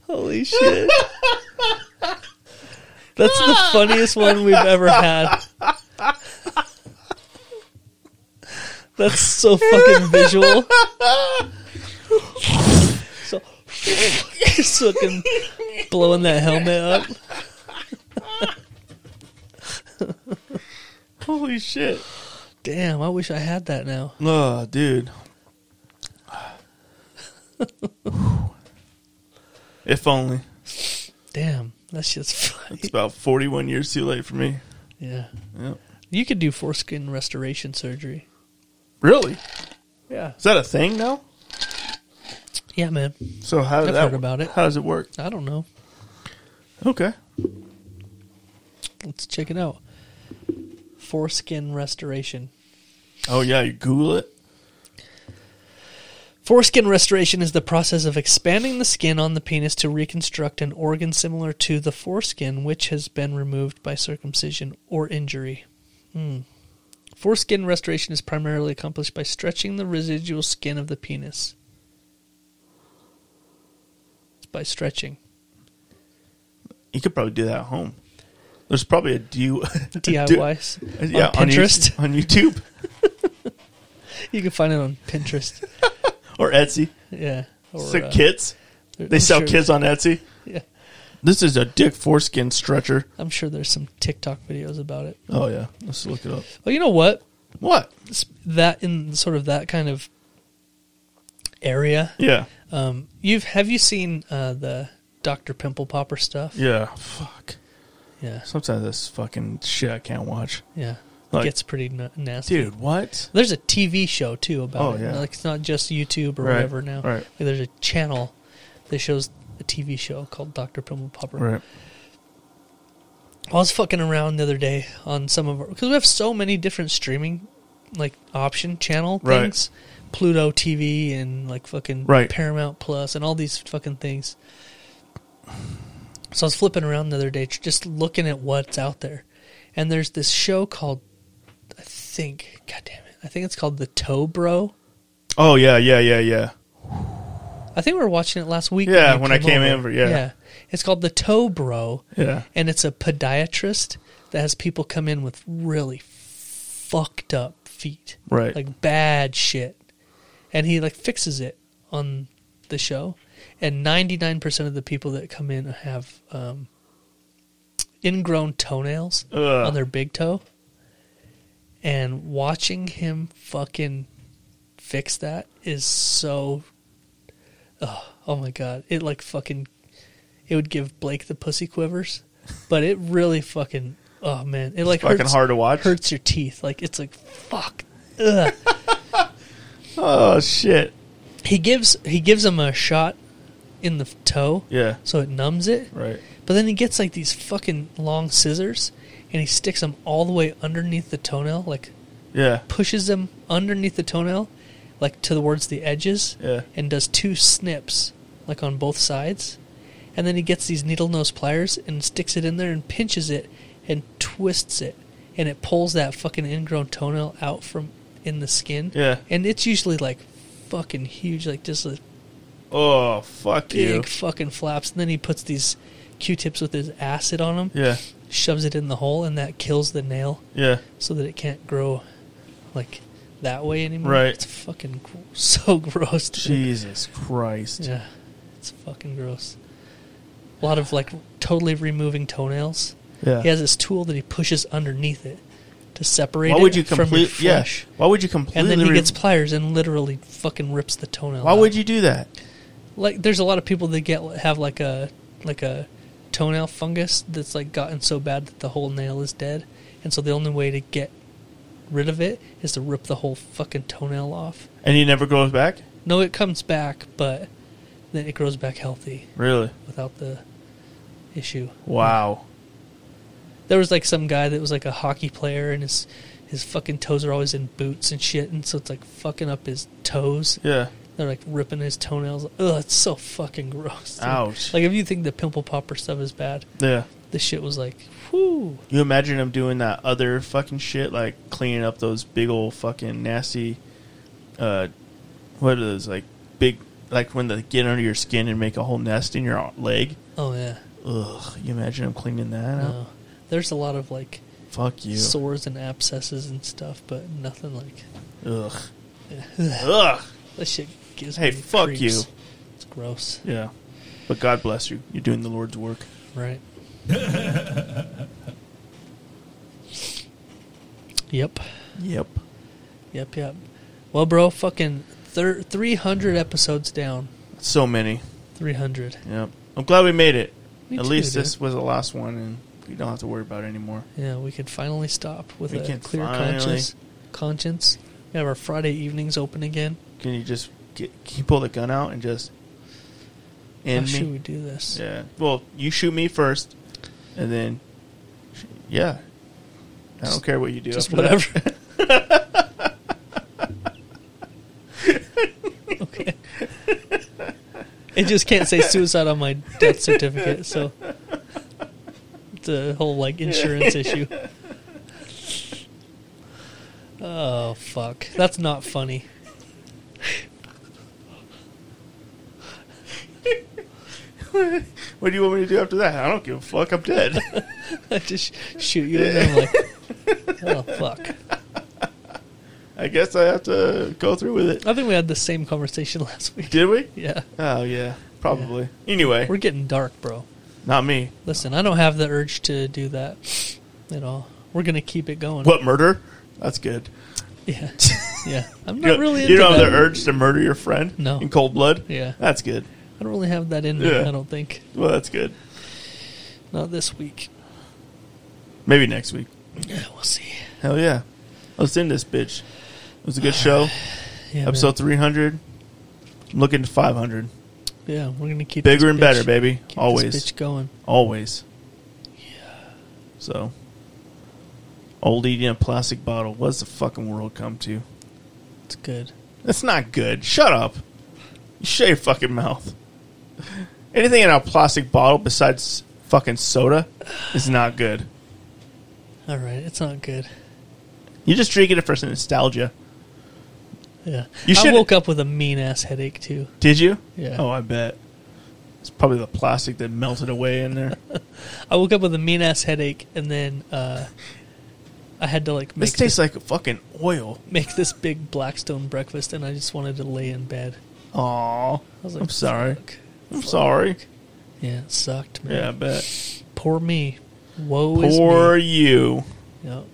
Speaker 3: Holy shit. That's the funniest one we've ever had. That's so fucking visual. So, just fucking blowing that helmet up.
Speaker 2: Holy shit.
Speaker 3: Damn, I wish I had that now.
Speaker 2: Oh, dude. if only.
Speaker 3: Damn, that shit's funny.
Speaker 2: It's about forty one years too late for me.
Speaker 3: Yeah.
Speaker 2: Yep.
Speaker 3: You could do foreskin restoration surgery.
Speaker 2: Really?
Speaker 3: Yeah.
Speaker 2: Is that a thing now?
Speaker 3: Yeah, man.
Speaker 2: So how does
Speaker 3: I've
Speaker 2: that
Speaker 3: heard about it.
Speaker 2: How does it work?
Speaker 3: I don't know.
Speaker 2: Okay.
Speaker 3: Let's check it out. Foreskin restoration.
Speaker 2: Oh yeah, you Google it.
Speaker 3: Foreskin restoration is the process of expanding the skin on the penis to reconstruct an organ similar to the foreskin, which has been removed by circumcision or injury. Hmm. Foreskin restoration is primarily accomplished by stretching the residual skin of the penis. It's by stretching.
Speaker 2: You could probably do that at home. There's probably a do
Speaker 3: DIYs.
Speaker 2: do- yeah,
Speaker 3: on Pinterest.
Speaker 2: on, YouTube, on YouTube
Speaker 3: you can find it on Pinterest.
Speaker 2: or Etsy.
Speaker 3: Yeah. Or,
Speaker 2: Sick
Speaker 3: uh,
Speaker 2: kits.
Speaker 3: there-
Speaker 2: They
Speaker 3: I'm
Speaker 2: sell
Speaker 3: sure-
Speaker 2: kits on Etsy.
Speaker 3: Yeah.
Speaker 2: This is a dick foreskin stretcher.
Speaker 3: I'm sure there's some TikTok videos about it.
Speaker 2: Oh yeah, let's look it up.
Speaker 3: Well, you know what?
Speaker 2: What?
Speaker 3: s- that in sort of that kind of area.
Speaker 2: Yeah,
Speaker 3: Um, you've have you seen uh, the Doctor Pimple Popper stuff?
Speaker 2: yeah. Fuck.
Speaker 3: yeah,
Speaker 2: Sometimes this fucking shit I can't watch.
Speaker 3: yeah.
Speaker 2: Like,
Speaker 3: gets pretty n- nasty.
Speaker 2: dude, what?
Speaker 3: There's a TV show too about
Speaker 2: Oh,
Speaker 3: it.
Speaker 2: yeah.
Speaker 3: Like it's not just YouTube or
Speaker 2: Right,
Speaker 3: whatever now.
Speaker 2: right.
Speaker 3: Like, there's a channel that shows a TV show called Dr. Pimple Popper. I was fucking around the other day on some of our because we have so many different streaming like option channel
Speaker 2: Right.
Speaker 3: things, Pluto TV and like fucking
Speaker 2: Right.
Speaker 3: Paramount Plus and all these fucking things. So I was flipping around the other day, tr- just looking at what's out there, and there's this show called, I think, God damn it, I think it's called The Toe Bro.
Speaker 2: Oh yeah, yeah, yeah, yeah.
Speaker 3: I think we were watching it last week.
Speaker 2: Yeah,
Speaker 3: you
Speaker 2: when I came in
Speaker 3: over.
Speaker 2: for- yeah.
Speaker 3: It's called The Toe Bro.
Speaker 2: Yeah.
Speaker 3: and it's a podiatrist that has people come in with really fucked up feet,
Speaker 2: Right.
Speaker 3: Like bad shit, and he like fixes it on the show. And ninety nine percent of the people that come in have um, ingrown toenails
Speaker 2: Ugh.
Speaker 3: on their big toe, and watching him fucking fix that is so. Oh, oh my god! It like fucking it would give Blake the pussy quivers, but it really fucking oh man, it like
Speaker 2: fucking
Speaker 3: hurts,
Speaker 2: hard to watch.
Speaker 3: hurts your teeth. Like it's like fuck. Ugh.
Speaker 2: Oh shit.
Speaker 3: he gives he gives him a shot in the toe,
Speaker 2: Yeah.
Speaker 3: so it numbs it.
Speaker 2: Right.
Speaker 3: But then he gets like these fucking long scissors, and he sticks them all the way underneath the toenail, like
Speaker 2: Yeah.
Speaker 3: pushes them underneath the toenail, like towards the edges,
Speaker 2: Yeah.
Speaker 3: and does two snips, like on both sides. And then he gets these needle nose pliers and sticks it in there and pinches it and twists it. And it pulls that fucking ingrown toenail out from in the skin.
Speaker 2: Yeah.
Speaker 3: And it's usually like fucking huge, like just like
Speaker 2: Oh fuck
Speaker 3: big
Speaker 2: you.
Speaker 3: fucking flaps. And then he puts these Q tips with his acid on them,
Speaker 2: Yeah.
Speaker 3: shoves it in the hole, and that kills the nail
Speaker 2: Yeah.
Speaker 3: so that it can't grow like that way anymore.
Speaker 2: Right.
Speaker 3: It's fucking gr- so gross. Dude.
Speaker 2: Jesus Christ.
Speaker 3: Yeah, it's fucking gross. A lot of like totally removing toenails.
Speaker 2: Yeah.
Speaker 3: He has this tool that he pushes underneath it to separate
Speaker 2: Why
Speaker 3: it
Speaker 2: would you
Speaker 3: from your
Speaker 2: complete? Yeah.
Speaker 3: flesh.
Speaker 2: Why would you
Speaker 3: And
Speaker 2: completely?
Speaker 3: then he
Speaker 2: re-
Speaker 3: gets pliers and literally fucking rips the toenail.
Speaker 2: Why would you do that?
Speaker 3: Like, there's a lot of people that get have like a like a toenail fungus that's like gotten so bad that the whole nail is dead, and so the only way to get rid of it is to rip the whole fucking toenail off.
Speaker 2: And he never goes back.
Speaker 3: No, it comes back, but then it grows back healthy
Speaker 2: Really?
Speaker 3: without the issue.
Speaker 2: Wow.
Speaker 3: There was like some guy that was like a hockey player, and his his fucking toes are always in boots and shit, and so it's like fucking up his toes.
Speaker 2: Yeah.
Speaker 3: They're like ripping his toenails. Ugh, it's so fucking gross. dude.
Speaker 2: Ouch.
Speaker 3: Like if you think the pimple popper stuff is bad,
Speaker 2: Yeah.
Speaker 3: this shit was like, whoo.
Speaker 2: You imagine him doing that other fucking shit, like cleaning up those big old fucking nasty, uh, what are those like big, like when they get under your skin and make a whole nest in your leg.
Speaker 3: Oh yeah.
Speaker 2: Ugh. You imagine him cleaning that
Speaker 3: No.
Speaker 2: up?
Speaker 3: There's a lot of like
Speaker 2: Fuck you.
Speaker 3: sores and abscesses and stuff, but nothing like
Speaker 2: Ugh. Ugh.
Speaker 3: that shit gives
Speaker 2: Hey,
Speaker 3: me
Speaker 2: fuck
Speaker 3: creeps.
Speaker 2: you.
Speaker 3: It's gross.
Speaker 2: Yeah. But God bless you. You're doing the Lord's work.
Speaker 3: Right. yep.
Speaker 2: Yep.
Speaker 3: Yep. Yep. Well, bro, fucking thir- 300 episodes down.
Speaker 2: So many.
Speaker 3: 300.
Speaker 2: Yep. I'm glad we made it.
Speaker 3: Me
Speaker 2: At
Speaker 3: too,
Speaker 2: least
Speaker 3: dude.
Speaker 2: this was the last one, and we don't have to worry about it anymore.
Speaker 3: Yeah, we can finally stop with
Speaker 2: We
Speaker 3: a
Speaker 2: can
Speaker 3: clear
Speaker 2: finally-
Speaker 3: conscience. Conscience. We have our Friday evenings open again.
Speaker 2: Can you just get, can you pull the gun out and just
Speaker 3: How
Speaker 2: end me?
Speaker 3: should we do this?
Speaker 2: Yeah. Well, you shoot me first, and then yeah. I don't care what you do.
Speaker 3: Just
Speaker 2: after that.
Speaker 3: whatever. okay. It just can't say suicide on my death certificate, so it's a whole like insurance issue. Oh fuck. That's not funny.
Speaker 2: What do you want me to do after that? I don't give a fuck. I'm dead.
Speaker 3: I just shoot you and I'm like Oh fuck.
Speaker 2: I guess I have to go through with it.
Speaker 3: I think we had the same conversation last week.
Speaker 2: Did we?
Speaker 3: Yeah.
Speaker 2: Oh yeah, probably. Anyway,
Speaker 3: We're getting dark, bro.
Speaker 2: not me.
Speaker 3: Listen, I don't have the urge to do that at all. We're gonna keep it going.
Speaker 2: What murder? That's good.
Speaker 3: Yeah, yeah. I'm
Speaker 2: You,
Speaker 3: not really. Into
Speaker 2: you don't have
Speaker 3: that.
Speaker 2: the urge to murder your friend?
Speaker 3: No.
Speaker 2: In cold blood?
Speaker 3: Yeah.
Speaker 2: That's good.
Speaker 3: I don't really have that in me.
Speaker 2: Yeah.
Speaker 3: I don't think.
Speaker 2: Well, that's good.
Speaker 3: Not this week.
Speaker 2: Maybe next week.
Speaker 3: Yeah, we'll see.
Speaker 2: Hell yeah. Let's end this bitch. It was a good show.
Speaker 3: Yeah,
Speaker 2: Episode 300. I'm looking to 500.
Speaker 3: man. Yeah, we're gonna keep
Speaker 2: Bigger
Speaker 3: this
Speaker 2: and
Speaker 3: bitch-
Speaker 2: better, baby.
Speaker 3: keep this
Speaker 2: Always.
Speaker 3: bitch going.
Speaker 2: Always. So. Old eating a plastic bottle. What's the fucking world come to?
Speaker 3: It's good.
Speaker 2: That's not good. Shut up. You shut your fucking mouth. Anything in a plastic bottle besides fucking soda is not good.
Speaker 3: All right, it's not good.
Speaker 2: You're just drinking it for some nostalgia.
Speaker 3: Yeah,
Speaker 2: You
Speaker 3: I
Speaker 2: should-
Speaker 3: woke up with a mean ass headache too.
Speaker 2: Did you?
Speaker 3: Yeah.
Speaker 2: Oh, I bet. It's probably the plastic that melted away in there.
Speaker 3: I woke up with a mean ass headache, and then uh, I had to like
Speaker 2: this
Speaker 3: make
Speaker 2: tastes like fucking oil.
Speaker 3: make this big Blackstone breakfast, and I just wanted to lay in bed.
Speaker 2: Aw.
Speaker 3: I was like,
Speaker 2: I'm sorry.
Speaker 3: "Fuck."
Speaker 2: I'm sorry.
Speaker 3: Yeah, it sucked, man.
Speaker 2: Yeah, I bet.
Speaker 3: Poor me. Woe is
Speaker 2: Poor
Speaker 3: me.
Speaker 2: you.
Speaker 3: Yep.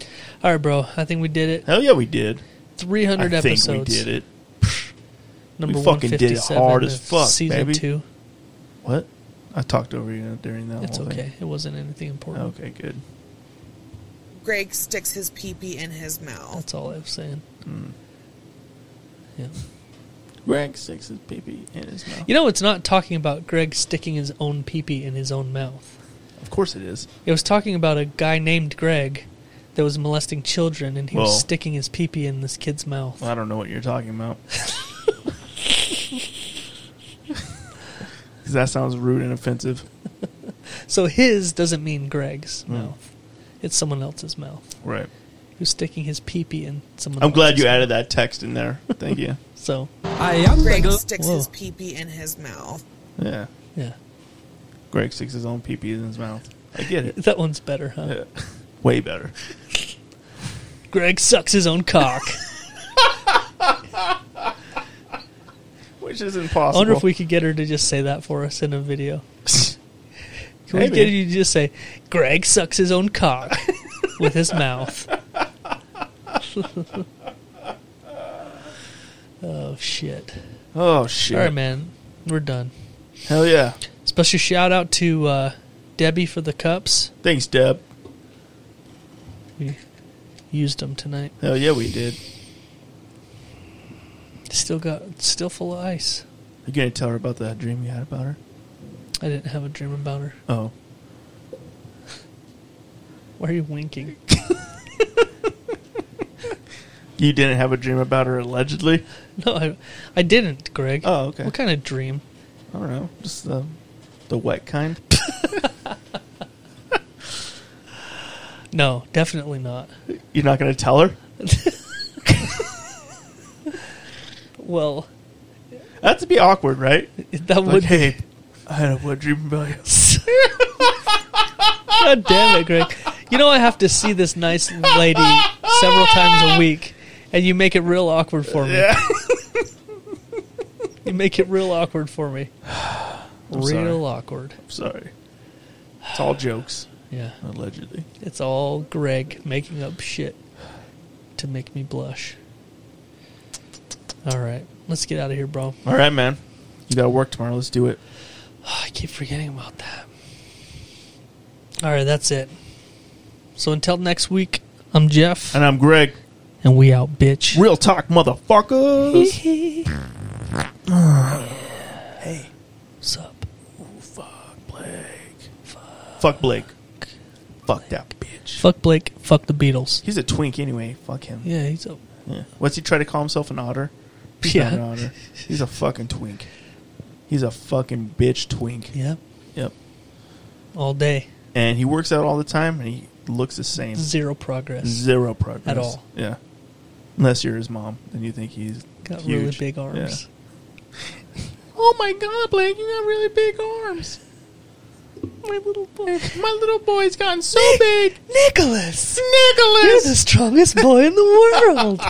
Speaker 3: All right, bro. I think we did it.
Speaker 2: Hell yeah, we did.
Speaker 3: 300
Speaker 2: I think
Speaker 3: episodes.
Speaker 2: we did it.
Speaker 3: Number
Speaker 2: We fucking did it
Speaker 3: 157
Speaker 2: hard as
Speaker 3: of
Speaker 2: fuck,
Speaker 3: season
Speaker 2: baby.
Speaker 3: two.
Speaker 2: What? I talked over you during that
Speaker 3: It's
Speaker 2: whole
Speaker 3: okay.
Speaker 2: thing.
Speaker 3: It wasn't anything important.
Speaker 2: Okay, good.
Speaker 5: Greg sticks his pee pee in his mouth.
Speaker 3: That's all I was saying.
Speaker 2: Mm.
Speaker 3: Yeah.
Speaker 2: Greg sticks his baby in his mouth.
Speaker 3: You know, it's not talking about Greg sticking his own pee-pee in his own mouth.
Speaker 2: of course it is.
Speaker 3: It was talking about a guy named Greg that was molesting children, and he
Speaker 2: Whoa.
Speaker 3: was sticking his pee-pee in this kid's mouth.
Speaker 2: I don't know what you're talking about. 'Cause that sounds rude and offensive.
Speaker 3: So his doesn't mean Greg's
Speaker 2: Hmm.
Speaker 3: mouth. It's someone else's mouth.
Speaker 2: Right.
Speaker 3: Who's sticking his pee-pee in someone
Speaker 2: I'm glad
Speaker 3: else's
Speaker 2: you
Speaker 3: mouth.
Speaker 2: added that text in there. Thank you.
Speaker 3: So,
Speaker 1: I am the
Speaker 5: Greg
Speaker 1: glue.
Speaker 5: sticks
Speaker 3: Whoa.
Speaker 5: his pee pee in his mouth.
Speaker 2: Yeah.
Speaker 3: yeah.
Speaker 2: Greg sticks his own pee pee in his mouth. I get it.
Speaker 3: That one's better, huh?
Speaker 2: Yeah. Way better.
Speaker 3: Greg sucks his own cock.
Speaker 2: Which is
Speaker 3: I
Speaker 2: impossible.
Speaker 3: wonder if we could get her to just say that for us in a video. Can
Speaker 2: Maybe.
Speaker 3: we get you to just say, Greg sucks his own cock with his mouth? oh, shit.
Speaker 2: Oh shit.
Speaker 3: All right, man. We're done.
Speaker 2: Hell yeah.
Speaker 3: Special shout out to uh, Debbie for the cups.
Speaker 2: Thanks, Deb.
Speaker 3: We used them tonight.
Speaker 2: Hell yeah, we did.
Speaker 3: Still got, still full of ice.
Speaker 2: You gonna tell her about that dream you had about her?
Speaker 3: I didn't have a dream about her.
Speaker 2: Oh.
Speaker 3: Why are you winking?
Speaker 2: You didn't have a dream about her allegedly?
Speaker 3: No, I, I didn't, Greg.
Speaker 2: Oh, okay.
Speaker 3: What kind of dream?
Speaker 2: I don't know. Just the the wet kind.
Speaker 3: No, definitely not.
Speaker 2: You're not gonna tell her?
Speaker 3: Well,
Speaker 2: That'd be awkward, right?
Speaker 3: that
Speaker 2: Like,
Speaker 3: would.
Speaker 2: hey, I had a wet dream about you.
Speaker 3: God damn it, Greg. You know I have to see this nice lady several times a week, and you make it real awkward for me.
Speaker 2: Yeah.
Speaker 3: You make it real awkward for me. real
Speaker 2: sorry.
Speaker 3: awkward.
Speaker 2: Sorry. It's all jokes,
Speaker 3: Yeah.
Speaker 2: allegedly.
Speaker 3: It's all Greg making up shit to make me blush. All right. Let's get out of here, bro.
Speaker 2: All right, man. You gotta work tomorrow. Let's do it.
Speaker 3: I keep forgetting about that. All right, that's it. So until next week, I'm Jeff,
Speaker 2: And I'm Greg.
Speaker 3: and we out, bitch.
Speaker 2: Real talk, motherfuckers.
Speaker 3: What's up?
Speaker 2: Fuck Blake. Fuck that bitch.
Speaker 3: Fuck Blake. Fuck the Beatles.
Speaker 2: He's a twink anyway. Fuck him.
Speaker 3: Yeah, he's a
Speaker 2: Yeah. What's he try to call himself an otter? He's not an
Speaker 3: yeah,
Speaker 2: otter. He's a fucking twink. He's a fucking bitch twink.
Speaker 3: yeah,
Speaker 2: Yep.
Speaker 3: all day,
Speaker 2: And he works out all the time and he looks the same.
Speaker 3: zero progress.
Speaker 2: Zero progress.
Speaker 3: At all.
Speaker 2: Yeah. Unless you're his mom, then you think he's
Speaker 3: Got
Speaker 2: huge.
Speaker 3: really big arms.
Speaker 2: Yeah. Oh my god, Blake, you got really big arms.
Speaker 3: My little boy,
Speaker 2: My little boy's gotten so big.
Speaker 3: Nicholas. You're the
Speaker 2: Nicholas!
Speaker 3: strongest boy in the world.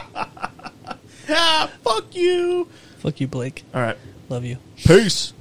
Speaker 2: Ah, fuck you!
Speaker 3: Fuck you, Blake.
Speaker 2: Alright.
Speaker 3: Love you.
Speaker 2: Peace!